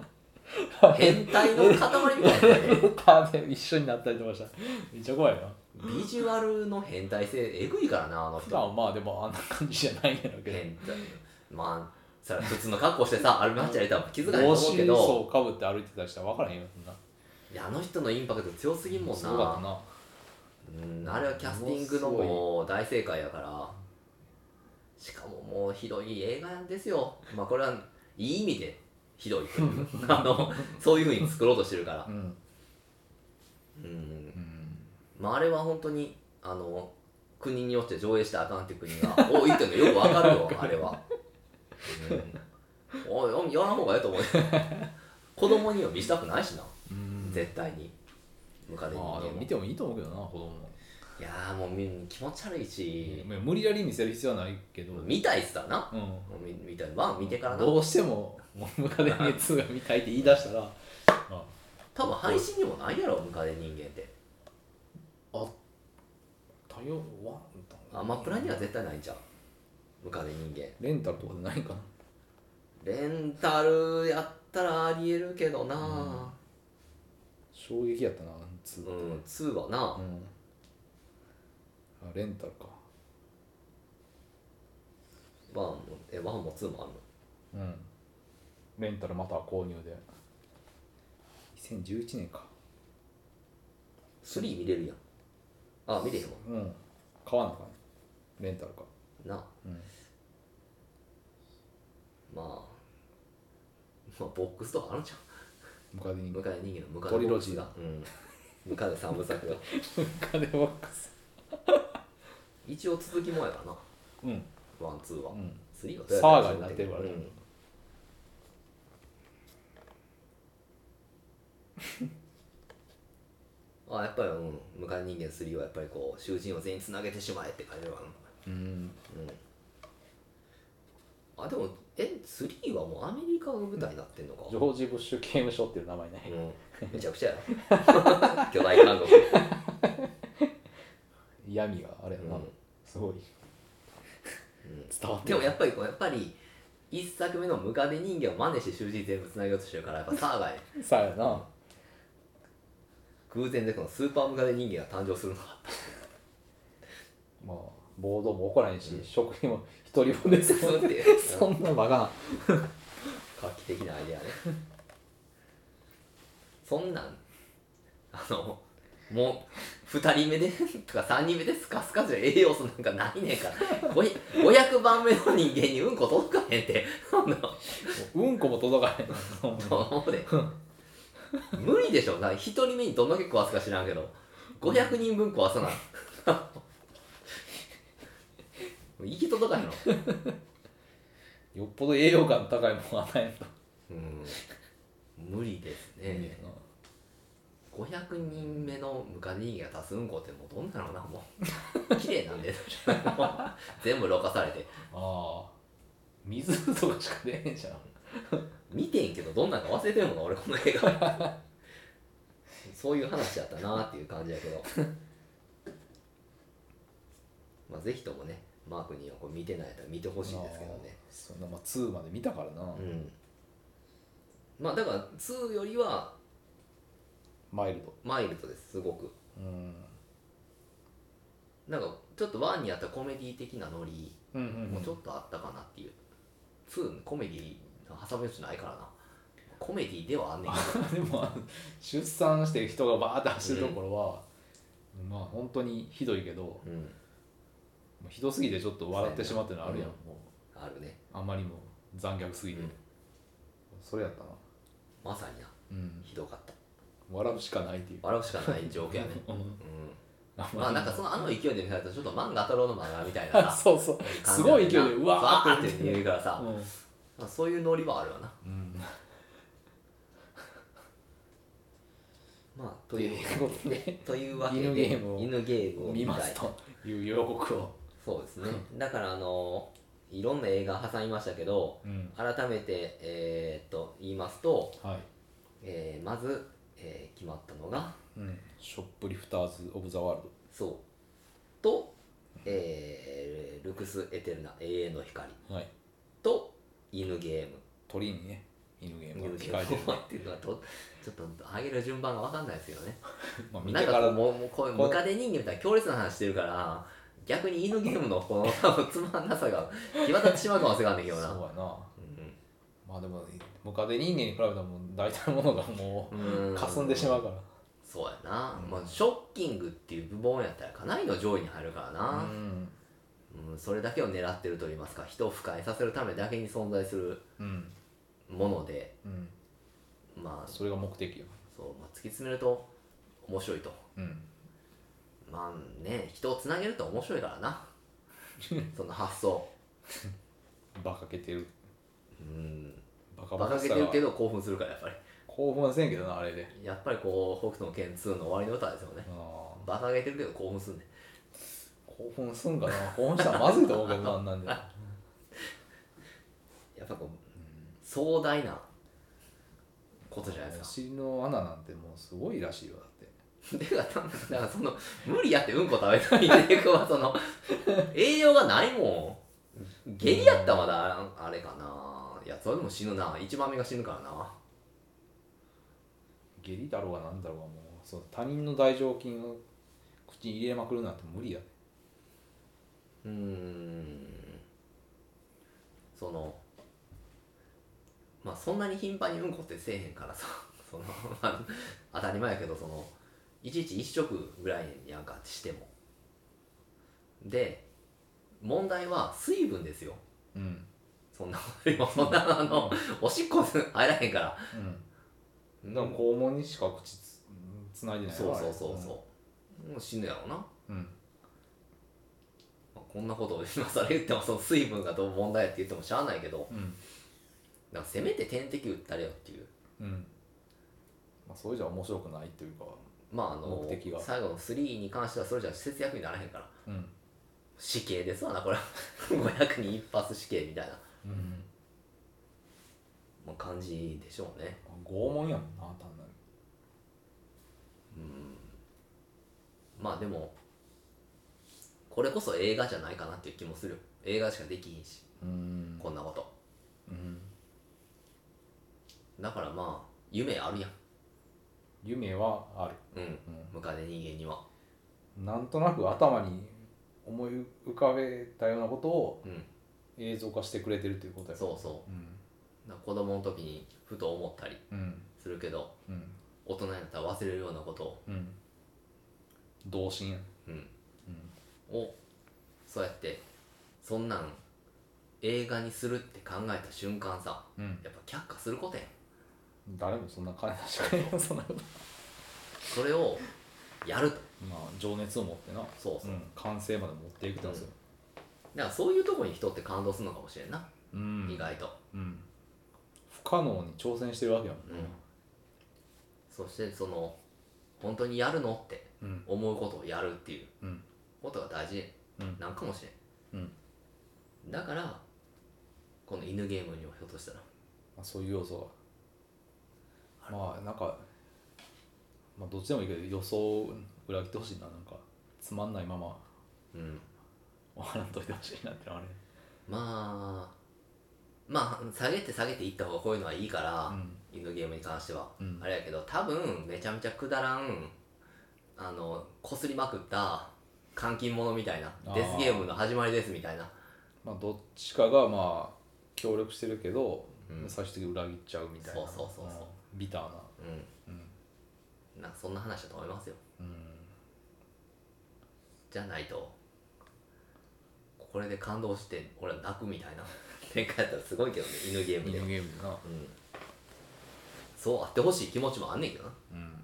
S1: 変態の塊みたいなね
S2: で一緒になったりとかしためっちゃ怖いな
S1: ビジュアルの変態性えぐいからなあの
S2: 普
S1: 人
S2: 段はまあでもあんな感じじゃないんやろうけど
S1: 変態 *laughs* まあそら普通の格好してさ歩き回っちゃいたら気づかないと
S2: 帽
S1: 思う
S2: 子
S1: けど
S2: そうかぶって歩いてたりしたら分からへんよそんない
S1: やあの人のインパクト強すぎんもん
S2: すごかった
S1: な
S2: な
S1: うんあれはキャスティングのもう大正解やからしかももうひどい映画ですよまあこれはいい意味でひどいというあのそういうふうに作ろうとしてるから
S2: うん
S1: うん
S2: うん
S1: まああれは本当にあの国によって上映したらあかんっていう国が多いっていうのよくわかる
S2: *laughs*
S1: よあれは、うん、おいやらん方がええと思うよ子供には見せたくないしな
S2: うん
S1: 絶対にムカデ人
S2: まあ
S1: 間
S2: でも見てもいいと思うけどな子供も
S1: いやーもう見るの気持ち悪いし、
S2: まあ無理やり見せる必要はないけど
S1: 見たいっすからな
S2: うん
S1: 見見たいまあ見てからな
S2: どうしてももうムカデに2が見たいって言い出したらあ
S1: 多分配信にもないやろムカデ人間って
S2: あ多様ワン
S1: アマプラには絶対ないんちゃうムカデ人間
S2: レンタルとかでないんかな
S1: レンタルやったらありえるけどな、
S2: 衝撃やったな2
S1: うん、2はな、
S2: うんあレンタルか
S1: ワンもえワンもツーもあるの
S2: うんレンタルまたは購入で2011年か
S1: 3見れるやんあ見れへんわ
S2: うん買わんのかねレンタルか
S1: なあ、
S2: うん
S1: まあまあボックスとかあるじ
S2: ムカデ
S1: ゃん向
S2: にム
S1: かい人間の向かいボックスがうん向かい三部作が
S2: カデボックス
S1: 一応続きもんやからな
S2: うん
S1: ワンツーは、
S2: うん
S1: スリーは
S2: サーガになってる
S1: る
S2: からね *laughs*
S1: うん、あやっぱり、うん、向かい人間の3はやっぱりこう囚人を全員つなげてしまえって感じはある
S2: うん
S1: あでもえ3はもうアメリカが舞台になってんのか、
S2: ジョージ・ブッシュ刑務所っていう名前ね
S1: うん、めちゃくちゃやろ *laughs* 巨大韓国、
S2: 闇があれやな、
S1: うん
S2: すごい
S1: うん
S2: 伝わって
S1: でもやっぱりこうやっぱり一作目のムカデ人間を真似して囚人全部つなげようとしてるからやっぱサーガイ
S2: さあやな、
S1: 偶然でこのスーパームカデ人間が誕生するのがあっ
S2: まあ暴動も起こらへんし、職員も一人も出ず
S1: た *laughs* そうっていう
S2: *laughs* そんなバカな
S1: 画期的なアイデアね *laughs* そんなんあのもう2人目でとか3人目でスカスカじゃ栄養素なんかないねんからごい500番目の人間にうんこ届かへんってそんな
S2: うんこも
S1: *laughs*
S2: 届かへんなほんまに
S1: と思うで無理でしょな一人目にどんだけ壊すか知らんけど500人分壊さない *laughs* 行き届かへんの
S2: よっぽど栄養価の高いもん与えんと
S1: うん無理ですね
S2: え
S1: 500人目のムカデ人間が足すうんこってもうどんなのなもう *laughs* 綺麗なんで全部ろ過されて
S2: ああ水とかしか出へんじゃん
S1: 見てんけどどんなんか忘れてるもんな俺この映画そういう話やったなっていう感じやけどまあぜひともねマークにはこれ見てないやったら見てほしいんですけどね
S2: そんなまあ2まで見たからな、
S1: うんまあだから2よりは
S2: マイルド
S1: マイルドですすごく
S2: うん
S1: なんかちょっとワンにあったコメディ的なノリ
S2: うん
S1: もちょっとあったかなっていう、ツーコメディの挟む余地ないからなコメディではあんねんけど
S2: でもあの出産して人がバーって走るところは、まあ本当にひどいけども
S1: うん
S2: うひどすぎてちょっと笑ってしまってるのあるやん、
S1: う
S2: も
S1: あるね
S2: うあまりも残虐すぎて、
S1: うん
S2: それやったな、
S1: まさにな
S2: うん、
S1: ひどかった
S2: 笑うしかないっていう
S1: 笑うしかない状況
S2: *laughs*
S1: やね
S2: うん
S1: う
S2: あ
S1: んまあなんかそのあの勢いで見られたらちょっと漫画太郎の漫画みたいなさ
S2: *laughs* そうそうすごい勢いでうわ
S1: ー
S2: ー
S1: って
S2: って
S1: 言うからさ、
S2: うん
S1: まあそういうノリはあるわな
S2: うん、
S1: まあ
S2: と
S1: と
S2: い
S1: いうう
S2: こと *laughs* で
S1: というわけで
S2: 犬ゲームを
S1: 犬ゲームを
S2: 見ま
S1: たい
S2: すという予告を、
S1: そうですねだからあのいろんな映画挟みましたけど
S2: うん
S1: 改めてえーっと言いますと、
S2: はい
S1: えーまず、えー決まったのが
S2: うん、ショップリフターズ・オブ・ザ・ワールド
S1: そうと、えールクス・エテルナ永遠の光
S2: はい、
S1: と犬ゲーム
S2: 鳥にね、犬ゲーム
S1: 犬
S2: が
S1: ゲ
S2: 控えて
S1: ーム。
S2: る
S1: *laughs* っていうのはとちょっと上げる順番が分かんないですよね
S2: まあ、 *laughs* 見
S1: なん
S2: て
S1: か
S2: か
S1: こ
S2: ら
S1: うもうもうこういうムカデ人間みたいな強烈な話してるから逆に犬ゲームのこの多分つまんなさが際立ってしまう可能性があるんだけ
S2: そう
S1: どな
S2: やな。
S1: う
S2: まあでも、ムカデ人間に比べたらもう大体のものが
S1: ん
S2: も
S1: う
S2: う、
S1: ん
S2: 霞んでしまうから。
S1: そうやな、
S2: うん
S1: まあ、ショッキングっていう部門やったらかなりの上位に入るから
S2: う
S1: な、
S2: ん。
S1: うんそれだけを狙ってると言いますか人を不快させるためだけに存在する
S2: うん。
S1: もので
S2: うん。
S1: まあ
S2: それが目的よ。
S1: そう、まあ、突き詰めると面白いと
S2: うん。
S1: まあね人をつなげると面白いから *laughs* なその発想
S2: バカけてる。
S1: うん
S2: バカ
S1: 馬
S2: バカ
S1: 鹿げ
S2: しさ
S1: てる
S2: が
S1: けど興奮するからやっぱり
S2: 興奮はせんけどな、あれで。
S1: やっぱりこう北斗の剣2の終わりの歌ですよね
S2: あー
S1: 馬鹿げてるけど興奮すんね
S2: 興奮すんかな。興奮したらまずいと思うけどな、あんなんで。
S1: やっぱこう壮大なことじゃないです
S2: お
S1: か
S2: 尻の穴なんてもうすごいらしいよ、だって。
S1: でだからその無理やってうんこ食べたいっていうはその栄養がないもん下痢やったらまだああれかないやそれでも死ぬな一番目が死ぬからな
S2: 下痢だろうがなんだろうがもう、そう他人の大腸菌を口に入れまくるなんて無理や。
S1: うーんそのまあそんなに頻繁にうんこってせえへんからさ *laughs* その、まあ、当たり前やけどそのいちいち一食ぐらいやんかしてもで問題は水分ですよ
S2: うん。
S1: そんなことよりもそんなあのおしっこあらへんから
S2: うん、でも肛門にしか口つつないでない
S1: そうそうそうそうもう死ぬやろな、ま
S2: う、うん、
S1: あこんなことを今更言ってもその水分がどう問題やって言ってもしゃあないけど
S2: うん
S1: なんかせめて点滴打ったれよっていう
S2: うんまあ、それじゃ面白くないというか、
S1: まああの
S2: 目的が
S1: 最後の3に関してはそれじゃ節約にならへんから
S2: うん
S1: 死刑ですわなこれは *laughs* 500人一発死刑みたいな、
S2: うん、
S1: まあ、感じでしょうね
S2: 拷問やもんな単なる
S1: まあでもこれこそ映画じゃないかなっていう気もするよ映画しかできひんし
S2: うん
S1: こんなこと
S2: うん
S1: だからまあ夢あるやん
S2: 夢はあ
S1: う
S2: る
S1: んムカデ人間には
S2: なんとなく頭に思い浮かべたようなことを
S1: うん
S2: 映像化してくれてるということや
S1: そうそ
S2: うん
S1: うなんか子供の時にふと思ったり
S2: うん
S1: するけど
S2: うん
S1: 大人になったら忘れるようなことを,、
S2: うん童心や
S1: うん、
S2: うん
S1: をそうやってそんなん映画にするって考えた瞬間さ
S2: うん、
S1: やっぱ却下することやん
S2: 誰もそんな金出してくれへん *laughs* よそんなこと
S1: それをやると
S2: まあ情熱を持ってな
S1: そうそう、
S2: うん、完成まで持っていくってことですよ、
S1: だからそういうとこに人って感動するのかもしれんな、
S2: うん
S1: 意外と
S2: うん、不可能に挑戦してるわけやもんな
S1: そしてその本当にやるのって
S2: うん
S1: 思うことをやるっていう
S2: うん
S1: ことが大事
S2: うん
S1: なんかもしれん
S2: うん
S1: だからこの犬ゲームにはひょっとしたら
S2: まあ、そういう要素がまあなんか、まあ、どっちでもいいけど予想を裏切ってほしいななんかつまんないまま
S1: うん
S2: 終わらんといてほしいなってのはあれ
S1: まあまあ下げて下げていった方がこういうのはいいから、
S2: うん
S1: 犬のゲームに関しては、
S2: うん
S1: あれやけど多分めちゃめちゃくだらんあのこすりまくった監禁者みたいな
S2: あー
S1: デスゲームの始まりですみたいな
S2: まあ、どっちかがまあ協力してるけど、
S1: うん
S2: 最終的に裏切っちゃうみたいな
S1: そうそうそうそう
S2: うんビターな
S1: う
S2: うん
S1: んなんかそんな話だと思いますよ
S2: うん
S1: じゃないとこれで感動して俺は泣くみたいな *laughs* 展開やったらすごいけどね犬ゲームでは
S2: 人間ゲームな
S1: うん、そうあってほしい気持ちもあんねんけどな
S2: うん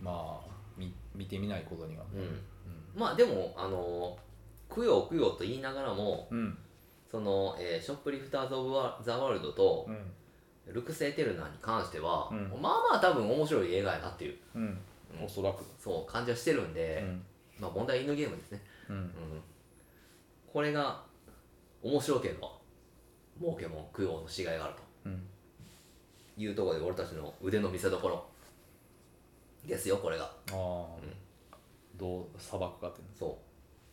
S2: まあみ見てみないことには
S1: うんまあでもあのー供養供養と言いながらも
S2: うん
S1: その、えーショップリフターズ・オブ・ザ・ワールドと
S2: うん
S1: ルクセ・エテルナに関しては、
S2: うん
S1: まあまあ多分面白い映画やなっていう
S2: うんおそらく
S1: そう感じはしてるん
S2: う
S1: で、
S2: ん
S1: まあ問題は犬ゲームですね、
S2: うん
S1: うん、これが面白ければ儲けも供養のしがいがある
S2: うん
S1: というところで俺たちの腕の見せ所ですよこれが
S2: ああどう砂漠かっていうの
S1: そ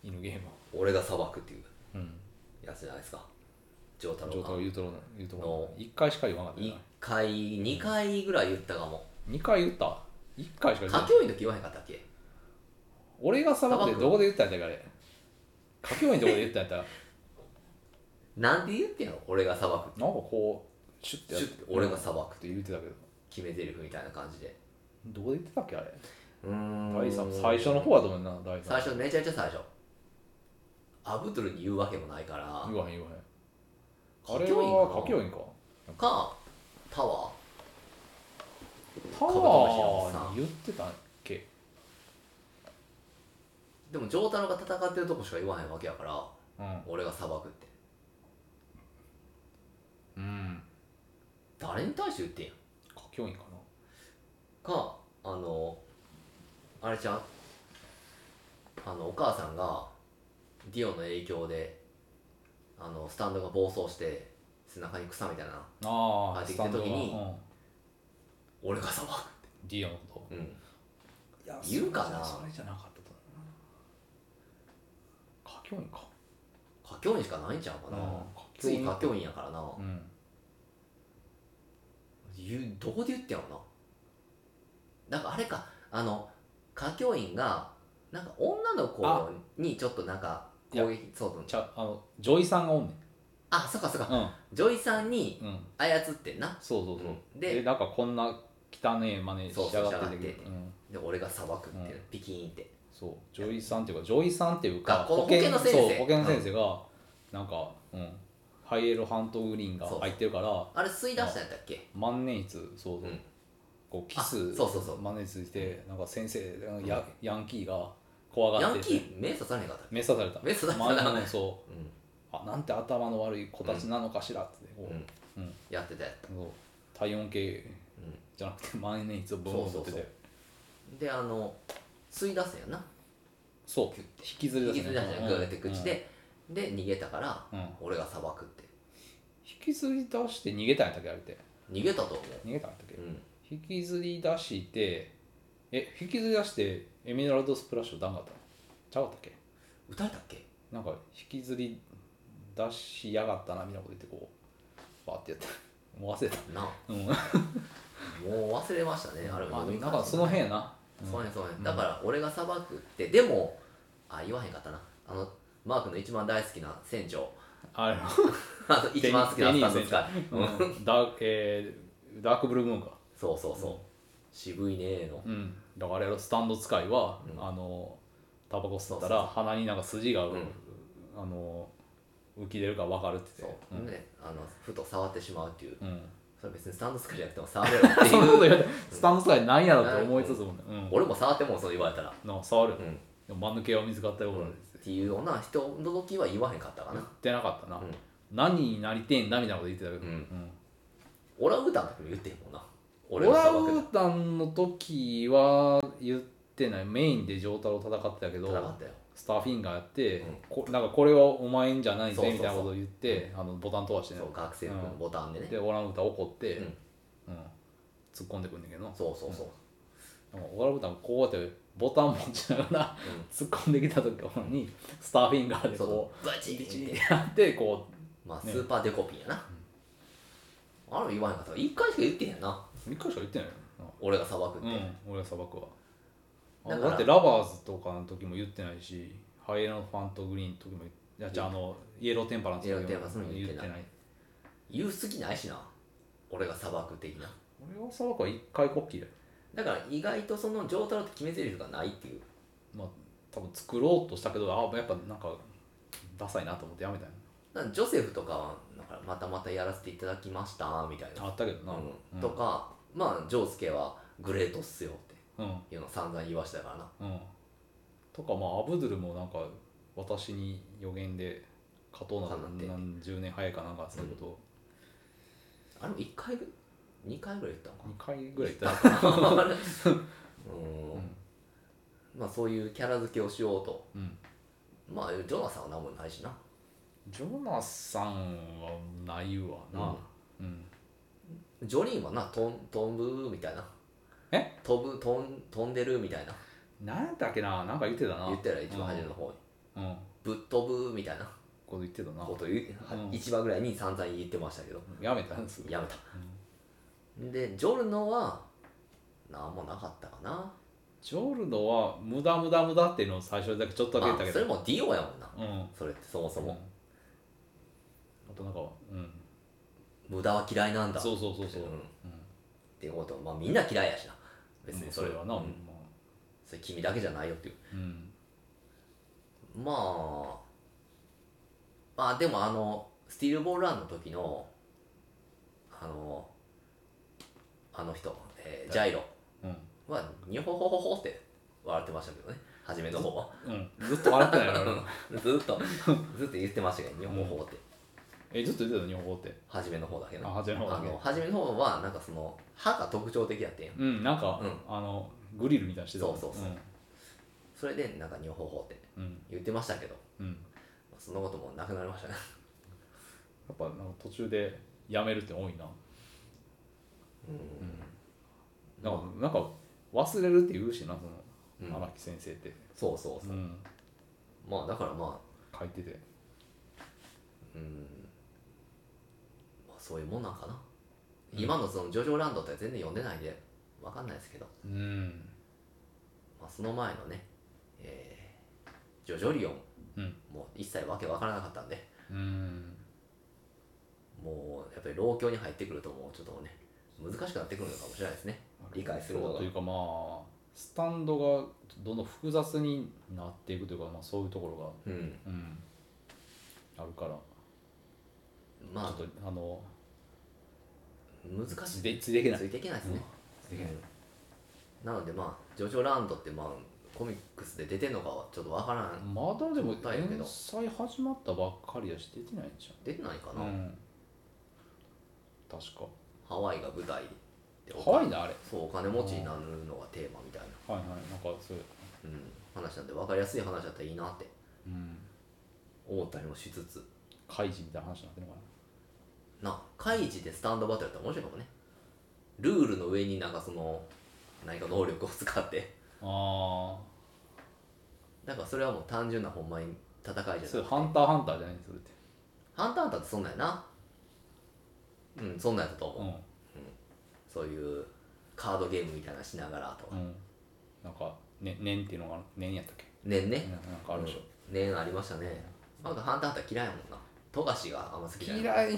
S2: 犬ゲームは
S1: う俺が裁くっていう
S2: うん
S1: やつじゃないですか丈太
S2: 上
S1: 郎
S2: 等
S1: が
S2: 言うとろな言うと
S1: の
S2: こ一回しか言わなかった
S1: 1
S2: な
S1: 回2回ぐらい言ったかも
S2: 二回言った一回しか言わな
S1: 歌
S2: い
S1: 教員の時言わへんかったっけ
S2: 俺が砂漠で
S1: 砂漠
S2: どこで言ったんやったっけあれ歌教員どこで言ったんやったら
S1: なんで言ってんの俺が裁く
S2: なんかこうシュッてやっ
S1: シ
S2: て
S1: ュッて俺が裁く
S2: って言ってたけど
S1: 決め台詞みたいな感じで
S2: どこで言ってたっけあれ
S1: うーん
S2: 第三最初の方だと思うな第
S1: 最
S2: 三
S1: 初めちゃめちゃ最初アブトゥルに言うわけもないから
S2: 言わへん言わへんあ
S1: 歌
S2: れ
S1: 教員
S2: は歌
S1: か
S2: 教員か
S1: なかタワー
S2: タワーに言ってたっけ
S1: でも丈太郎が戦ってるとこしか言わへんわけやから
S2: うん
S1: 俺が裁くって
S2: うん
S1: 誰に対して言ってんや
S2: 歌教員かな
S1: かあのあれちゃんあのお母さんがディオの影響であのスタンドが暴走して背中に草みたいな
S2: あ
S1: あ
S2: あ
S1: できた時に
S2: スタンドがうん
S1: 俺がさば
S2: ディアのこ
S1: くうん
S2: といや
S1: 言うかな
S2: それじゃなかったと思うな歌教員か
S1: 歌教員しかないんちゃうかな、次歌教員やからな、
S2: うん
S1: 言うどこで言ってんやろななんかあれかあの歌教員がなんか女の子
S2: あ
S1: にちょっとなんか
S2: いや
S1: 攻撃そうと
S2: ちゃあのジョイさんがおんねん
S1: あそっかそっか
S2: う
S1: ジョイさんに
S2: んうん
S1: 操ってんな
S2: そうそうそう
S1: うんで
S2: でなんかこんな汚ねえ真似しやがって
S1: そうそうしや
S2: て
S1: がって
S2: うん
S1: で俺が裁くっていう、
S2: うん
S1: ピキーンって
S2: そう、ジョイさんっていうか、ジョイさんっていうか、
S1: 学校の保健の先生
S2: そう保健の先生が、なんか、うん、ハイエロハントグリーンが
S1: そう
S2: 入ってるから、
S1: あれ吸い出したんやったっけ
S2: 万年筆、そうそう、
S1: うん
S2: こうキス、
S1: あそうそうそう
S2: 万年筆して、なんか先生、ヤヤンキーが怖
S1: ヤ
S2: がっ
S1: ン
S2: てて、
S1: キー目刺されへんかったっけ
S2: 目刺された。
S1: 目刺された
S2: 万年そう
S1: うん、
S2: あ、なんて頭の悪い子たちなのかしらって、こう
S1: うん
S2: うん
S1: やってたやった、
S2: そう体温計
S1: う
S2: じゃなくて万年筆をボンボン取って
S1: そう
S2: て、
S1: ん、であの吸い出すんやな
S2: そう、
S1: キュッ
S2: 引
S1: て
S2: きずり
S1: 引
S2: 出
S1: き
S2: す
S1: ずり出したんやグーって口
S2: うん
S1: で、で逃げたから
S2: うん
S1: 俺が裁くって
S2: 引きずり出して逃げたんやったっけあれって
S1: 逃げたと思
S2: 逃げたんやったっけ
S1: う、うん、
S2: 引きずり出してえ引きずり出してエメラルドスプラッシュダンかったのちゃうかったっけ
S1: 撃たれたっけ
S2: なんか引きずり出しやがったなみたいなこと言ってこうバーってや *laughs* ったもう忘れた
S1: な
S2: *laughs* うん
S1: もう忘れましたねあれ
S2: まあ
S1: 読
S2: でも
S1: み
S2: な
S1: 返
S2: ん
S1: し
S2: かその辺やな
S1: そうやねそうやね、
S2: うん
S1: だから俺が裁くってでもあ言わへんかったなあのマークの一番大好きな船長 *laughs*
S2: あれ *laughs*
S1: あの一番好きなスタンド使い、うん
S2: うんダークえーダークブルームーンか
S1: そうそうそう、渋いねーの
S2: うんだからあれやろスタンド使いは、
S1: うん
S2: あのタバコ吸った
S1: そう
S2: ら鼻になんか筋が、
S1: ん
S2: あの浮き出るから分かるって
S1: そ
S2: 言
S1: う
S2: って、
S1: ねあのふと触ってしまうっていう
S2: うんうん
S1: それ別にスタンド使いじゃなくても触れるって *laughs*
S2: そんなこ
S1: い
S2: と
S1: う
S2: 言われてスタンド使いなんやろと思いつつもね、うん
S1: 俺も触ってもそう言われたら、
S2: なんか触る、
S1: うん、
S2: でも間抜けは見つかったよ、俺
S1: っていうような人の時は言わへんかったか
S2: 言っ
S1: な、
S2: てなかったな、
S1: うん
S2: 何になりてえんだみたいなこと言ってたけど、
S1: うん
S2: ん
S1: オランウータンの時も言ってへんもんな俺
S2: オ
S1: が
S2: ラ
S1: 裁
S2: ンウ
S1: く
S2: ータンの時は言ってないメインで丈太郎戦ってたけ
S1: 戦っ
S2: ど
S1: たよ
S2: スターフィンガーやって、
S1: うん
S2: こなんかこれはお前んじゃないぜ
S1: そうそうそう
S2: みたいなことを言ってあのボタン飛ばしてね
S1: そう学生服のボタンでね、
S2: でオランウータン怒って、
S1: うん
S2: うん突っ込んでくんだけどな
S1: そうそうそう、
S2: なんかオランウータンこうやってボタン持ちながら
S1: うん
S2: 突っ込んできた時にスターフィンガーで
S1: そう
S2: こ
S1: そうバチ
S2: うビチ
S1: ーンっ
S2: ンっててやってこ
S1: まあ、ス
S2: ね
S1: ーパーデコピンやな、
S2: う
S1: あれ言わへんかった1回しか言ってへんな
S2: 3回しか言ってないよ
S1: 俺が裁くって、
S2: なうん俺は砂漠はあ
S1: だ
S2: だ
S1: から
S2: ってラバーズとかの時も言ってないしハイエナファントグリーンの時も言っいやじゃああのイエローテンパランスの時も
S1: イエローテンパランスの時も言
S2: 言っ
S1: っててない
S2: ない
S1: 言う好きないしな俺が裁く的な
S2: 俺は砂漠は1回こっきりだよ
S1: だから意外とその上太郎って決め台詞がないっていう
S2: まあ多分作ろうとしたけどあやっぱなんかダサいなと思ってやめたよ
S1: だからジョセフとかはだからまたまたやらせていただきましたみたいな
S2: あったけどな
S1: う、
S2: うんん
S1: とかまあジョースケはグレートっすよっ
S2: うん
S1: ていうのを散々言わしたからな
S2: うん、とかまあアブドゥルもなんか私に予言で勝とうな
S1: 勝とうなんて
S2: ん何十年早いかなんかそういうことを
S1: あれも1回ぐ2回ぐらい言
S2: 2回ぐらい言った
S1: ったのか
S2: *laughs*
S1: なうん、
S2: うん
S1: まあそういうキャラ付けをしようと
S2: うん、
S1: まあジョナサンは何もないしな
S2: ジョナサンはないわな、うん
S1: ジョリーンはなとん飛ぶみたいな
S2: え
S1: 飛ぶとん飛んでるみたいな
S2: なんやったっけななんか言ってたな
S1: 言ってたら一番初めの方に
S2: うん、うん、
S1: ぶっ飛ぶみたいな
S2: こと言ってたな
S1: こと言う、
S2: うん
S1: 一番ぐらいに散々言ってましたけど
S2: やめたんですぐ
S1: やめた、でジョルノは何もなかったかな
S2: ジョルノは無駄無駄無駄っていうのを最初だけちょっとだけ言
S1: ま
S2: った
S1: あ
S2: け
S1: そ
S2: ど
S1: れもディオやもんな
S2: うん
S1: それってそもそ
S2: うん
S1: も、
S2: あとなんかうん
S1: 無駄は嫌いなんだ
S2: そうそうそうそう、
S1: うんっ
S2: うん
S1: ていうことまあみんな嫌いやしな別
S2: う
S1: に
S2: ん
S1: それ,、
S2: はな、
S1: うん
S2: まあ
S1: それ君だけじゃないよっていう
S2: うん
S1: まあまあでもあのスティールボールランの時のあのあの人、えージャイロ
S2: うん
S1: はニョホホホホって笑ってましたけどね初めの方は
S2: うん、ずっと笑ってないの俺
S1: ずっとずっと言ってましたけどニョホホって
S2: *laughs* えずっと言ってたの日本語って
S1: 初めの方だけど
S2: あ初めの方だけ
S1: あの初めの方はなんかその歯が特徴的やってん
S2: うんなんか、
S1: うん
S2: あのグリルみたいにしてたもん
S1: そうそうそうそれでなんかニョホホって
S2: うんうん、
S1: 言ってましたけど
S2: うん、や
S1: そんなこともなくなりましたね *laughs*
S2: っぱなんか途中でやめるって多いななんか,、なんか忘れるって言うしなその
S1: うん
S2: 荒、木先生って、、
S1: そうそうそううんまあだからまあ
S2: 書いてて
S1: うんまあそういうもんなんかな今のその「ジョジョランド」って全然読んでないんでわかんないですけど、
S2: うん
S1: まあ、その前のね、えージョジョリオン
S2: うん
S1: もう一切わけわからなかったんで
S2: うん
S1: もうやっぱり老境に入ってくるともうちょっとね難しくなってくるのかもしれないですね理解するのが
S2: というかまあスタンドがどんどん複雑になっていくというか、まあ、そういうとこ
S1: うん
S2: ろが、うん、あるから
S1: まあ
S2: ちょっとあの
S1: 難しい
S2: ついてついていけない
S1: ついていけないですね、
S2: うんついていけない
S1: なのでまあ「ジョジョランド」ってまあコミックスで出てんのかはちょっとわからん
S2: まだでも
S1: だよけど
S2: 連載始まったばっかりやし出てないんじ
S1: 出てないか
S2: ゃ
S1: な、
S2: ん、うん、確か
S1: ハワイが舞台で
S2: ハワイだあれ
S1: そうお金持ちになるのがテーマみたいな、
S2: はいはいなんかそういう
S1: うん、話なんで分かりやすい話だったらいいなって
S2: うん
S1: 思ったりもしつつ
S2: 開示みたいな話になってるのか
S1: なカイジでスタンドバトルやったら面白いかもねルールの上になんかその何か能力を使って
S2: なあ
S1: だからそれはもう単純なほんまに戦い
S2: あ
S1: じ
S2: そ
S1: ゃ
S2: れ
S1: ない
S2: ハンターハンターじゃないそれって
S1: ハンターハンターってそんなんやなうんそんなんやったと思う、
S2: う
S1: そういうカードゲームみたいなのしながらとか
S2: んうんなんか、ね、年っていうのが年やったっけ
S1: 年
S2: うん
S1: ね
S2: なんかあるでしょ、
S1: 年ありましたねなんかハンターハンター嫌いやもんな富樫があんま好きじゃない
S2: 嫌い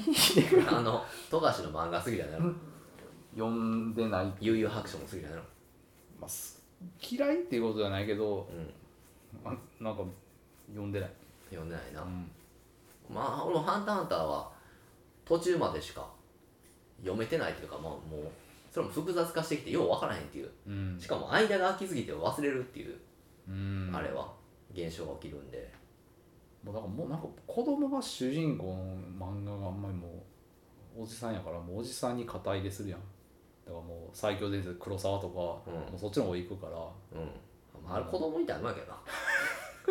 S1: *laughs* あの富樫の漫画好きじゃないの
S2: 読んでない、
S1: 悠々白書も好きじゃないの
S2: まあ、す嫌いっていうことじゃないけど
S1: うん
S2: あなんか読んでない、
S1: 読んでないな、
S2: うん、
S1: まあ俺もハンターハンターは途中までしか読めてないというかまあもうそれも複雑化してきてよう分からへんっていう
S2: うん
S1: しかも間が空きすぎて忘れるっていう、
S2: うん
S1: あれは現象が起きるんで
S2: もうだからもうなんか子供が主人公の漫画があんまりもうおじさんやからもうおじさんに肩入れするやんだからもう「最強伝説黒沢」とか、
S1: うん
S2: もうそっちの方行くから
S1: うん、まあ、あれ子供みたいなもんやけどな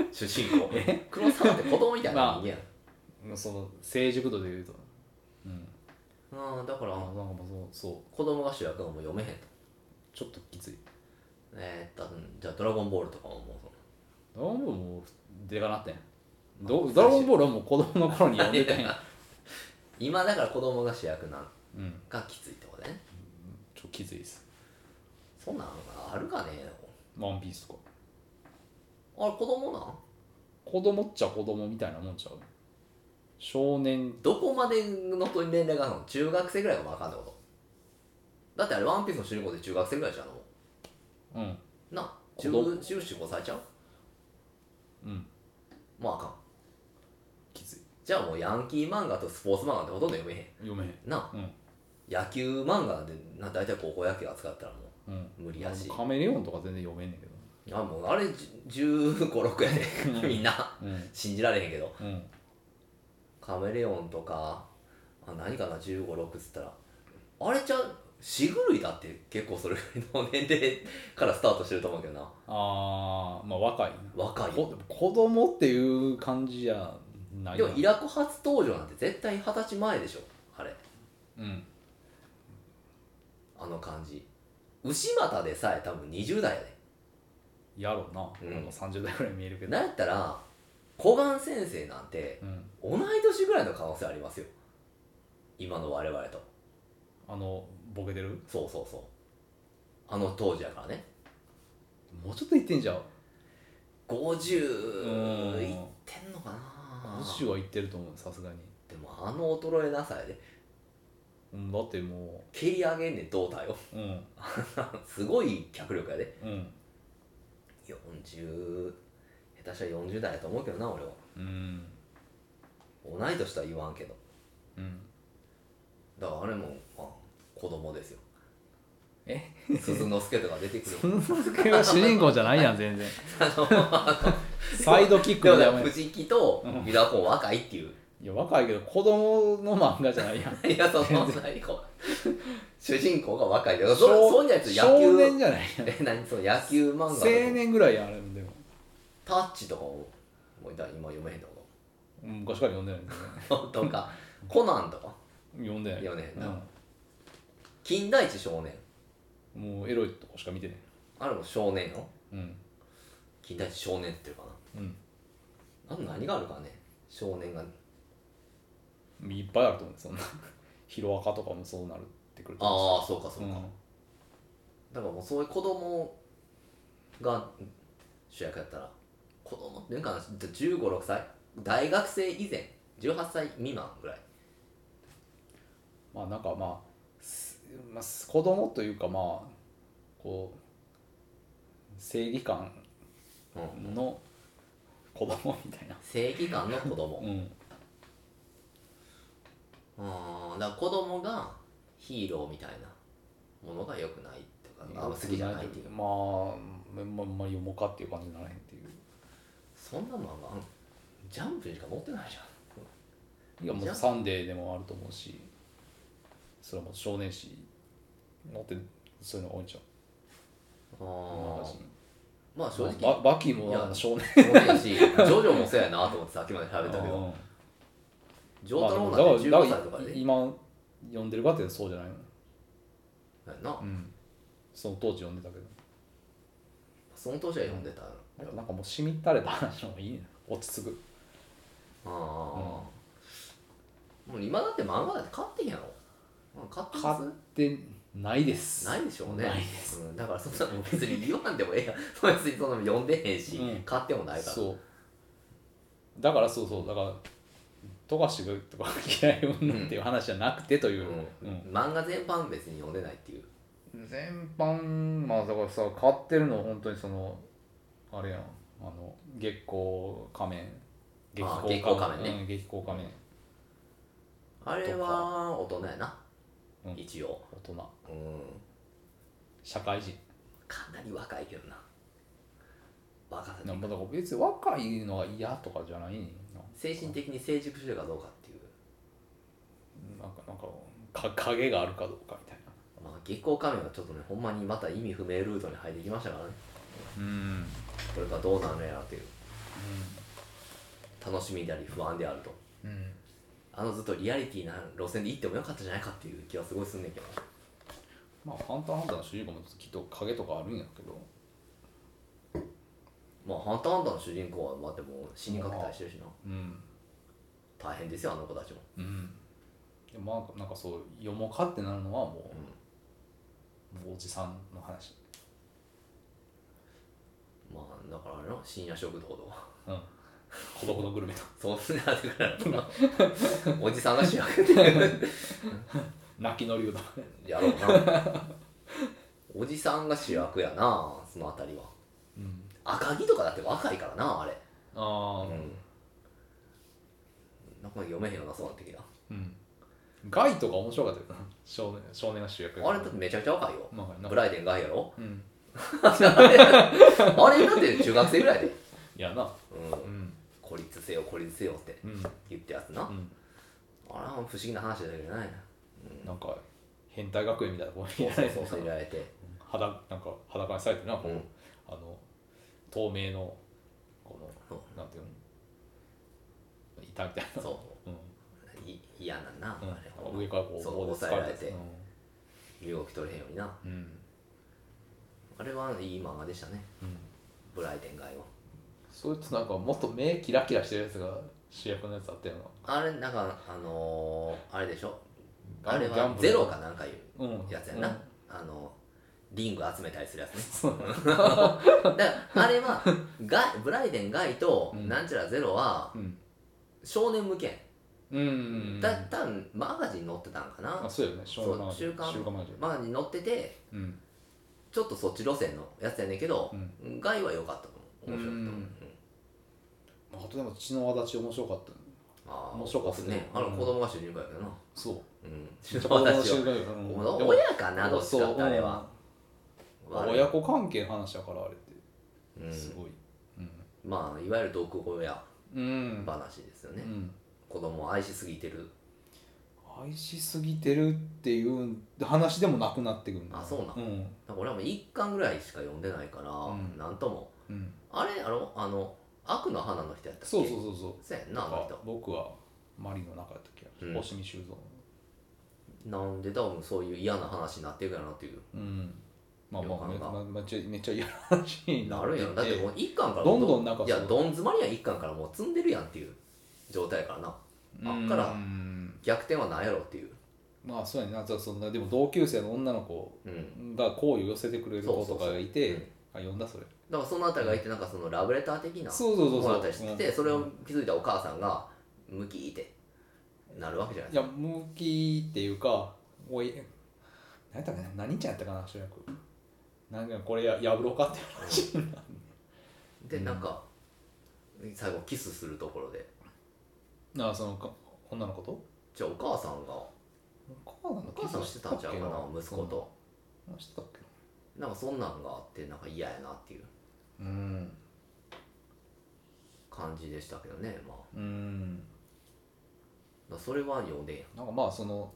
S2: *laughs*
S1: 主人公黒沢って子供みたいな人間やん、
S2: もうその成熟度で言うとうん
S1: うん、だか
S2: あ
S1: ら
S2: なんかもうそうそう
S1: 子供が主役はもう読めへんと
S2: ちょっときつい
S1: えー、っとうんじゃあ「ドラゴンボール」とかももうその
S2: ドラゴンボールもでかなってん、
S1: まあ *laughs*
S2: どドラゴンボールはもう子供の頃に読んでたんや
S1: 今だから子供が主役なん
S2: うん
S1: がきついってことね
S2: ちょきついです
S1: そんなんあるかなあるかね
S2: ワンピースとか
S1: あれ子供なん
S2: 子供っちゃ子供みたいなもんちゃう少年
S1: どこまでの年齢があるの中学生ぐらいが分かんないことだってあれワンピースの主人公で中学生ぐらいじゃんの
S2: うん
S1: な
S2: 子
S1: 中
S2: 供
S1: 中四五歳ちゃう
S2: うん
S1: まああかん
S2: きつい
S1: じゃあもうヤンキー漫画とスポーツ漫画ってほとんど読めへ
S2: 読めへん
S1: んな
S2: うん
S1: 野球漫画でな大体高校野球扱ったらも
S2: うん
S1: う無理やし
S2: カメレオンとか全然読めんねんけど
S1: あもうあれ1 5 6やでみん *laughs* な
S2: うん
S1: 信じられへんけど
S2: うん
S1: カメレオンとかあ何かな1 5 6っつったらあれちゃうシグルイだって結構それぐらいの年齢からスタートしてると思うけどな
S2: ああまあ若いな
S1: 若いよ
S2: こ子供っていう感じじゃない
S1: で
S2: な
S1: もイラク初登場なんて絶対二十歳前でしょあれ
S2: うん
S1: あの感じ牛股でさえ多分20代やで
S2: やろうな,、
S1: うん
S2: なんか30代ぐらい見えるけど
S1: なんやったら小雁先生なんて
S2: うん
S1: 同い年ぐらいの可能性ありますよ今の我々と
S2: あのボケてる
S1: そうそうそうあの当時やからね
S2: もうちょっといってんじゃん
S1: 50
S2: うん
S1: いってんのかな
S2: 50はいってると思うさすがに、
S1: でもあの衰えなさやで
S2: うん、だっても
S1: 蹴り上げんねん胴体を *laughs*
S2: ううん
S1: すごい脚力やで
S2: うん
S1: 40下手したら40代やと思うけどな俺は
S2: うん
S1: 同い年とは言わんけど
S2: うん
S1: だからあれも、まあ、子供ですよ
S2: え
S1: 鈴之助とか出てくる
S2: そ *laughs* れは主人公じゃないやん *laughs* 全然サイドキック
S1: で
S2: の
S1: もね
S2: やめ
S1: 藤木とミラコン若いっていう、 *laughs*
S2: いや若いけど子供の漫画じゃないやん
S1: いやその何こ
S2: *laughs*
S1: う主人公が若いけどそ
S2: 少
S1: そうじゃないと野
S2: 少年
S1: 球
S2: じゃないやん
S1: *laughs* え何その野球漫画
S2: 青
S1: とか
S2: 年ぐらいやんあれもでも
S1: タッチとかももうだ今読めへんってこ
S2: うん昔から読んでないんだよね
S1: と *laughs* とかコナンとか
S2: 読んでない
S1: 読んでへんな金田一少年
S2: うん、もうエロいとこしか見てない
S1: あれも少年よ
S2: うん
S1: 金田一少年っていうか
S2: うん
S1: なあと何があるかね少年が
S2: いっぱいあると思うそんな *laughs* ヒロアカとかもそうなるってくると思
S1: ああそうかそう
S2: う
S1: か、
S2: ん
S1: だからもうそういう子供が主役やったら子供っていうかな1 5 6歳大学生以前18歳未満ぐらい
S2: まあなんかまあすまあす子供というかまあこう正義感の子供みたいな
S1: 正義感の子供
S2: うん
S1: うんだから子供がヒーローみたいなものが良くないとかあんま好きじゃないっていう
S2: まあまあまあまあ読もうかっていう感じにならへんっていう
S1: そんな漫画あんジャンプにしか載ってないじゃん
S2: いやも
S1: じゃ
S2: う「
S1: あ
S2: サンデー」でもあると思うしそれはもう少年誌持ってそういうのが多いんちゃう
S1: あ
S2: マ
S1: ー
S2: ガジン
S1: まあ正直
S2: ババキも
S1: いや
S2: 少年
S1: そうやしジョジョもそうやなと思ってさっきまで喋ったけど
S2: うん
S1: ジョータロー
S2: まあ
S1: なんて
S2: で
S1: 15
S2: もだ
S1: 歳
S2: から
S1: とか
S2: だから
S1: で
S2: 今読んでるかってそうじゃないの
S1: やんな
S2: うんその当時読んでたけど
S1: その当時は読んでた
S2: あとなんかもうしみったれた話の方がいいね落ち着く
S1: ああ、もう今だって漫画だって買ってんやろうん買って
S2: 買っ
S1: ま
S2: てないです
S1: すないでしょうね
S2: ないで
S1: うん、だからそんなの別に言わんでもええやんそんな別 *laughs* にそんなの読んでへんし、
S2: うん
S1: 買ってもないから
S2: そうだからそうそうだから富樫がとか *laughs* 嫌いうんぬんっていう話じゃなくてという、
S1: うん漫画全般別に読んでないっていう
S2: うん全般まあだからさ買ってるの本当にそのあれやんあの月光仮面
S1: あ月
S2: 月
S1: 光仮面ね
S2: うん、月光仮面
S1: あれは大人やな、
S2: うん
S1: 一応
S2: 大人
S1: うん
S2: 社会人
S1: かなり若いけどな若さ
S2: なんかだから別に若いのが嫌とかじゃないねんな
S1: 精神的に成熟してるかどうかっていう
S2: なんかなんかか影があるかどうかみたいな
S1: まあ月光仮面はちょっとねほんまにまた意味不明ルートに入ってきましたからね
S2: うん
S1: これからどうなるのやらという楽しみであり不安であると
S2: うん
S1: あのずっとリアリティな路線で行ってもよかったじゃないかっていう気はすごいすんねんけど
S2: まあ「ハンターハンター」の主人公もきっと影とかあるんやけど
S1: まあ「ハンターハンター」の主人公はまあでも死にかけたりしてるしな
S2: うん
S1: 大変ですよあの子たちも
S2: うんでもまあなんかそうよもかってなるのはもう,、もうおじさんの話
S1: まあだからあれの深夜食堂とか *laughs*
S2: うんほどほどグルメと
S1: そうすなってからおじさんが主役で
S2: 泣きのりうどん
S1: やろうなおじさんが主役やなその辺りは
S2: うん
S1: 赤城とかだって若いからなあれ
S2: ああ
S1: なんか読めへんよなそうなってきた
S2: うん、ガイとか面白かったよな少年少年が主役やか
S1: あ
S2: ら
S1: れだってめちゃくちゃ若いよ
S2: まあなん
S1: ブ
S2: か
S1: ライデンガイやろ
S2: うん
S1: あれだって中学生ぐらいで、
S2: いやな
S1: うん
S2: う、ん
S1: 孤立せよ孤立せよって
S2: うん
S1: 言ってやつな、
S2: うん
S1: あれは不思議な話だけどね
S2: なんか変態学園みたいなとこ
S1: そ
S2: に
S1: うそうそうそう入れられて、
S2: 肌なんか裸にされてなこ
S1: う
S2: う、
S1: ん、
S2: あの透明のこ
S1: そう
S2: のなんていうの板みたいな、
S1: そう
S2: ん
S1: うい嫌なんな、
S2: うん、な
S1: あれ
S2: んか上からこう
S1: そう
S2: 棒で
S1: 抑
S2: 掴
S1: え
S2: ん
S1: ら
S2: で
S1: れて身動き取れへんようにな
S2: うんうん、
S1: あれはいい漫画でしたね
S2: うん、
S1: ブライデンガイは
S2: そいつなんかもっと目キラキラしてるやつが主役のやつあったよ
S1: あれなんかあのーあれでしょ
S2: な
S1: あれ
S2: ギャ
S1: は
S2: ンブル
S1: ゼロかなんかいう
S2: うん
S1: やつやな、
S2: うん
S1: あのリング集めたりするやつね
S2: そう
S1: だからあれはガイブライデンガイと
S2: うん
S1: なんちゃらゼロは
S2: うん
S1: 少年向け、
S2: うん
S1: ん、だ多分マガジン載ってたんかな
S2: あそうよね少
S1: そう週刊
S2: 週刊マージ
S1: マガジン載ってて
S2: うん
S1: ちょっとそっち路線のやつやねんけど
S2: う、ん
S1: ガイは良かったと思う面白いと思う、
S2: うんまああとでも血の輪立ち面白かったね
S1: ああ
S2: 面白かったね
S1: ねあの子供が主人公やけどな
S2: そう
S1: うん
S2: めっちゃ
S1: 私は
S2: 子供の集団ようんでも
S1: 親かなどっちかってあれは
S2: そううん親子関係の話だからあれっ
S1: う
S2: てす
S1: ん
S2: ごいうん
S1: まあいわゆる毒親
S2: うん
S1: 話ですよね
S2: うん
S1: 子供を愛しすぎてる
S2: 愛しすぎてるっていう話でもなくなってくるんだ
S1: あそうなん
S2: うん
S1: なんか俺はもう1巻ぐらいしか読んでないから、
S2: うん
S1: なんとも
S2: うん
S1: あれあのあの悪の花の人やったっけ
S2: そうそう
S1: う
S2: そうそう
S1: やんなあの人
S2: 僕はマリの中やったっけ、
S1: うん
S2: 星見修造
S1: なんで多分そういう嫌な話になっていくやろなっていう
S2: うんまあまあめ
S1: よく考
S2: めっちゃ *laughs* めっちゃ嫌な話にな
S1: な
S2: って
S1: る
S2: て
S1: やんだってもう1巻から
S2: どんどんなんか
S1: いや
S2: そう
S1: どん詰まりや1巻からもう積んでるやんっていう状態やからなあっから
S2: うん
S1: 逆転はないやろっていう
S2: まあそうやねなんかそんなでも同級生の女の子
S1: うん
S2: が好意を寄せてくれる子とかがいて
S1: そうそう
S2: あ読んだそれ
S1: だからそのあたりがいてなんかそのラブレター的な
S2: そうそうそうそう
S1: ものだったりしてて
S2: うん
S1: それを気づいたお母さんがムキーってなるわけじゃない
S2: い
S1: です
S2: や向きっていうかおい何やったかな何ちゃんやったかな主役なんかこれや破ろうかっていう話になる
S1: かでなんか最後キスするところで
S2: なあそのか女の子と
S1: じゃあお母さんがお
S2: お母
S1: 母さんしてたんちゃうかな息子
S2: と
S1: と
S2: してたっけ
S1: なんかそんなんがあってなんか嫌やなっていう
S2: なうん
S1: 感じでしたけどねまあ
S2: うん
S1: だからそれは読んでんや
S2: なんかまあその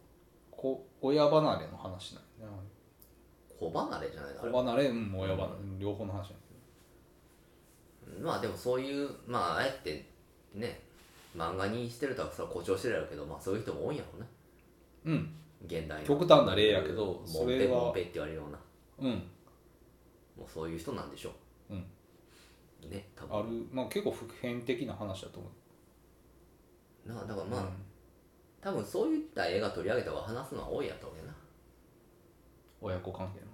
S2: こ親離れの話なんやな
S1: 子離れじゃないのあれ
S2: 子離れうん親離れうん両方の話なんやけど
S1: まあでもそういうまああえてね漫画にしてるとはそれは誇張してるやろうけどまあそういう人も多いんやろうね
S2: うん
S1: 現代の
S2: 極端な例やけど
S1: モ
S2: そ
S1: ンペ
S2: れは
S1: モンペって言われるような
S2: うん
S1: もうそういう人なんでしょ
S2: うん
S1: うね多分
S2: あるまあ結構普遍的な話だと思う
S1: なだからまあ、多分そういった映画取り上げた方が話すのは多いやと思うよな
S2: 親子関係の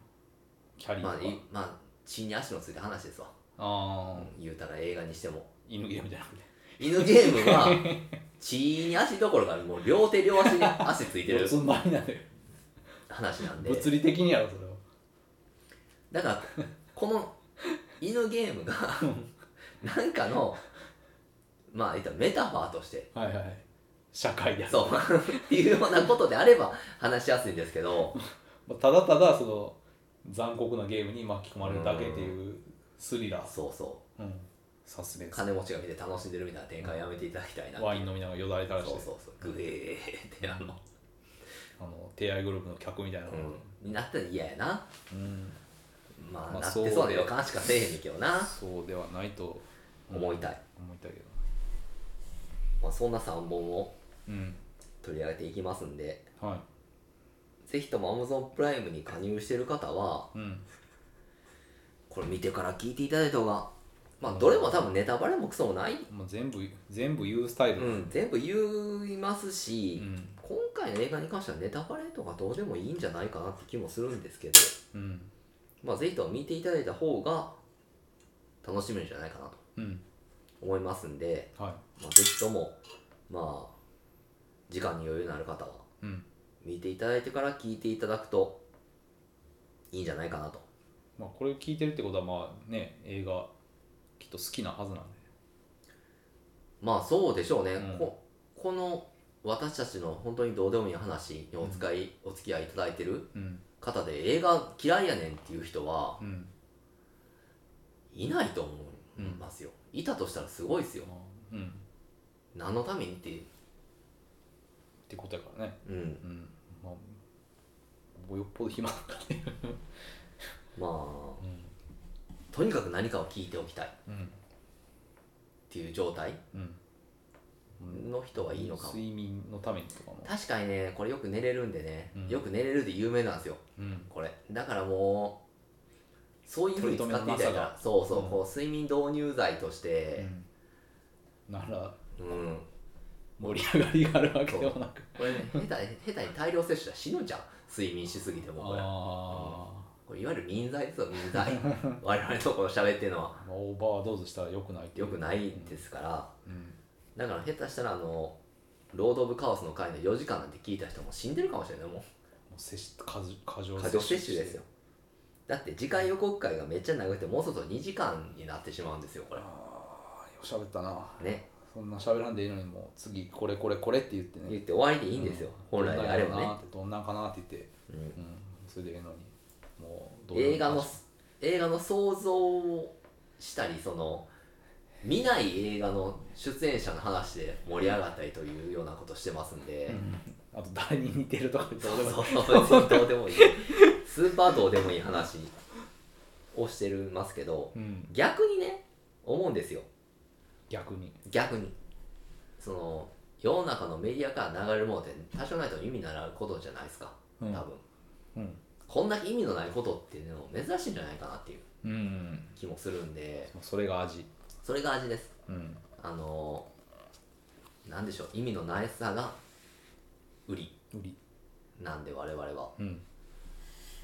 S2: キャリー
S1: ま
S2: と
S1: あ
S2: か、
S1: いまあ地に足のついた話ですわ、
S2: ああ
S1: 言うたら映画にしても
S2: 犬ゲームじゃなくて
S1: 犬ゲーム
S2: *laughs*
S1: は地に足どころかもう両手両足に足ついて
S2: 四
S1: る
S2: つん這いになる
S1: 話なんで
S2: 物理的にやろそれは
S1: だからこの犬ゲームがなんかのまあ言ったらメタファーとして
S2: はいはい社会である
S1: そうっていうようなことであれば話しやすいんですけど
S2: まあただただその残酷なゲームに巻き込まれるだけっていうスリラー
S1: そうそう
S2: うんサスペンス
S1: 金持ちが見て楽しんでるみたいな展開やめていただきたいな
S2: ワイン飲みながらよだれ垂ら
S1: そう
S2: して
S1: そうそうグエーってあの、
S2: あの手合いグループの客みたいなの
S1: うん、になったら嫌やな
S2: うん
S1: まあ、
S2: まあ
S1: なってそうな予感しかせえへんねんけどな
S2: そうではないと
S1: 思いたい、
S2: 思いたいけど
S1: まあ、そんな3本を
S2: うん
S1: 取り上げていきますんで
S2: はい
S1: ぜひとも Amazon プライムに加入してる方は
S2: うん
S1: これ見てから聞いていただいた方がまあどれも多分ネタバレもクソもない、
S2: もう全部全部言うスタイル
S1: うん、全部言いますし、
S2: うん
S1: 今回の映画に関してはネタバレとかどうでもいいんじゃないかなって気もするんですけど、
S2: うん
S1: まあ、ぜひとも見ていただいた方が楽しめるんじゃないかなと
S2: うん
S1: 思いますんで、
S2: は
S1: まあ、ぜひとも、まあ、時間に余裕のある方は、
S2: いうん
S1: 見ていただいてから聞いていただくといいんじゃないかなと。
S2: まあこれ聞いてるってことはまあね映画きっと好きなはずなんで
S1: まあそうでしょうね、
S2: うん
S1: ここの私たちの本当にどうでもいい話にお使い、お付き合いいただいてる
S2: うん
S1: 方で映画嫌いやねんっていう人は
S2: うん
S1: いないと思い
S2: うん
S1: ますよ、いたとしたらすごいですよ
S2: まあうんっ
S1: 何のためにって
S2: てことやからね
S1: うん
S2: うんまあもうよっぽど暇だからね
S1: まあ
S2: うん
S1: とにかく何かを聞いておきたいっ
S2: うん
S1: ていう状態
S2: うん
S1: の人はいいのかも
S2: 睡眠のためにとかも
S1: 確かにねこれよく寝れるんでね、
S2: うん
S1: よく寝れるで有名なんですよ
S2: うん
S1: これだからもうそういうふうに使っていただいた
S2: 取り留めのな
S1: らそうそう、
S2: うん
S1: こう睡眠導入剤とし
S2: う
S1: て、
S2: んなら
S1: うん、
S2: 盛り上がりがあるわけでもなく
S1: これね、下手に下手に大量摂取したら死ぬじゃん、睡眠しすぎてもこれ。
S2: あ
S1: これいわゆる民剤ですよ、民 *laughs* 剤。我々のこの喋ってるのは
S2: あまあオーバードーズしたら良くないってい
S1: 良
S2: う
S1: くないですから、
S2: うん
S1: だから下手したら、あの、ロード・オブ・カオスの回の4時間なんて聞いた人も死んでるかもしれない、も
S2: もう摂取過剰過剰
S1: う。過剰摂取ですよ。だって次回予告会がめっちゃ長くて、もうそろそろ2時間になってしまうんですよ、これ。
S2: ああよしゃべったな
S1: ね、
S2: そんな喋らんでいいのにもう次これこれこれって言って
S1: 言っ
S2: ね
S1: て終わりでいいんですよ、本来であればね。
S2: どんなんかなってどんなんかなって言って、
S1: うん
S2: うん、それでええのにもうどうでもいい
S1: 映画の映画の想像をしたりその見ない映画の出演者の話で盛り上がったりというようなことしてますんで、
S2: うんあと誰に似てるとか言って
S1: そう
S2: 俺
S1: そ
S2: も
S1: うそう別にどうでもいいスーパーどうでもいい話をしてるますけど
S2: うん
S1: 逆にね思うんですよ
S2: 逆に
S1: 逆にその世の中のメディアから流れるものって多少ないと意味のあることじゃないですか多
S2: う
S1: 分、
S2: んうん
S1: こんだけ意味のないことっていうのも珍しいんじゃないかなっていう
S2: うん
S1: 気もするんで
S2: それが味
S1: それが味です
S2: うん
S1: あのなんでしょう意味のないさが売り
S2: 売り
S1: なんで我々は
S2: うん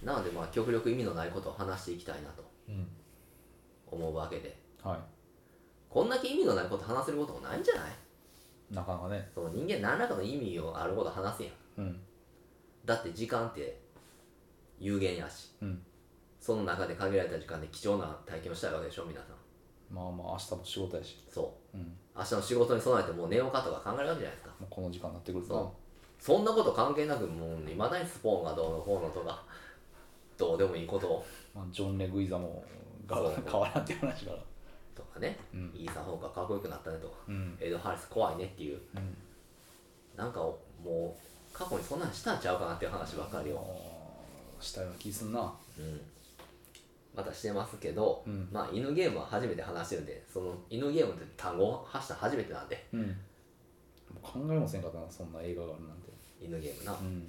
S1: なのでまあ極力意味のないことを話していきたいなと
S2: うん
S1: 思うわけで
S2: は
S1: こんだけ意味のないこと話せることもないんじゃない
S2: いなかなかね
S1: その人間何らかの意味をあること話すやん
S2: うん
S1: だって時間って有限やし
S2: うん
S1: その中で限られた時間で貴重な体験をしたいわけでしょ皆さん
S2: まあまあ明日も仕事やし、
S1: そ
S2: うん、
S1: う明日の仕事に備えてもう寝ようかとか考えるわけじゃないですか
S2: もうこの時間になってくる
S1: そ
S2: と
S1: そんなこと関係なくもういまだにスポーンがどうのこうのとかどうでもいいことを
S2: まあ、ジョン・レグイザもが
S1: そう
S2: 変わらんっていう話から
S1: とかね、
S2: うん
S1: イーサン・ホークがかっこよくなったねとか、
S2: うん
S1: エド・ハリス怖いねっていう、
S2: うん
S1: なんかもう、過去にそんなんしたんちゃうかなっていう話ばっかりを、
S2: したような気すんな
S1: うんまたしてますけど、
S2: うん
S1: まあ、犬ゲームは初めて話してるんで、その犬ゲームって単語を発したの初めてなんで、
S2: うん考えもせんかったなそんな映画があるなんて
S1: 犬ゲームな、
S2: うん、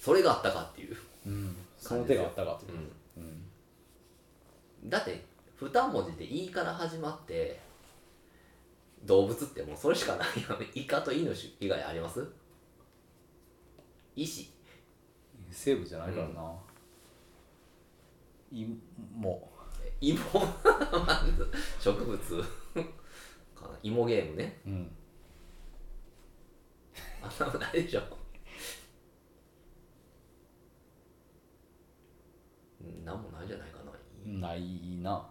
S1: それがあったかっていう、
S2: うん、その手があったかといううん
S1: んだって、二文字で「い」から始まって、動物ってもうそれしかないよね、イカとイノシシ以外ありますイシ
S2: セーブじゃないからな、いも
S1: 芋植物かな芋ゲームね
S2: うん
S1: あんなのないでしょなんもないじゃないかな
S2: ないな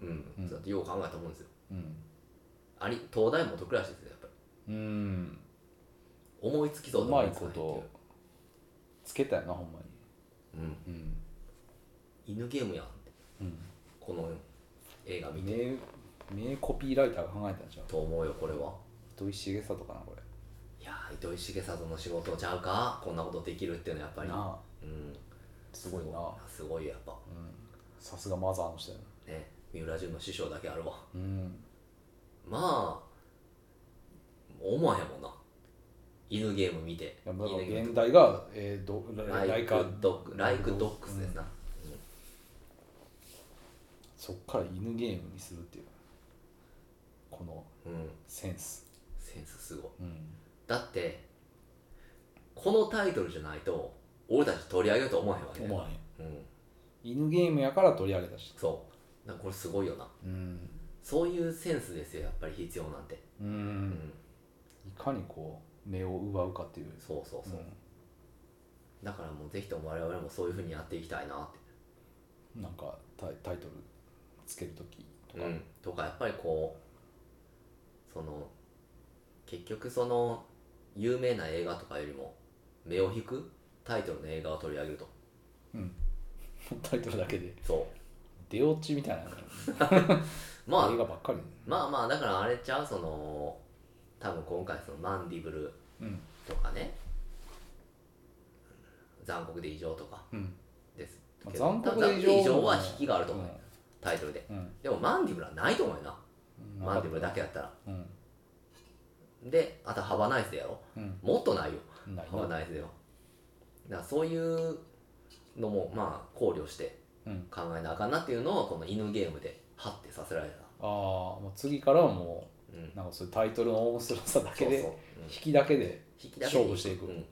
S1: うん、
S2: うん
S1: だってよう考えたもんですよ
S2: うん
S1: あり東大元暮らしですよやっぱり
S2: うん
S1: 思いつきそううで
S2: まい
S1: 思つか
S2: こ
S1: ないっていう
S2: とつけたよなほんま
S1: うん
S2: にうん
S1: 犬ゲームやん
S2: うん
S1: この映画見て
S2: 名名コピーライターが考えたんじゃん
S1: と思うよこれは
S2: 糸井重里かなこ
S1: いやー糸井重里の仕事ちゃうかこんなことできるっていうのはやっぱ
S2: れ
S1: り
S2: なあ
S1: うん
S2: すごいな
S1: すごいやっぱ
S2: うんさすがマザーの人やな
S1: ね三浦淳の師匠だけあるわ
S2: うん
S1: まあ思わへんもんな犬ゲーム見て
S2: いやだから
S1: 犬ゲーム
S2: 現代が、えー、ど
S1: ライクドッグライクドックス
S2: ね
S1: ですな、うん
S2: そっから犬ゲームにするっていうこの
S1: うん
S2: センス
S1: セセンスすごい
S2: うん
S1: だってこのタイトルじゃないと俺たち取り上げようと思わへんわけ
S2: 思わへん
S1: うん
S2: 犬ゲームやから取り上げたし
S1: そうだからこれすごいよな
S2: うん
S1: そういうセンスですよやっぱり必要なんて
S2: う
S1: うん
S2: んいかにこう目を奪うかっていう
S1: そうそうそう、
S2: う
S1: だからもうぜひとも我々もそういうふうにやっていきたいなって
S2: んなんかタイタイトルつける時と
S1: と
S2: か
S1: か,、とかやっぱりこうその結局その有名な映画とかよりも目を引くタイトルの映画を取り上げると
S2: *laughs* タイトルだけで
S1: そ
S2: 出落ちみたいな
S1: うまあ
S2: 映画ばっかり
S1: まあまあだからあれちゃうその多分今回そのマンディブル
S2: うん
S1: とかね残酷で異常とか
S2: うん
S1: です
S2: まあ
S1: けど
S2: 残酷で異常も
S1: 異常は引きがあると思う、タイトルで
S2: うん
S1: でもマンディブルはないと思うよな
S2: うん
S1: マンディブルだけやったら
S2: うん
S1: であとハバナイスでやろ
S2: うん
S1: もっとないよ
S2: ない
S1: ハバ
S2: な
S1: ナイスではだからそういうのもまあ考慮して
S2: うん
S1: 考えなあかんなっていうのをこの犬ゲームでハッてさせられた
S2: ああもう次からはも
S1: うん
S2: うなんかそういうタイトルの面白さだけで
S1: そう
S2: 引
S1: そう
S2: きだけで
S1: うん引きだけで
S2: 勝負していく
S1: うん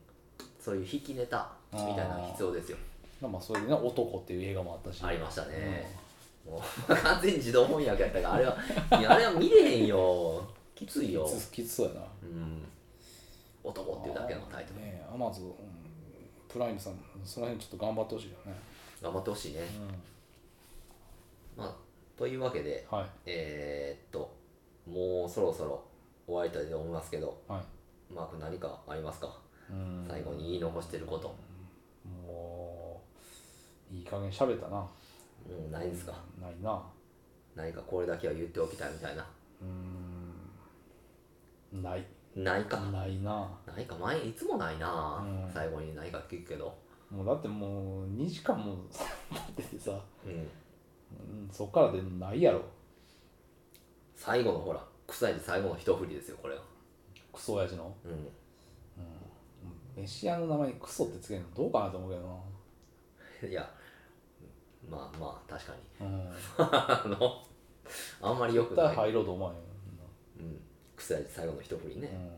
S1: そういう引きネタみたいなのが必要ですよ
S2: まあそれでね「男」っていう映画もあったし
S1: ありましたね、もう *laughs* 完全に自動翻訳やったからあれはいやあれは見れへんよきついよ
S2: きつきつそうやな
S1: うん男っていうだけのタイトル
S2: ねアマゾンプライムさんその辺ちょっと頑張ってほしいよね、
S1: 頑張ってほしいね、まあというわけで
S2: はい
S1: えー、っともうそろそろ終わりたいと思いますけど
S2: はい
S1: マーク何かありますか
S2: うん
S1: 最後に言い残してること
S2: もういい加減喋ったな
S1: もうないんですか
S2: ないな
S1: 何かこれだけは言っておきたいみたいな
S2: うんない
S1: ないか
S2: ないな
S1: ないか前いつもないな、
S2: うん
S1: 最後に何か聞くけど
S2: もうだってもう2時間も経っててさ、
S1: うん
S2: うん、そっからでないやろ
S1: 最後のほら臭いで最後の一振りですよこれは
S2: クソ親父の
S1: うん
S2: 飯屋の名前にクソってつけるのどうかなと思うけ
S1: *laughs*
S2: ど
S1: いやまあまあ確かに *laughs*
S2: なうん
S1: あのあんまりよく
S2: 絶
S1: な
S2: 対
S1: い、
S2: 入ろうと思わ
S1: *laughs*
S2: へんよ
S1: うん、臭いで最後の一振りね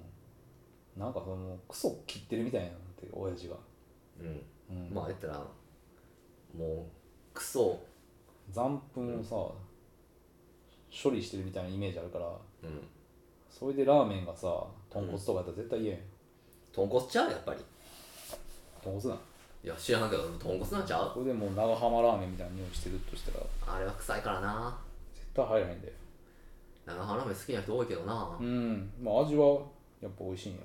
S2: うん、なんかそのクソ切ってるみたいなって親父が、
S1: うん、
S2: うん
S1: まあ言ったらもうクソ
S2: 残粉をさ、処理してるみたいなイメージあるから
S1: うん
S2: それでラーメンがさ豚骨とかやったら絶対言えん、
S1: 豚骨ちゃうやっぱり
S2: 豚骨なん
S1: いや知らんけど豚骨なんちゃう
S2: これでもう長浜ラーメンみたいな匂いしてるとしたら
S1: あれは臭いからな
S2: 絶対入らへんで
S1: 長浜ラーメン好きな人多いけどな、
S2: うんまあ味はやっぱ美味しいんよ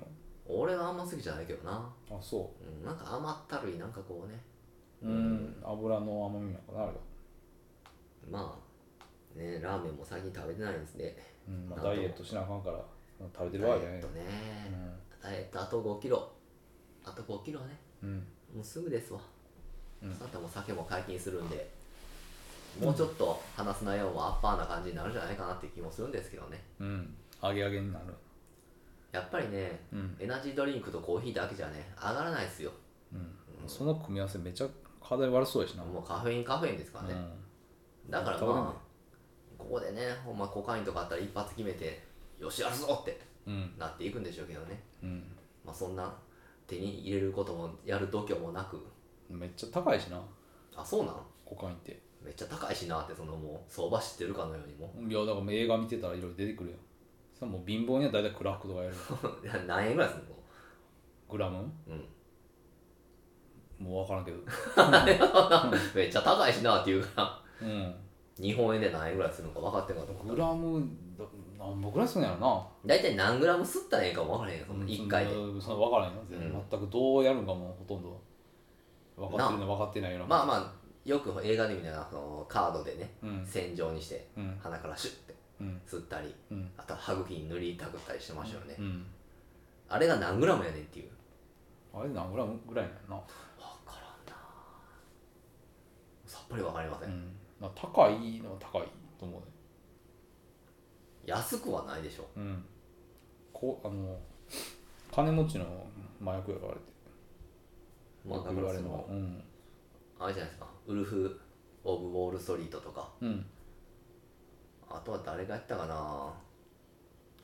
S1: 俺はあんま好きじゃないけどな、
S2: あそ
S1: うん、なんか甘ったるいなんかこうね
S2: ううん油の甘みなんかなあれが、
S1: まあねラーメンも最近食べてないんですね
S2: うんま
S1: なんと
S2: あ、
S1: も
S2: ダイエットしなあかんから食べ
S1: ダ
S2: て
S1: イ
S2: る
S1: エ
S2: わけじゃない
S1: ットね、
S2: うん
S1: ダイエットあと5キロあと5キロね
S2: うん
S1: もうすぐですわ、
S2: うん
S1: あともう酒も解禁するんでもうちょっと話す内容もアッパーな感じになるんじゃないかなって気もするんですけどね
S2: うん揚げ揚げになる
S1: やっぱりね、
S2: うん
S1: エナジードリンクとコーヒーだけじゃね上がらないですよ
S2: うんその組み合わせめちゃ体悪そうやしな
S1: もうカフェインカフェインですからね、だから
S2: やったわ
S1: まあここでねほんまコカインとかあったら一発決めてよしやるぞって
S2: うん
S1: なっていくんでしょうけどね
S2: うん
S1: まあそんな手に入れることもやる度胸もなく
S2: めっちゃ高いしな
S1: あそうなん
S2: コカインって
S1: めっちゃ高いしなってそのもう相場知ってるかのようにも *laughs*
S2: いやだからもう映画見てたらいろいろ出てくるよさもう貧乏には大体クラックとかや *laughs* るよ
S1: いや何円ぐらいすんの
S2: グラム
S1: うん
S2: もう分から *laughs* んけど
S1: めっちゃ高いしなっていうから
S2: うん
S1: 日本円で何円ぐらいするのか分かってんかと思っ
S2: グ
S1: たら
S2: ラムだ何本ぐらいするんやろ
S1: 大体何グラム吸ったらええかも分からへんよそ
S2: な
S1: の1回で
S2: そんなそんな分からんよ全,、
S1: うん
S2: 全くどうやるんかもほとんど分かってるの分かってないような
S1: まあまあよく映画で見たらそのカードでね
S2: うん
S1: 線状にして
S2: うん
S1: 鼻からシュッて
S2: うん
S1: 吸ったり
S2: うん
S1: あとは歯茎に塗りたくったりしてましたよね
S2: うん
S1: あれが何グラムやねんっていう
S2: あれ何グラムぐらいなんやな
S1: 分からんなさっぱり分かりません
S2: うんまあ高いのは高いと思うね
S1: 安くはないでしょ
S2: うんこうあの金持ちの麻薬やからあれって
S1: まあ
S2: よ
S1: だか
S2: く言
S1: ら
S2: われ
S1: そ
S2: るのは
S1: の
S2: うん
S1: あれじゃないですかウルフ・オブ・ウォール・ストリートとか
S2: うん
S1: あとは誰がやったかな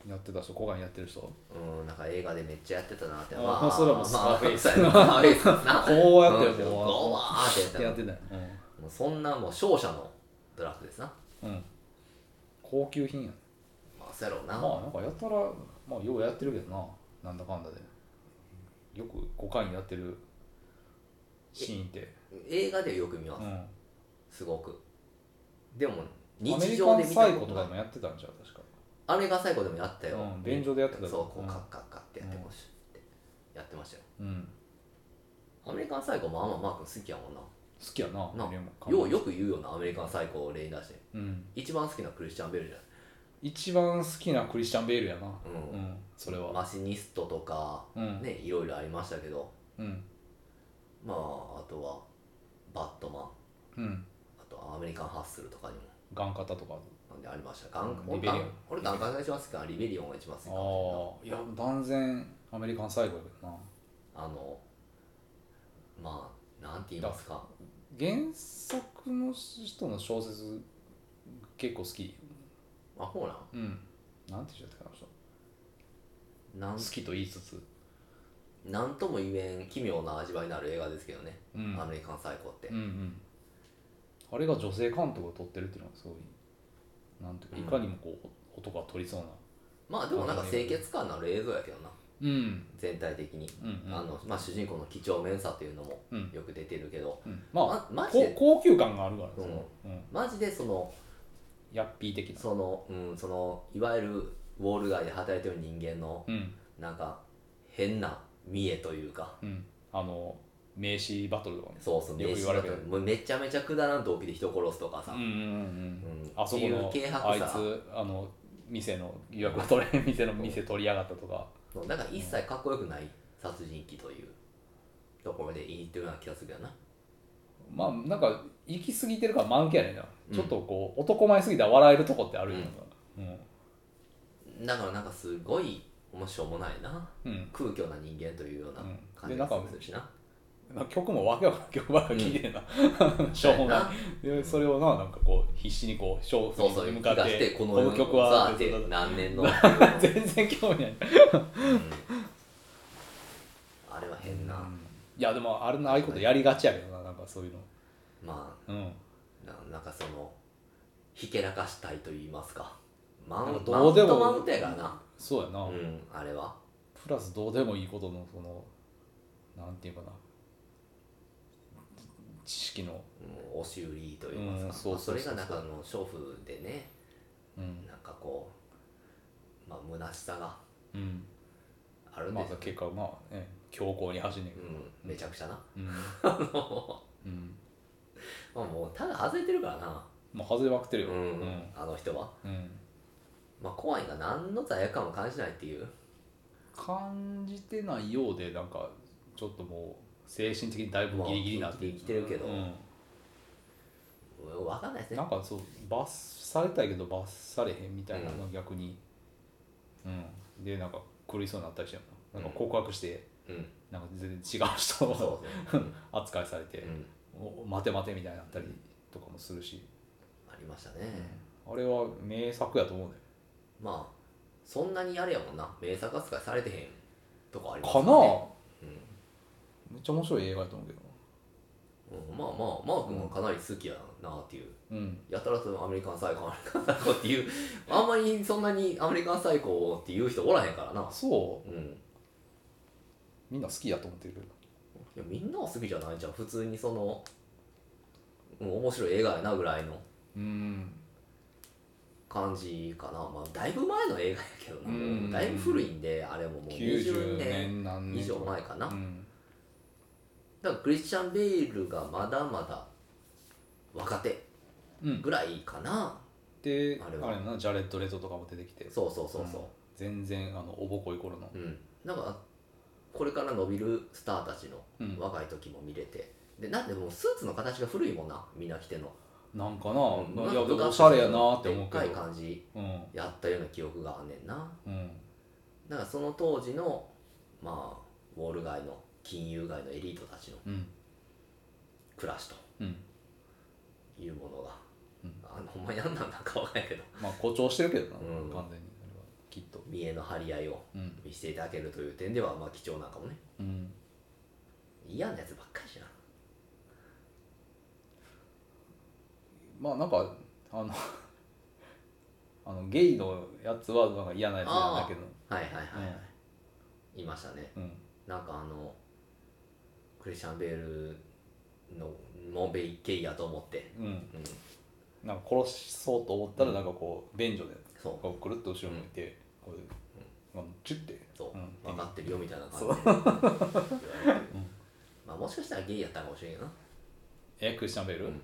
S2: やってた人古賀にやってる人
S1: うん、なんか映画でめっちゃやってたなって。
S2: あまあそれはもうスカーフェイス
S1: まあまあそうやねスカーフェイスな。
S2: *laughs* こうやってやって
S1: うん
S2: もう
S1: こうわーってやってた
S2: やってたよ、
S1: もうそんなもう勝者のドラフトですな。
S2: うんうん、高級品やね
S1: まあ、そうやろうな。
S2: まあなんかやったらまあようやってるけどななんだかんだでよく5回にやってるシーンって、
S1: 映画でよく見ます、
S2: うん、
S1: すごく。でも、
S2: アメ
S1: 日
S2: リ
S1: 常
S2: カ
S1: で
S2: ン
S1: 見
S2: サ
S1: た
S2: イ
S1: こ
S2: コ
S1: と
S2: と
S1: な
S2: か
S1: い
S2: で。もやってたんじゃん確か
S1: アメリカンサイコでもやったよ。
S2: うん便所でやってた
S1: そう、こ
S2: う
S1: う、
S2: ん
S1: カッカッカッってやってこうしってやってましたよ。
S2: うん
S1: アメリカンサイコもあんまマー君好きやもんな。
S2: 好きやな
S1: な
S2: レモン缶
S1: ようよく言うよな、アメリカンサイコを例に出して。
S2: うん、
S1: 一番好きなクリスチャン・ベルじゃない。
S2: 一番好きなクリスチャン・ベールやな
S1: うん
S2: うん、それは、
S1: マシニストとか、
S2: うん、
S1: ね、いろいろありましたけど、
S2: うん
S1: まあ、あとは、バットマン、
S2: うん
S1: あとアメリカン・ハッスルとかにも、
S2: ガン方とか
S1: なんでありました。ガン
S2: うんリベリオン
S1: 俺、ガンガンが一番好きかな、リベリオンが一番好きかも
S2: ああいや断然アメリカン最後やけどな
S1: しれんなあの、まあ、なんて言いますか、
S2: 原作の人の小説結構好き
S1: あ、ほら、
S2: うんなんて言っちゃったかなあの人
S1: なん
S2: 好きと言いつつ
S1: なんとも言えん奇妙な味わいのある映画ですけどね、
S2: うん
S1: アメリカン・サイコって
S2: うん。うんあれが女性監督を撮ってるっていうのがすごいなんていうか
S1: うん
S2: いかにもこう、男が撮りそうな
S1: まあ、でもなんか清潔感のある映像やけどな、
S2: うん
S1: 全体的に。
S2: うんうん
S1: あのまあ、主人公の几帳面さというのも
S2: うん
S1: よく出てるけど、
S2: うんまあ、
S1: まマジ
S2: こ
S1: で
S2: 高級感があるから
S1: うん
S2: その、うん、
S1: マジでその
S2: ヤッピー的な
S1: その,、うん、そのいわゆるウォール街で働いてる人間の
S2: うん
S1: なんか変な見栄というか
S2: うんあの名刺バトルとかね
S1: そうそう
S2: よく言われる
S1: 名刺だともうめちゃめちゃくだらん動機で人殺すとかさ、
S2: うんうんうん
S1: うん
S2: うんあそこの
S1: っていう軽薄さ
S2: あいつあの店の予約が取れ店の店取りやがったとか
S1: そうなんか一切かっこよくない殺人鬼というところで言いってるような気がするけどな
S2: まあなんか行き過ぎてるから間抜けやねんな、
S1: うん
S2: ちょっとこう男前すぎたら笑えるとこってあるよ、うん
S1: だからなんかすごい面白もないな
S2: うん
S1: 空虚な人間というような
S2: うん
S1: 感
S2: で
S1: じ
S2: な
S1: が
S2: んか
S1: するしな,、
S2: なんか曲もわけわからん曲ばっか聞いてんな、 *laughs* しょうもないでそれをななんかこう必死にこう勝
S1: そうそ
S2: 負
S1: う気
S2: に向かっ
S1: が
S2: て
S1: してこ
S2: こ
S1: の
S2: の曲は
S1: さって何年の
S2: *laughs* 全然興味ない
S1: あれは変な、
S2: いやでもあれのああいうことやりがちやけどななんかそういうの
S1: ま
S2: うん
S1: あななんかそのひけらかしたいと言いますかマウントマ
S2: ど
S1: ウ
S2: う
S1: ン
S2: で
S1: ト
S2: も
S1: マウントやからな
S2: そうやな、
S1: うんあれは
S2: プラスどうでもいいことのそのなんていうかな知識の
S1: うん押し売りと言いますか、
S2: うんそうそうそうそう
S1: まあれがなんかあの娼婦でね
S2: うん、
S1: なんかこうまあ虚しさが
S2: うん、
S1: あるん
S2: ま
S1: で
S2: あ
S1: すよ、
S2: 結果まあね強硬に走んねんけど
S1: うんめちゃくちゃな、 *laughs*
S2: うん、うん、
S1: まあ、もうただ外れてるからな
S2: もう外れまくってるよ
S1: う、
S2: うんん、
S1: あの人は
S2: うん
S1: まあ怖いが何の罪悪感も感じないっていう
S2: 感じてないようでなんかちょっともう精神的にだいぶギリギリになって
S1: まあギリギリ来てるけど
S2: うん、
S1: うんわかんないですね
S2: なんかそう罰されたいけど罰されへんみたいなのが逆に、うんでなんか狂いそうになったりしてなんか告白して、
S1: うん
S2: なんか全然違う人を
S1: そうですね、
S2: *laughs* 扱いされて
S1: う、ん、
S2: お待て待てみたいになったりとかもするし、
S1: ありましたね、
S2: あれは名作やと思うね
S1: まあそんなにあれやもんな名作扱いされてへんとかあります
S2: かな、
S1: うん
S2: めっちゃ面白い映画やと思うけど
S1: うんまあまあマー君もかなり好きやなっていう、
S2: うん
S1: やたらそのアメリカンサイコアメリカンサイコっていうあんまりそんなにアメリカンサイコっていう人おらへんからな
S2: そ
S1: うんいう
S2: みんな好きやと思ってるけど
S1: やみんなは好きじゃないじゃん普通にその、うん、面白い映画やなぐらいの
S2: うん
S1: 感じかなまあだいぶ前の映画やけどな、
S2: うん
S1: もうだいぶ古いんであれももう20
S2: 90
S1: 年
S2: 年何
S1: 以
S2: 年
S1: 上
S2: とか
S1: 前かな、
S2: うん
S1: だからクリスチャン・ベイルがまだまだ若手
S2: うん
S1: ぐらいかな、
S2: で
S1: あ
S2: あ
S1: れ
S2: れ
S1: は
S2: なジャレット・レトとかも出てきて
S1: そうそうそうそう、
S2: ん全然あのおぼこい頃の
S1: うん、なんかこれから伸びるスターたちの
S2: うん
S1: 若い時も見れて、でなんでもうスーツの形が古いもんなみんな着てんの、
S2: なんかな、
S1: うん
S2: まあ
S1: ないん
S2: や
S1: か部
S2: でも
S1: 活
S2: おしゃれやなって思うけ
S1: でっかい
S2: ど
S1: 感じ
S2: うん
S1: やったような記憶があんねんな
S2: うん
S1: だからその当時のまあウォール街の金融街のエリートたちの
S2: うん
S1: 暮らし
S2: うん
S1: というものが、
S2: うん
S1: あのほんまにあんなんなんかわかんないけど
S2: まあ誇張してるけどな、
S1: うん
S2: 完全にあれはきっと
S1: 見栄の張り合いを
S2: うん
S1: 見せていただけるという点ではまあ貴重なんかもね
S2: うん
S1: 嫌なやつばっかりじゃん
S2: まあなんかあの *laughs* あのゲイのやつはなんか嫌なやつなんだけど
S1: はいはいはい、いましたね
S2: うんうん
S1: なんかあのクリスチャン・ベールののべいけいやと思って、
S2: うん
S1: うん、
S2: なんか殺そうと思ったらなんかこう便所で
S1: そう
S2: こうくるっと後ろ向いてこうなんかチュッて
S1: そう、
S2: ん
S1: 分かってるよみたいな感じ
S2: *laughs* そう
S1: で言われてるまあもしかしたらゲイやったかもしれんよな
S2: えクリスチャン・ベール、
S1: うん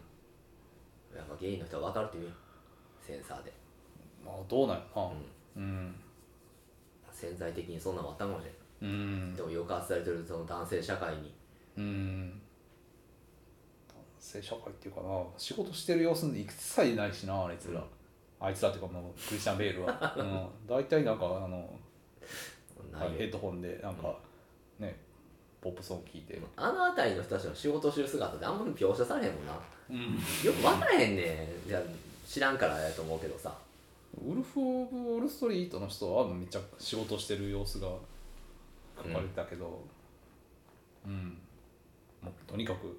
S1: やっぱゲイの人は分かるっていうセンサーで、
S2: まあどうなんやろ
S1: うん
S2: なうん
S1: 潜在的にそんなのもあったかもしれない、
S2: うん
S1: でも抑圧されてるその男性社会に
S2: うん男性社会っていうかな仕事してる様子一切ないしなあいつら、あいつらっていうかもうクリスチャン・ベール
S1: *laughs*
S2: は、うん、大体なんかあの
S1: ないよ
S2: ヘッドホンでなんか、ねポップソング聴いて
S1: あの辺りの人たちの仕事をしてる姿ってあんまり描写されへんもんな
S2: うん
S1: よく分からへんねんじゃあ知らんからやと思うけどさ
S2: ウルフ・オブ・ウォール・ストリートの人はめっちゃ仕事してる様子が書かれてたけどうん、もうとにかく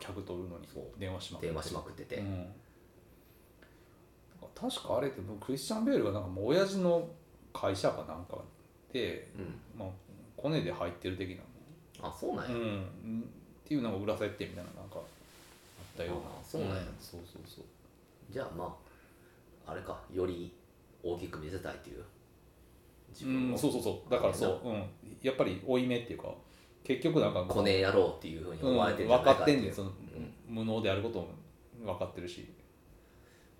S2: 客取るのに電話しまくって
S1: 電話しまくってて、
S2: うん、確かあれってもうクリスチャン・ベールがなんかもう親父の会社かなんかで、
S1: うん
S2: まあ、コネで入ってる的な、
S1: あそうなん
S2: う
S1: や、
S2: んうん、っていうなんか裏設定みたいななんかあったような
S1: あそうなんや
S2: そうそうそう
S1: じゃあまああれかより大きく見せたいっていう自
S2: うん、そうそうそうだからそう、うん、やっぱり負い目っていうか結局なんか
S1: こねやろうっていうふうに
S2: うん、
S1: 思われて
S2: 分
S1: じゃない
S2: かっ
S1: って
S2: て
S1: い
S2: ん
S1: う
S2: ねんその、無能であることも分かってるし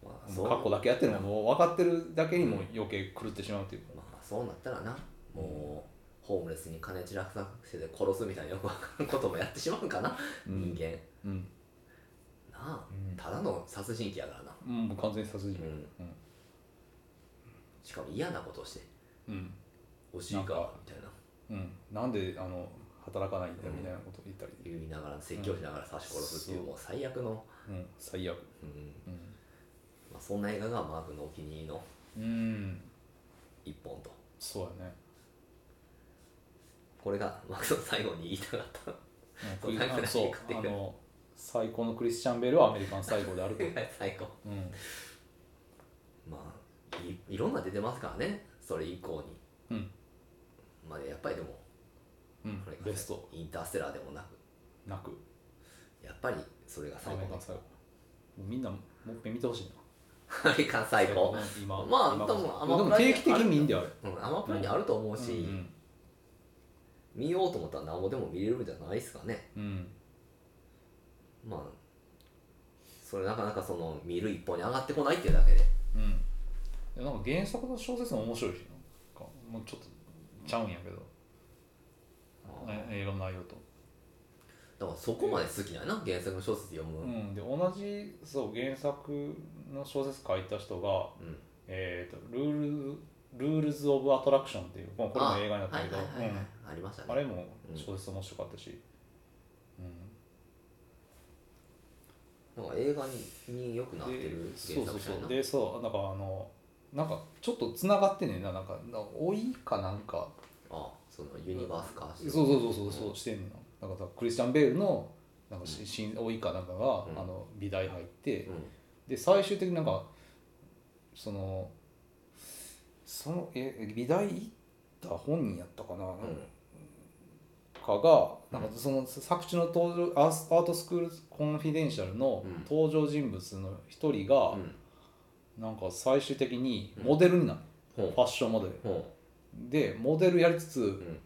S1: まあ、
S2: も
S1: そう
S2: 過去だけやってるのももう分かってるだけにも余計狂ってしまうっていうか、
S1: まあそうなったらなもうホームレスに金散らかさせて殺すみたいなよくわからんこともやってしまうんかな、
S2: うん
S1: 人間
S2: うん
S1: なあ、
S2: うん
S1: ただの殺人鬼やからな
S2: うん、もう完全に殺人鬼
S1: うんしかも嫌なことして
S2: うん、
S1: 欲しい
S2: なん
S1: か
S2: か
S1: みたいな
S2: うん、なんであの働かないんだみたいなこと言ったり、
S1: 言いながら説教しながら刺し殺すっていう、
S2: そう
S1: もう最悪の、
S2: うん、最悪
S1: うん
S2: うん、
S1: まあ、そんな映画がマークのお気に入りの
S2: うん、
S1: 一本と
S2: そうやね
S1: これがマークの最後に言いたかったそう
S2: うんクリ
S1: なんか
S2: あの
S1: ね
S2: そう
S1: 食ってい
S2: あ
S1: く
S2: の最高のクリスチャン・ベールはアメリカン最高であ
S1: *laughs*
S2: ると、
S1: 最後
S2: うん
S1: まあいいろんな出てますからねそれ以降に
S2: うん
S1: まあやっぱりでも
S2: うん
S1: これ、が
S2: ベスト
S1: インターステラーでもなく
S2: なく
S1: やっぱりそれが
S2: ア
S1: 最高
S2: メリカン最高みんなもう一遍見てほしい
S1: *laughs*
S2: な
S1: アメリカン最高
S2: うん今
S1: まあ
S2: 今
S1: 多分
S2: こそ
S1: アマ
S2: で
S1: プ
S2: も
S1: ラに
S2: 定期的に見んである
S1: うんアマプラにあると思うし、
S2: うん
S1: 見ようと思ったら何ぼでも見れるんじゃないですかね
S2: うん、うん
S1: まあそれなかなかその見る一本に上がってこないっていうだけで
S2: うんでもなんか原作の小説も面白いしなんかもうちょっとちゃうんやけど
S1: あ
S2: え映画の内容と、
S1: だからそこまで好きなんやな原作の小説読む、
S2: う
S1: うん
S2: ん、で同じそう原作の小説書いた人が「えー、とルールルールズ・オブ・アトラクション」っていう、まあ、これも映画になったけど
S1: あはいはいはいはい
S2: うん
S1: ありましたね
S2: あれも小説面白かったし、うん
S1: なんか映画によくなってる
S2: でそ
S1: 原
S2: うそ
S1: 作者や
S2: うそ
S1: な
S2: うでそうなんかあのなんかちょっとつながってんねんななんかな老いかなんか
S1: あそのユニバース化
S2: そうそうそうそうそうしてんのなんかさクリスチャン・ベールのなんかし、し老いかなんかが、
S1: ん
S2: あの美大入って、
S1: うん
S2: で最終的になんかそのそのえ美大行った本人やったかな、
S1: う
S2: かがなんかその作中の登場アースアートスクールコンフィデンシャルの
S1: うん
S2: 登場人物の一人が、
S1: んうん
S2: なんか最終的にモデルになる、
S1: ほ
S2: ファッションモデル
S1: うほ
S2: でモデルやりつつ、
S1: ううん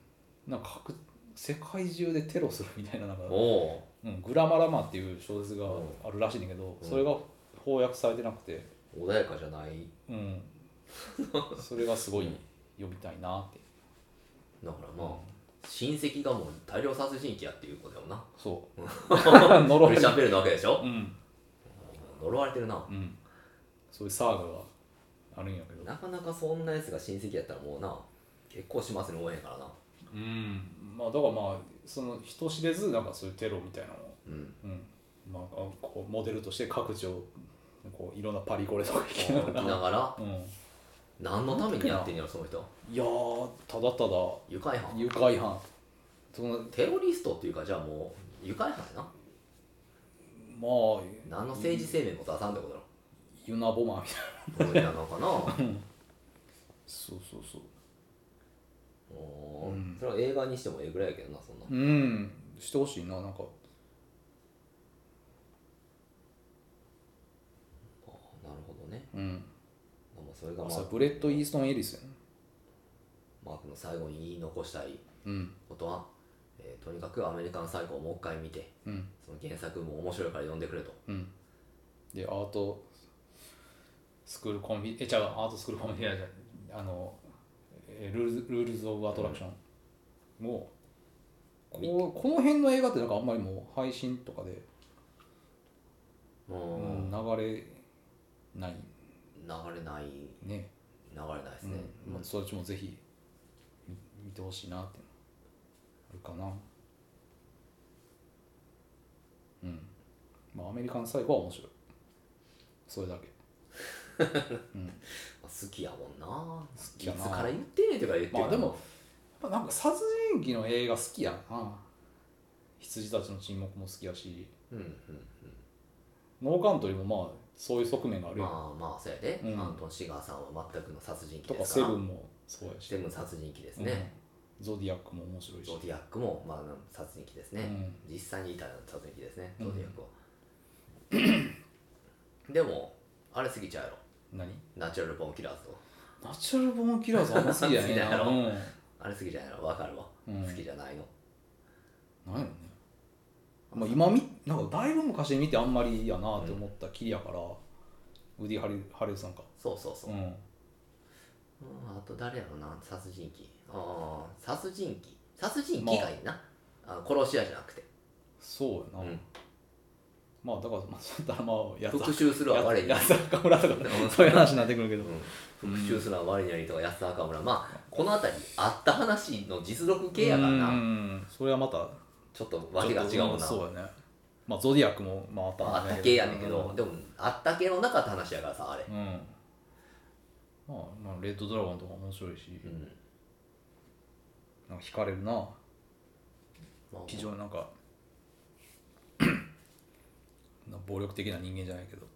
S2: なんか各世界中でテロするみたいななんか
S1: おう
S2: うん、グラマラマっていう小説があるらしいんだけど、
S1: うん
S2: それが翻訳されてなくて、
S1: 穏やかじゃない
S2: うん、それがすごい読みたいなって、
S1: だからまあ親戚がもう大量殺人鬼やっていうことよな
S2: そ
S1: *laughs*
S2: う
S1: ク
S2: 呪わ
S1: リ
S2: れ
S1: スチャ
S2: た
S1: ンベルなわけでしょ
S2: うん
S1: 呪われてるな
S2: うん、そういうサーガがあるんやけど
S1: なかなかそんなやつが親戚やったらもうな結構しますね思えへんからな
S2: うんまあだからまあその人知れずなんかそういうテロみたいなのを、
S1: うん
S2: うんまあ、こうモデルとして各地をこういろんなパリコレとか行きな
S1: 行
S2: が
S1: きな
S2: ら、
S1: がら
S2: うん、
S1: 何のためにやってんやろその人
S2: いやーただただ
S1: 愉快犯
S2: 誘拐犯その
S1: テロリストっていうかじゃあもう愉快犯やな
S2: まあ
S1: 何の政治声明も出さんってことだろ
S2: ユナボマーみたい
S1: そうな
S2: な
S1: のか
S2: *laughs*
S1: な
S2: そうそうそう
S1: おーそれは映画にしてもええぐらいやけどなそんな
S2: うんしてほしいななんか
S1: あなるほどね
S2: うん
S1: まあそれが
S2: あ
S1: マ
S2: そう
S1: ーク
S2: ブレッド・イーストン・エリスやね
S1: マークの最後に言い残したい
S2: うん
S1: ことは、えーとにかくアメリカン最高をもう一回見て
S2: うん
S1: その原作も面白いから読んでくれと
S2: うんでアートスクールコンビえちゃうアートスクールコンビニじゃんあのえルールルールズ・オブ・アトラクションを、こうこの辺の映画ってなんかあんまりもう配信とかで、
S1: う
S2: う
S1: ん
S2: ん、流れない
S1: 流れない
S2: ね
S1: 流れないですね、
S2: うんまあ、そっちもぜひ見見てほしいなっていうのあるかなうんまあアメリカン最後は面白いそれだけ
S1: まあ好きやもんな好
S2: きやない
S1: つから言ってんねんとか言ってる
S2: まあでもやっぱなんか殺人鬼の映画好きやな羊たちの沈黙も好きやし
S1: うんうん
S2: ノーカントリーもまあそういう側面があるやん、
S1: まあまあそうやで、
S2: うん
S1: アントン・シガーさんは全くの殺人
S2: と
S1: 鬼で
S2: か
S1: すか
S2: セ
S1: ら
S2: ブンもそうやし
S1: セブン殺人鬼ですね、
S2: うんゾディアックも面白いし
S1: ゾディアックも、まあ、殺人鬼ですね、
S2: うん
S1: 実際にいた殺人鬼ですね
S2: うん
S1: ゾディアックは、でもあれ過ぎちゃうやろ
S2: 何
S1: ナチュラル・ボーン・キラーズと
S2: ナチュラルボーンキラーズあんま好きじゃね
S1: *laughs* 好き
S2: え
S1: だ
S2: な
S1: よ
S2: うん
S1: あれ好きじゃないのわかるわ、
S2: うん
S1: 好きじゃないの
S2: なんやろね、まあ、今みなんかだいぶ昔見てあんまりやなって思ったきりやから、ウディ・ハリハリウッドさんか
S1: そうそうそう、
S2: う
S1: うん
S2: ん
S1: あと誰やろな殺人鬼ああ殺人鬼殺人鬼がいいな、あ、殺し屋じゃなくて、
S2: そうやな、
S1: うん
S2: まあだからまあそうだったらまあや
S1: 復讐するは我に
S2: やつ赤村とかそういう話になってくるけど、
S1: 復讐するのは悪いのにとか安田赤村まあこの辺りあった話の実力系やからな、
S2: うんそれはまた
S1: ちょっと訳が違うもんな
S2: ちょっとそうやねまあゾディアックもまああった
S1: まああ
S2: ん
S1: っ
S2: だ
S1: た系やねんけど、でもあった系のなかった話やからさあれ
S2: うんまあ、まあ、レッドドラゴンとか面白いし、
S1: うん、
S2: なんか惹かれるな
S1: まあ
S2: 非常になんか *clears throat* な暴力的な人間じゃないけど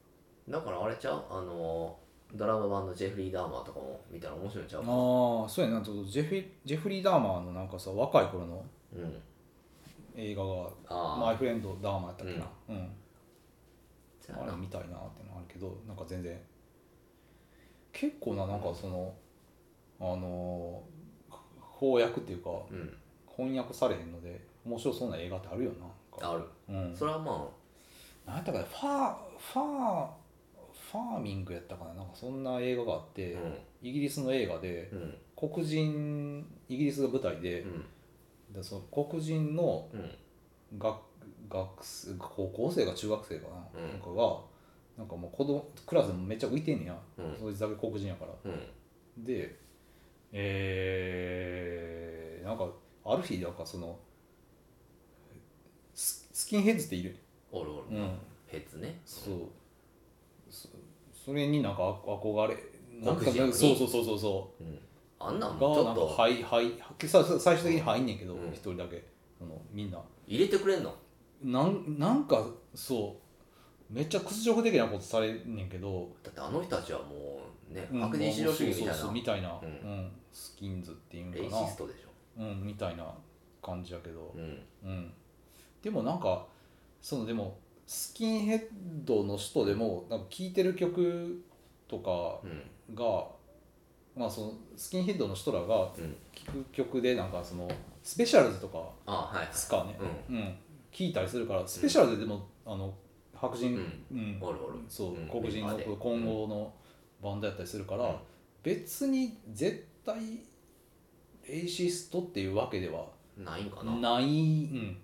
S1: だからあれちゃうあのドラマ版のジェフリー・ダーマーとかも見たら面白いんちゃう
S2: ああそうやなちょっとジェフィジェフリー・ダーマーのなんかさ若い頃の
S1: うん
S2: 映画が
S1: あー
S2: マイフレンド・ダーマーやったっけな、うん
S1: じゃあ
S2: あれ見たいなってのあるけどなんか全然結構ななんかその、あのー翻訳っていうか
S1: うん
S2: 翻訳されへんので面白そうな映画ってあるよななんか
S1: ある
S2: うん
S1: それはま
S2: なんやったかなファーファーファーミングやったかななんかそんな映画があって、
S1: うん
S2: イギリスの映画で
S1: あうん
S2: 黒人イギリスが舞台で,
S1: う、ん
S2: でその黒人の
S1: うん
S2: 学学生高校生か中学生かな,、
S1: うん
S2: なんかがなんかもう子供クラスもめっちゃ浮いてんねや、
S1: うん
S2: そいつだけ黒人やから
S1: うん
S2: でえー、なんかある日なんかそのススキンヘッズっている、
S1: おるお
S2: う
S1: る、
S2: ん、
S1: ヘッズね
S2: そうそそれになんか憧れなんか
S1: 黒人やのに
S2: そうそうそうそうそ
S1: うんあんな
S2: うんが
S1: もちょ
S2: な
S1: っ
S2: んか
S1: と
S2: はいはいささ最終的に入んねんけど
S1: うん
S2: 一人だけそのみんな
S1: 入れてくれんの
S2: なんなんかそうめっちゃ屈辱的なことされんねんけど
S1: だってあの人たちはもうね
S2: うん
S1: 白人至上主義み
S2: そう
S1: た
S2: そうそう
S1: い
S2: みたいな
S1: うん
S2: うんスキンズっていうん
S1: な
S2: か
S1: レイ
S2: な
S1: シストでしょ
S2: うんみたいな感じやけど
S1: うん
S2: うんでもなんかそのでもスキンヘッドの人でもなんか聴いてる曲とか
S1: うん
S2: が、まあ、そのスキンヘッドの人らが
S1: うん
S2: 聴く曲でなんかそのスペシャルズとか
S1: あはいはい
S2: スカね、
S1: う
S2: うん聴いたりするからスペシャルズでも、あの白人、うん
S1: んおるおる
S2: そう、
S1: ん
S2: 黒人
S1: メンバ
S2: の
S1: ーで
S2: 混合のバンドやったりするから、
S1: うん
S2: 別に絶対レイシストっていうわけでは
S1: うんないんかな
S2: ない、うん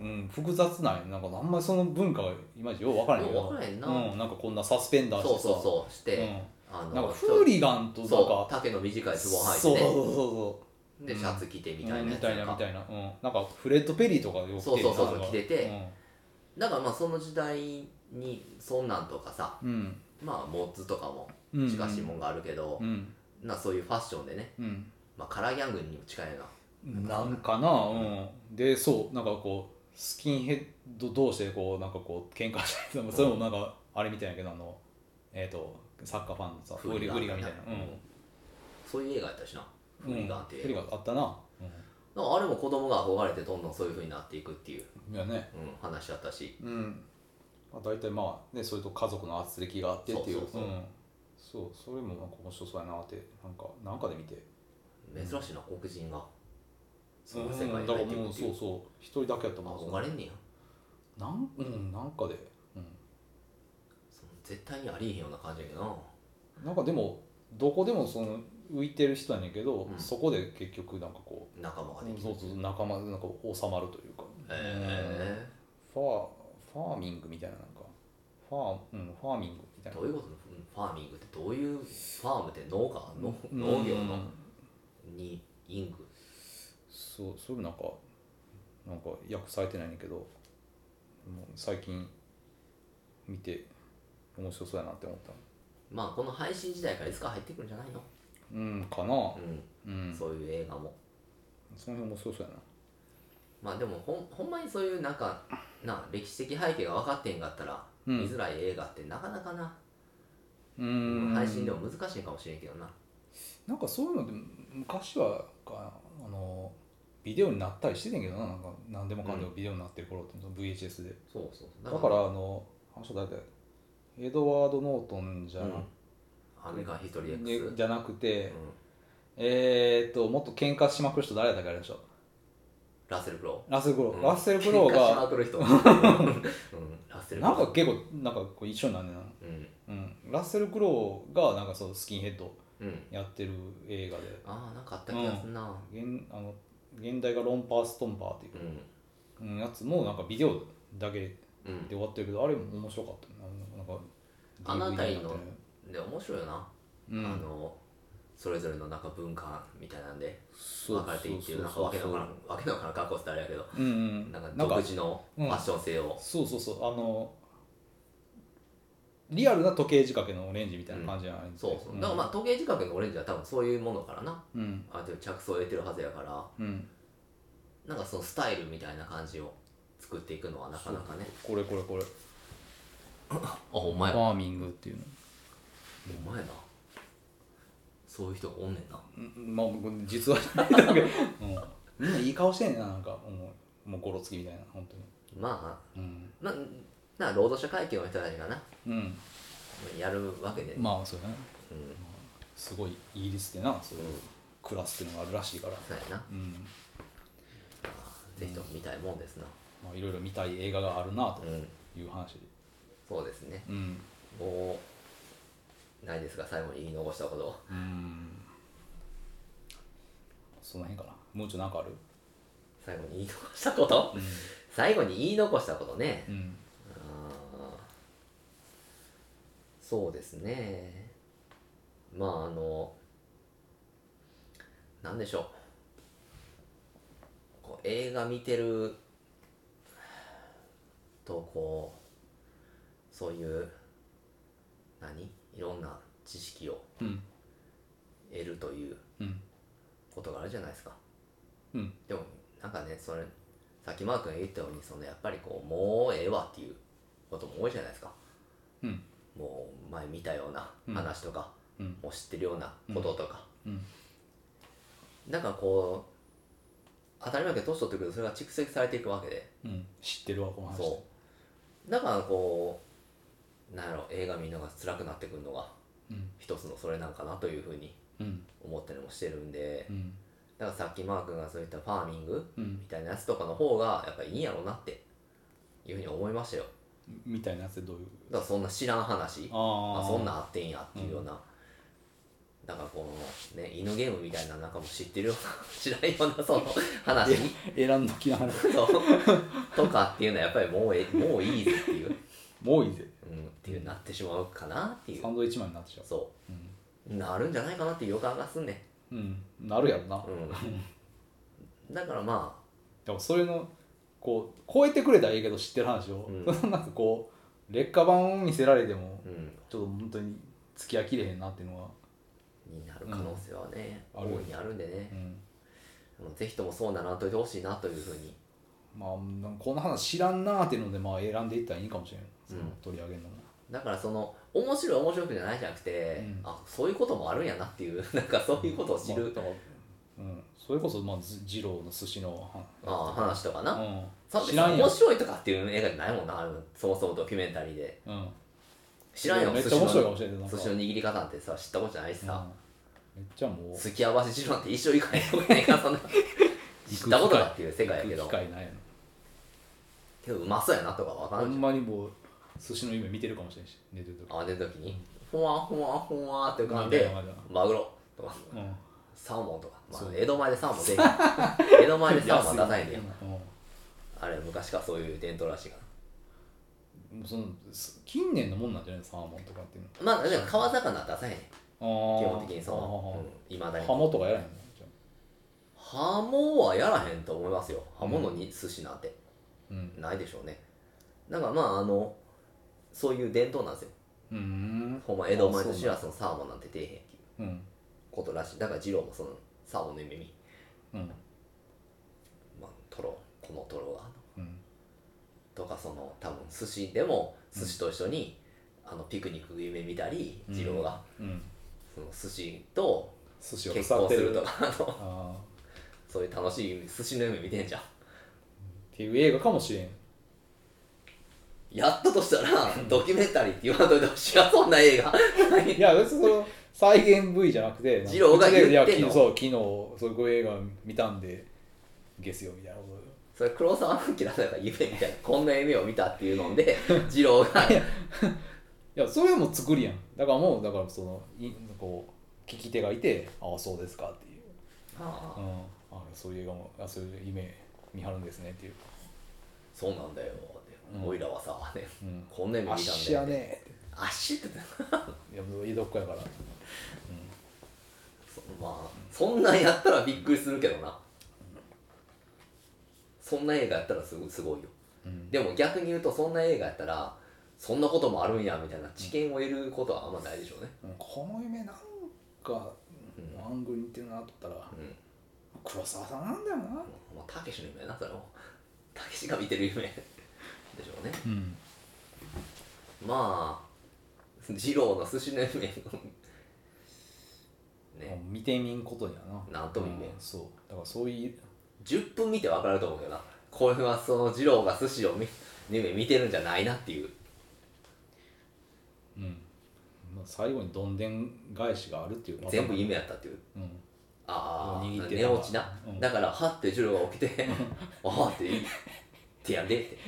S1: うん
S2: うん、複雑なんやなんかあんまりその文化がいまいちよう分からへんけど
S1: よう分からへんな
S2: うん、なんかこんなサスペンダーして
S1: そう
S2: さ
S1: そうそうして、
S2: うん
S1: あの
S2: なんかフーリガンと
S1: ちょ
S2: な
S1: っ
S2: ん
S1: とそう
S2: か
S1: 丈の短いズボン
S2: そ
S1: 履
S2: う
S1: い
S2: そうそ
S1: て
S2: うそう
S1: ねでシャツ着てみ
S2: み
S1: た
S2: た
S1: いな
S2: いな
S1: や
S2: み
S1: つや
S2: た
S1: ん
S2: いな
S1: か
S2: うんなんかフレッド・ペリーとかよく
S1: そうそうそうそう
S2: なんか
S1: 着ててだからまあその時代にそんなんとかさ
S2: うん、
S1: まあモッズとかも
S2: うん
S1: 近しいもんがあるけど、
S2: うん
S1: なそういうファッションでね、
S2: うん
S1: まあ、カラーギャングにも近いな
S2: なんかな、うん、でそうなんかこうスキンヘッド同士でこうなんかこう喧嘩してたのそれもなんかあれみたいやけどあのえっ、とサッカーファンのさ
S1: フ
S2: フリ
S1: ー
S2: フリガンみ
S1: み
S2: た
S1: た
S2: い
S1: い
S2: な
S1: な、
S2: うん
S1: そういう映画やったしなフリガンって
S2: うん
S1: いう
S2: フ
S1: 映
S2: リ
S1: 画
S2: ガンあったな、
S1: だからあれも子供が憧れてどんどんそういうふうになっていくっていう、
S2: うん、いやね
S1: うん、話だったし
S2: うん、まあ、大体まあねそれと家族の圧力があってっていう
S1: そうそうそうん
S2: そうそれもなんか面白そうやなってなんかなんかで見て
S1: 珍しいな黒人がその
S2: うん
S1: 世界に
S2: だか
S1: 入
S2: ら
S1: っていく
S2: も
S1: っ
S2: う
S1: てい
S2: そううそう一人だけやったもん
S1: 憧れんねや
S2: なんうんなんかで、う、
S1: その絶対にありえへんような感じやけどなん
S2: なんかでもどこでもその浮いてる人やねんけど、
S1: うん
S2: そこで結局なんかこう
S1: 仲間ができる
S2: そうそう仲間でなんか収まるというか、
S1: え
S2: うんファーファーミングみたいななんかファー,、うん、ファーミングみたい
S1: ー、
S2: な
S1: どういうことうんファーミングってどういうファームって農家の農業
S2: う
S1: の
S2: ん
S1: にイング
S2: そうそれもなんかなんか訳されてないねんだけどもう最近見て面白そうやなって思った
S1: まあこの配信時代からいつか入ってくるんじゃないの
S2: うんかな
S1: う
S2: うんんそ
S1: そういう映画も
S2: の辺面白そうやな
S1: まあでもほんほんまにそういうなんかな歴史的背景が分かってんかったら
S2: うん
S1: 見づらい映画ってなかなかな、
S2: う
S1: 配信でも難しいかもしれんけどな
S2: なんかそういうので昔はかあのビデオになったりしてたんやけどななんか何でもかんでもビデオになってる頃って、その VHS で
S1: そうそうそう
S2: だからあの話は大体エドワード・ノートンじゃ,、
S1: うんアメリカンヒストリー X、うん、
S2: じゃなくて、えー、っともっと喧嘩しまくる人誰だったかあれでしょ
S1: ラッセル・クロ
S2: ラッセル・クロ
S1: ウ
S2: ウ、ラッセル・クロウ
S1: 喧嘩しま
S2: が
S1: くる
S2: *laughs*
S1: 人、うん、ラッセル・ク
S2: なん
S1: ロ
S2: か結構なんかこう一緒になんねんな、
S1: ウうん
S2: うん、ラッセル・クロウがなんかそうスキンヘッド
S1: うん
S2: やってる映画で
S1: ああなんかあった気がすんな
S2: 現あの現代がロンパー・ストンパーっていうう、
S1: ん
S2: うん、やつもなんかビデオだけで
S1: うん
S2: 終わってるけどあれも面白かったよななんか
S1: あの辺り
S2: DVD にな
S1: の
S2: ってる
S1: で面白いよな、
S2: うん
S1: あのそれぞれのなんか文化みたいなんで
S2: そ
S1: 分かれていってるなんかわけのわからんわけのわからん格好してあれやけど
S2: うんうん
S1: なんか
S2: なん
S1: 独
S2: か
S1: 自のフ
S2: うん
S1: ァッション性を
S2: そうそうそうあのリアルな時計仕掛けのオレンジみたいな感じじゃないんです
S1: そうそうだからまあ時計仕掛けのオレンジは多分そういうものからな
S2: うん
S1: あでも着想を得てるはずやから
S2: うん
S1: なんかそのスタイルみたいな感じを作っていくのはなかなかね
S2: これこれこれ
S1: あお前
S2: ファーミングっていうの
S1: お前なそういう人がおんねんな
S2: うんまあ実はうんみんないい顔してんねんななんかもうもうゴロつきみたいな本当に
S1: ま
S2: うん、
S1: あなな労働者階級の人たちがな
S2: うん、
S1: やるわけで、
S2: まあそうやね
S1: うん
S2: すごいイギリスでなそういうクラスっていうのがあるらしいから
S1: そうやな
S2: うん
S1: ぜひとも見たいもんですな
S2: まあいろいろ見たい映画があるなと
S1: うん
S2: いう話で
S1: そうですね
S2: うん
S1: もうないですが最後に言い残したことを
S2: うんその辺かなもうちょいなんかある
S1: 最後に言い残したこと最後に言い残したことね
S2: うん、うん、
S1: あーそうですねまああのなんでしょうこう映画見てるとこうそういう何いろんな知識を
S2: うん
S1: 得るという
S2: うん
S1: ことがあるじゃないですか
S2: うん
S1: でもなんかねそれさっきマー君が言ったようにそのやっぱりこうもうええわっていうことも多いじゃないですか
S2: うん
S1: もう前見たような話とか、
S2: うん
S1: もう知ってるようなこととか、
S2: うん
S1: なんかこう当たり前だけど年取ってくるとそれが蓄積されていくわけで
S2: うん知ってるわこの話
S1: そうだからこうなんやろ映画見るのが辛くなってくるのが
S2: うん
S1: 一つのそれなんかなというふうに
S2: うん
S1: 思ったりもしてるんで
S2: うん
S1: だからさっきマー君がそういったファーミング
S2: うん
S1: みたいなやつとかの方がやっぱいいんやろうなっていうふうに思いましたよ
S2: みたいなやつでどういう
S1: だからそんな知らん話
S2: あ
S1: あそんなんあってんやっていうような、だからこのね犬ゲームみたいななんかも知ってるような *laughs* 知らんようなその話
S2: *laughs* 選んどきながら
S1: そうとかっていうのはやっぱりもうえもういいぜっていう、
S2: もういいぜ
S1: うん、っていうなってしまうかなっていう
S2: サンドイッチマンになってしま
S1: そううなるんじゃないかなっていう予感がすんね
S2: うん、うん、なるやろな、 *laughs*
S1: うんだからま
S2: でもそれのこう超えてくれたらいいけど *laughs* 知ってる話を、
S1: う
S2: なんかこう劣化版を見せられても
S1: あ、うん、
S2: ちょっと本当に付き合いきれへんなっていうのは、
S1: になる可能性はね、
S2: うんある
S1: 大いにあるんでね
S2: う、ん、
S1: もうぜひともそうならんといてほしいなというふうに
S2: まあなんかこの話知らんなーっていうのでまあ選んでいったらいいかもしれない、その
S1: うん
S2: 取り上げるのも
S1: だからその面白い面白くじゃないじゃなくて、
S2: うん
S1: あそういうこともあるんやなっていう *laughs* なんかそういうことを知る、
S2: まあだからうん、それこそまあず二郎の寿司のは
S1: ああ話とかな、
S2: う
S1: さ
S2: ん、知らんや
S1: 面白いとかっていう映画じゃないもんなあのそもそもドキュメンタリーで
S2: ん、うん、
S1: 知らんよ
S2: めっ
S1: 寿
S2: ちゃ
S1: 司
S2: 面白いか
S1: の
S2: もしれないなんか
S1: 寿司の握り方ってさ知ったことじゃないしさ、
S2: うん、めっちゃもう
S1: すき合わせ汁なんて一生行かないとこやねんからそんな
S2: *laughs*
S1: 知ったことだっていう世界やけ
S2: 行
S1: ど
S2: く機会ないの
S1: けどうまそうやなとかわか
S2: ほ
S1: るじ
S2: んまにもう寿司の夢見てるかもしれんし寝てる時
S1: ゃんあ寝るときにほわほわほわって浮かん
S2: ま
S1: で
S2: だまだ
S1: マグロとか
S2: うん
S1: サーモンとか、まあ
S2: そう、
S1: 江戸前でサーモン出
S2: *laughs*
S1: て江戸前でサーモン出さないんだよあれ昔からそういう伝統らしいか
S2: うんそのす近年のもんなんじゃないのサーモンとかっていう
S1: らまあでも川魚は出さへんねん基
S2: の
S1: 本的にそのいま、うん、未だ
S2: あー
S1: に
S2: ハモとかやらへんのじゃ
S1: ハモはやらへんと思いますよハモのに寿司なんて
S2: あうん
S1: ないでしょうねだからまああのそういう伝統なんですよ
S2: うーん
S1: ほんま江戸前寿司はそのサーモンなんて出えへんっていう
S2: うん
S1: ことらしいだから二郎もそのサーモンの夢見
S2: うん
S1: まあトロこのトロが
S2: うん
S1: とかその多分寿司でも寿司と一緒に、あのピクニックの夢見たり二郎が、
S2: うん
S1: その寿司と
S2: 寿司を
S1: 結
S2: 腐
S1: 婚
S2: って
S1: する
S2: る
S1: とかあの
S2: あ
S1: そういう楽しい夢寿司の夢見てんじゃん
S2: ーっていう映画かもしれん
S1: やったとしたらドキュメンタリーって言わんといてほしいやそんな映画
S2: いや別にその再現部位じゃなくて
S1: 二郎が言ってんの
S2: いや昨日そう昨日そういう映画見たんでゲスよみたいなこ
S1: それ黒沢明だから夢みたいなこんな夢を見たっていうの
S2: *laughs*
S1: で二郎が
S2: といやそれはもう作りやんだからもうだからそのいこう聞き手がいてああそうですかっていう、
S1: あ
S2: う
S1: あ
S2: ん、あそういう映画もあそういう夢見張るんですねっていう、
S1: そうなんだよ
S2: うん
S1: おいらはさ、ね
S2: うん、
S1: こんな夢
S2: あっ
S1: 見たん
S2: し
S1: だよ
S2: やね
S1: 足って
S2: いやもう江戸っ子やから、うん、
S1: そまあそんなんやったらびっくりするけどなそんな映画やったらすごすごいよ
S2: うん
S1: でも逆に言うとそんな映画やったらそんなこともあるんやみたいな知見を得ることはあんまないでしょうね、
S2: うんこの夢なんか
S1: うん
S2: アングル似てるなと思ったら
S1: うん
S2: 黒沢さんなんだよな
S1: まあ、たけしの夢やなそれもたけしが見てる夢でしょうね
S2: うん
S1: まあ二郎の寿司の夢ね
S2: 見てみんことやな
S1: なんとも言えん
S2: うんそうだからそういう
S1: 10分見て分かると思うけどなこれはその二郎が寿司を見夢見てるんじゃないなっていう
S2: うん、まあ、最後にどんでん返しがあるっていうパターン
S1: 全部夢やったっていう
S2: うん
S1: ああ
S2: 握ってた
S1: 寝落ちな、
S2: うん
S1: だからはってジュロが起き
S2: *laughs*
S1: て「ああ」って言ってやんでって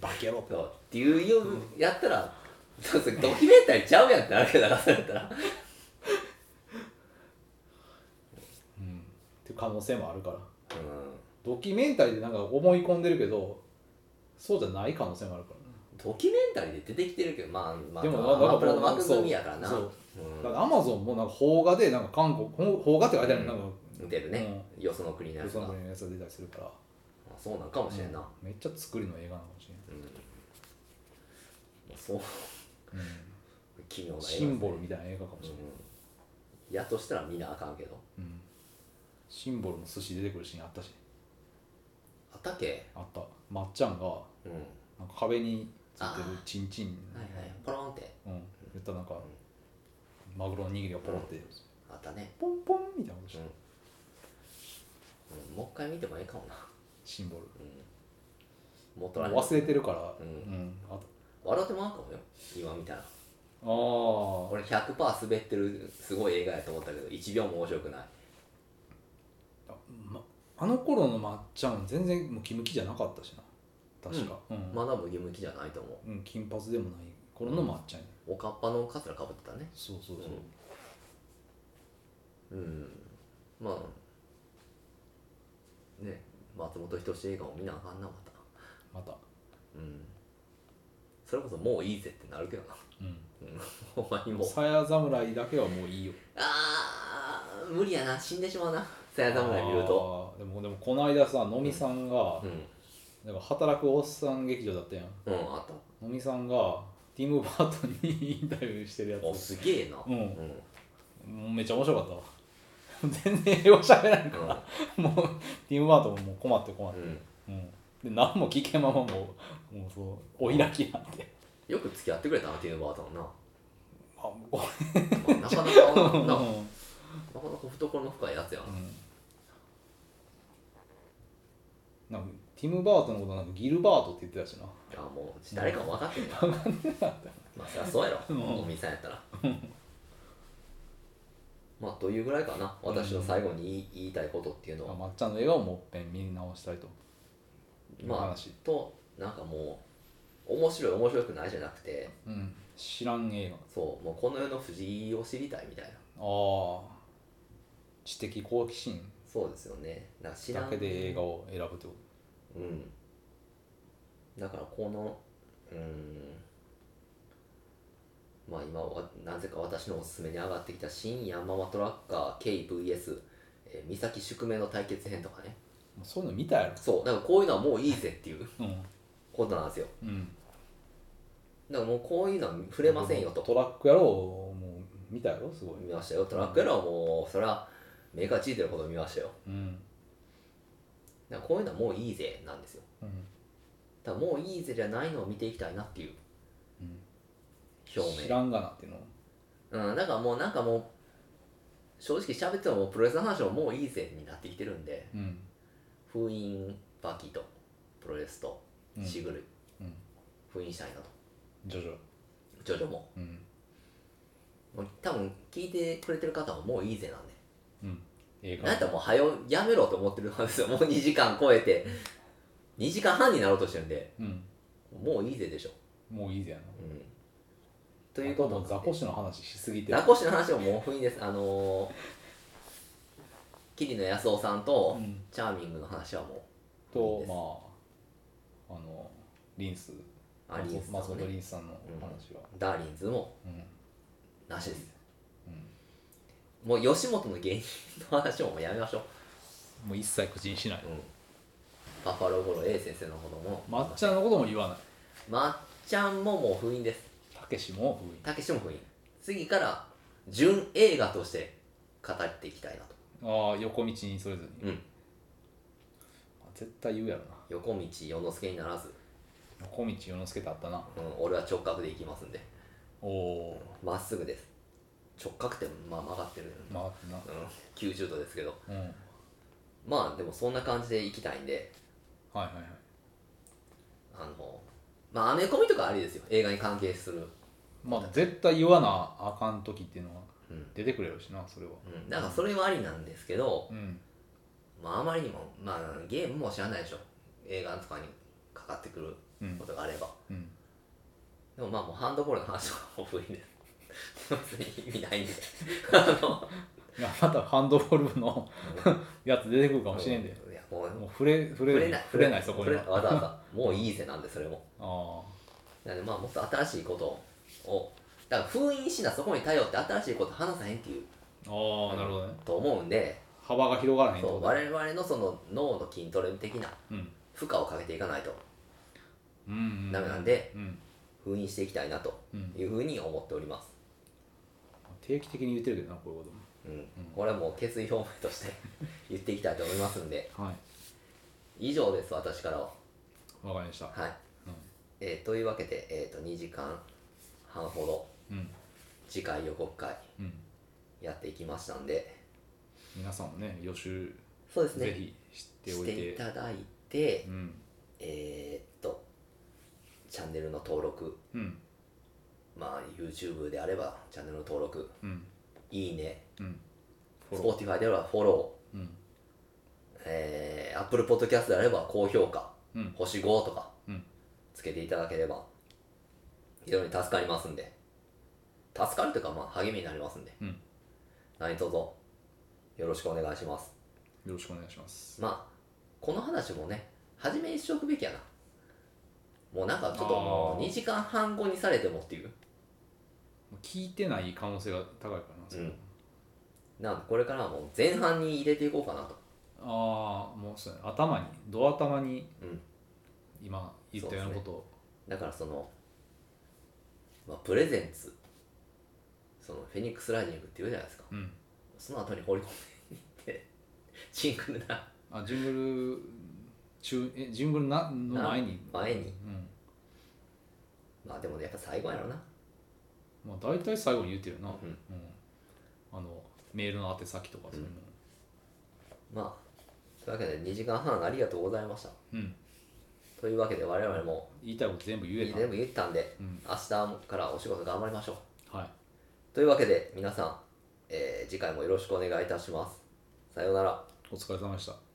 S2: バケロ
S1: そうっていうようやったら、そうそうドキュメンタリーちゃうやんってなるけどだからそれやったら
S2: うんっていう可能性もあるから
S1: うん
S2: ドキュメンタリーでなんか思い込んでるけどそうじゃない可能性もあるからね
S1: ドキュメンタリーで出てきてるけどまあまあ
S2: でも
S1: アマプラの
S2: なんか
S1: 枠組みやからな
S2: そううんだからアマゾンもなんか邦画でなんか韓国ほん邦画って書いてあるなんか
S1: 見てるね、よその国のや
S2: よ
S1: つ
S2: そ
S1: が
S2: の国のやつが出たりするから
S1: あそうなんかもしれんな、
S2: うんめっちゃ作りの映画なのかもしれない
S1: そう
S2: うん
S1: 奇妙な映画です
S2: シンボルみたいな映画かもしれ
S1: う
S2: ない
S1: んやとしたら見なあかんけど
S2: うんシンボルの寿司出てくるシーンあったし
S1: あったっけ
S2: あったまっちゃん
S1: う
S2: が
S1: ん
S2: なんか壁についてるチンチン、
S1: はいはいポロンって
S2: うん、言ったらなんかマグロの握りがポロって
S1: あったね
S2: ポンポンみたいなことし
S1: う
S2: た
S1: んうんもう一回見てもいいかもな、
S2: シンボル
S1: うん、もっとられ
S2: 忘れてるから、
S1: うん
S2: あ
S1: 笑ってもらうかもよ今見たら
S2: と
S1: 俺100%滑ってるすごい映画やと思ったけど1秒も面白くない
S2: ああ、ま、あの頃のまっちゃん全然ムキムキじゃなかったしな確か、うん
S1: まだムキムキじゃないと思う
S2: うん金髪でもない頃のまっちゃんや、
S1: おかっぱのカツラかぶってたね
S2: そうそうそう、
S1: うんまあね松本人志映画を見なあかんなまた
S2: また
S1: うんそれこそもういいぜってなるけどな *laughs*
S2: うん
S1: うんほんまにもう
S2: さや侍だけはもういいよ
S1: あー無理やな死んでしまうなさや侍見ると
S2: あーでもでもこの間さのみさんが、
S1: うん
S2: なんか働くおっさん劇場だったやん
S1: うんあった
S2: のみさんがティム・バートンにインタビューしてるや
S1: お
S2: つ
S1: すげえな
S2: うん
S1: うん
S2: もうめっちゃ面白かったわ全然英語喋らんか
S1: う
S2: らもうティム・バートンももう困って困っ
S1: ん
S2: て、
S1: うん
S2: うんで何も聞けんままもうもうそうお開きなんて
S1: よく付き合ってくれたなティム・バートンな、ま
S2: あも
S1: あ、なかなかななか
S2: *laughs* ううん
S1: なか懐の深いやつやな
S2: なんかティム・バートンのことなんかギルバートって言ってたしな、
S1: いやもう誰かも分かってんなまあそりゃそうやろ、
S2: うん
S1: おみさんやったらまあというぐらいかな私の最後に言い言いたいことっていうのは、
S2: まっちゃんの映画をもっぺん見直したいという
S1: まあ
S2: 話、
S1: となんかもう面白い面白くないじゃなくて
S2: うん、知らん映画
S1: そうもうこの世の不思議を知りたいみたいな
S2: ああ知的好奇心
S1: そうですよねなんか知らん
S2: だけで映画を選ぶってこ
S1: うんだからこのうんまあ今はなぜか私のおすすめに上がってきた新ヤンママトラッカー KVS、えー、三崎宿命の対決編とかね
S2: ともうそういうの見たや
S1: そうだからこういうのはもういいぜっていう *laughs*
S2: ろうん
S1: ことなんですよ
S2: うん
S1: だからもうこういうのは触れませんよと
S2: トラックやろうもう見たやろすごい
S1: 見ましたよトラックやらはもうそれは目がついてるほど見ましたよ
S2: うん
S1: だからこういうのはもういいぜなんですよ
S2: うん
S1: だからもういいぜじゃないのを見ていきたいなっていう
S2: うん
S1: 表
S2: 知
S1: 明
S2: らんがなっていうの
S1: うん、なんかもうなんかもう正直喋ってももうプロレスの話ももういいぜになってきてるんで
S2: うん
S1: 封印バキとプロレスと
S2: うん
S1: シグル、
S2: うん
S1: 封印したいなと
S2: ジョジョ
S1: ジョジョも
S2: うん
S1: もう多分聞いてくれてる方ももういいぜなんで
S2: うん映
S1: なんや
S2: 画
S1: ったらもう早よやめろと思ってるは
S2: *laughs*
S1: ずですよもう2時間超えて2時間半になろうとしてるんで
S2: うん
S1: もういいぜでしょ、
S2: もういいぜやな
S1: うん、ということ
S2: あも
S1: で
S2: ザコシの話しすぎて
S1: ザコシの話ももう封印ですあのー、桐野安夫さんと
S2: うん
S1: チャーミングの話はもう
S2: とまああのリンス
S1: あリンスさん
S2: 松
S1: も
S2: 本
S1: ね
S2: リンスさんの話は
S1: ダーリンズも
S2: うん
S1: なしです
S2: うん
S1: もう吉本の芸人の話ももうやめましょう、
S2: もう一切口にしない
S1: うん、パパロゴロ A 先生のことも
S2: 抹茶のことも言わない
S1: まっちゃんももう封印です
S2: たけしも封印
S1: たけしも封印次から純映画として語っていきたいなと、
S2: ああ横道にそれず
S1: う
S2: に
S1: ん、
S2: 絶対言うやろな
S1: 横道世之助にならず、
S2: 横道世之助ってあったな
S1: うん、俺は直角でいきますんで
S2: おお
S1: まっすぐです直角ってまあ曲がってる、
S2: ー回ってな
S1: うん、90度ですけど
S2: うんはい
S1: まあでもそんな感じでいきたいんで
S2: はいはい
S1: あのまあアメコミとかありですよ映画に関係する
S2: まあ絶対言わなあかん時っていうのは
S1: うん
S2: 出てくれるしなそれは
S1: うん、だからそれはありなんですけど、
S2: うん
S1: まあ、あまりにも、まあ、ゲームも知らないでしょ映画とかにかかってくる
S2: うん
S1: ことがあれば、
S2: うん
S1: でもまあもうハンドボールの話はもういいです *laughs* 別に意味ないんで *laughs* あの
S2: いやまたハンドボール部の *laughs* やつ出てくるかもしれんで
S1: いやもう
S2: もう触れ触
S1: 触
S2: れ
S1: れない
S2: 触れないそこには
S1: 触れわざわざもういいぜなんでそれも
S2: あ
S1: なのでまあもっと新しいことをだから封印しなそこに頼って新しいこと話さへんっていう
S2: あああなるほどね
S1: と思うんで
S2: 幅が広がらへんって
S1: そ
S2: こ
S1: う
S2: と
S1: 我々のその脳の筋トレ的な
S2: うん
S1: 負荷をかけていかないと
S2: うんうん
S1: ダメなんで
S2: うん
S1: 封印していきたいなと
S2: うん
S1: いうふうに思っております、
S2: 定期的に言ってるけどなこういうこ
S1: うん、これはもう決意表明として言っていきたいと思いますん
S2: *laughs*
S1: で
S2: ともはい
S1: 以上です私からは
S2: わかりました
S1: はい、
S2: うん
S1: えーというわけで、えー、と2時間半ほど
S2: うん
S1: 次回予告会
S2: うん
S1: やっていきましたんで
S2: 皆さんもね予習
S1: そうですね
S2: ぜひ知って
S1: し
S2: おい
S1: てい
S2: て
S1: ただいて
S2: うん
S1: えーっとチャンネルの登録
S2: うん
S1: まあ YouTube であればチャンネルの登録
S2: うん
S1: いいね
S2: うんフォロ
S1: Spotify であればフォロー
S2: ーうん
S1: えー、Apple Podcast であれば高評価、
S2: うん
S1: 星5とか
S2: うん
S1: つけていただければ非常に助かりますんで助かるというかまあ励みになりますんで
S2: うん
S1: 何卒よろしくお願いします
S2: よろしくお願いします
S1: まあこの話もね初めにしておくべきやなもうなんかちょっとも
S2: あ
S1: う
S2: ー
S1: 2時間半後にされてもっていう
S2: 聞いてない可能性が高いからなそれ
S1: うんなんでこれからはもう前半に入れていこうかなと
S2: ああもうそうやね頭にド頭に
S1: うん
S2: 今言ったようなことを
S1: だからそのまあ、プレゼンツそのフェニックスライディングっていうじゃないですか
S2: うん
S1: その後に放り込んでいってシングルな
S2: あジングル中えジングルなの前に
S1: 前に
S2: うん
S1: まあでもやっぱ最後やろな
S2: まあ大体最後に言ってるな、
S1: うん
S2: あのメールの宛先とかそういうの
S1: まあというわけで2時間半ありがとうございました
S2: うん、
S1: というわけで我々も
S2: 言いたいこと全部言え
S1: 全
S2: た
S1: 部言ったんで
S2: うん
S1: 明日からお仕事頑張りましょう
S2: はい
S1: というわけで皆さん、えー次回もよろしくお願いいたしますさようなら
S2: お疲れ様でした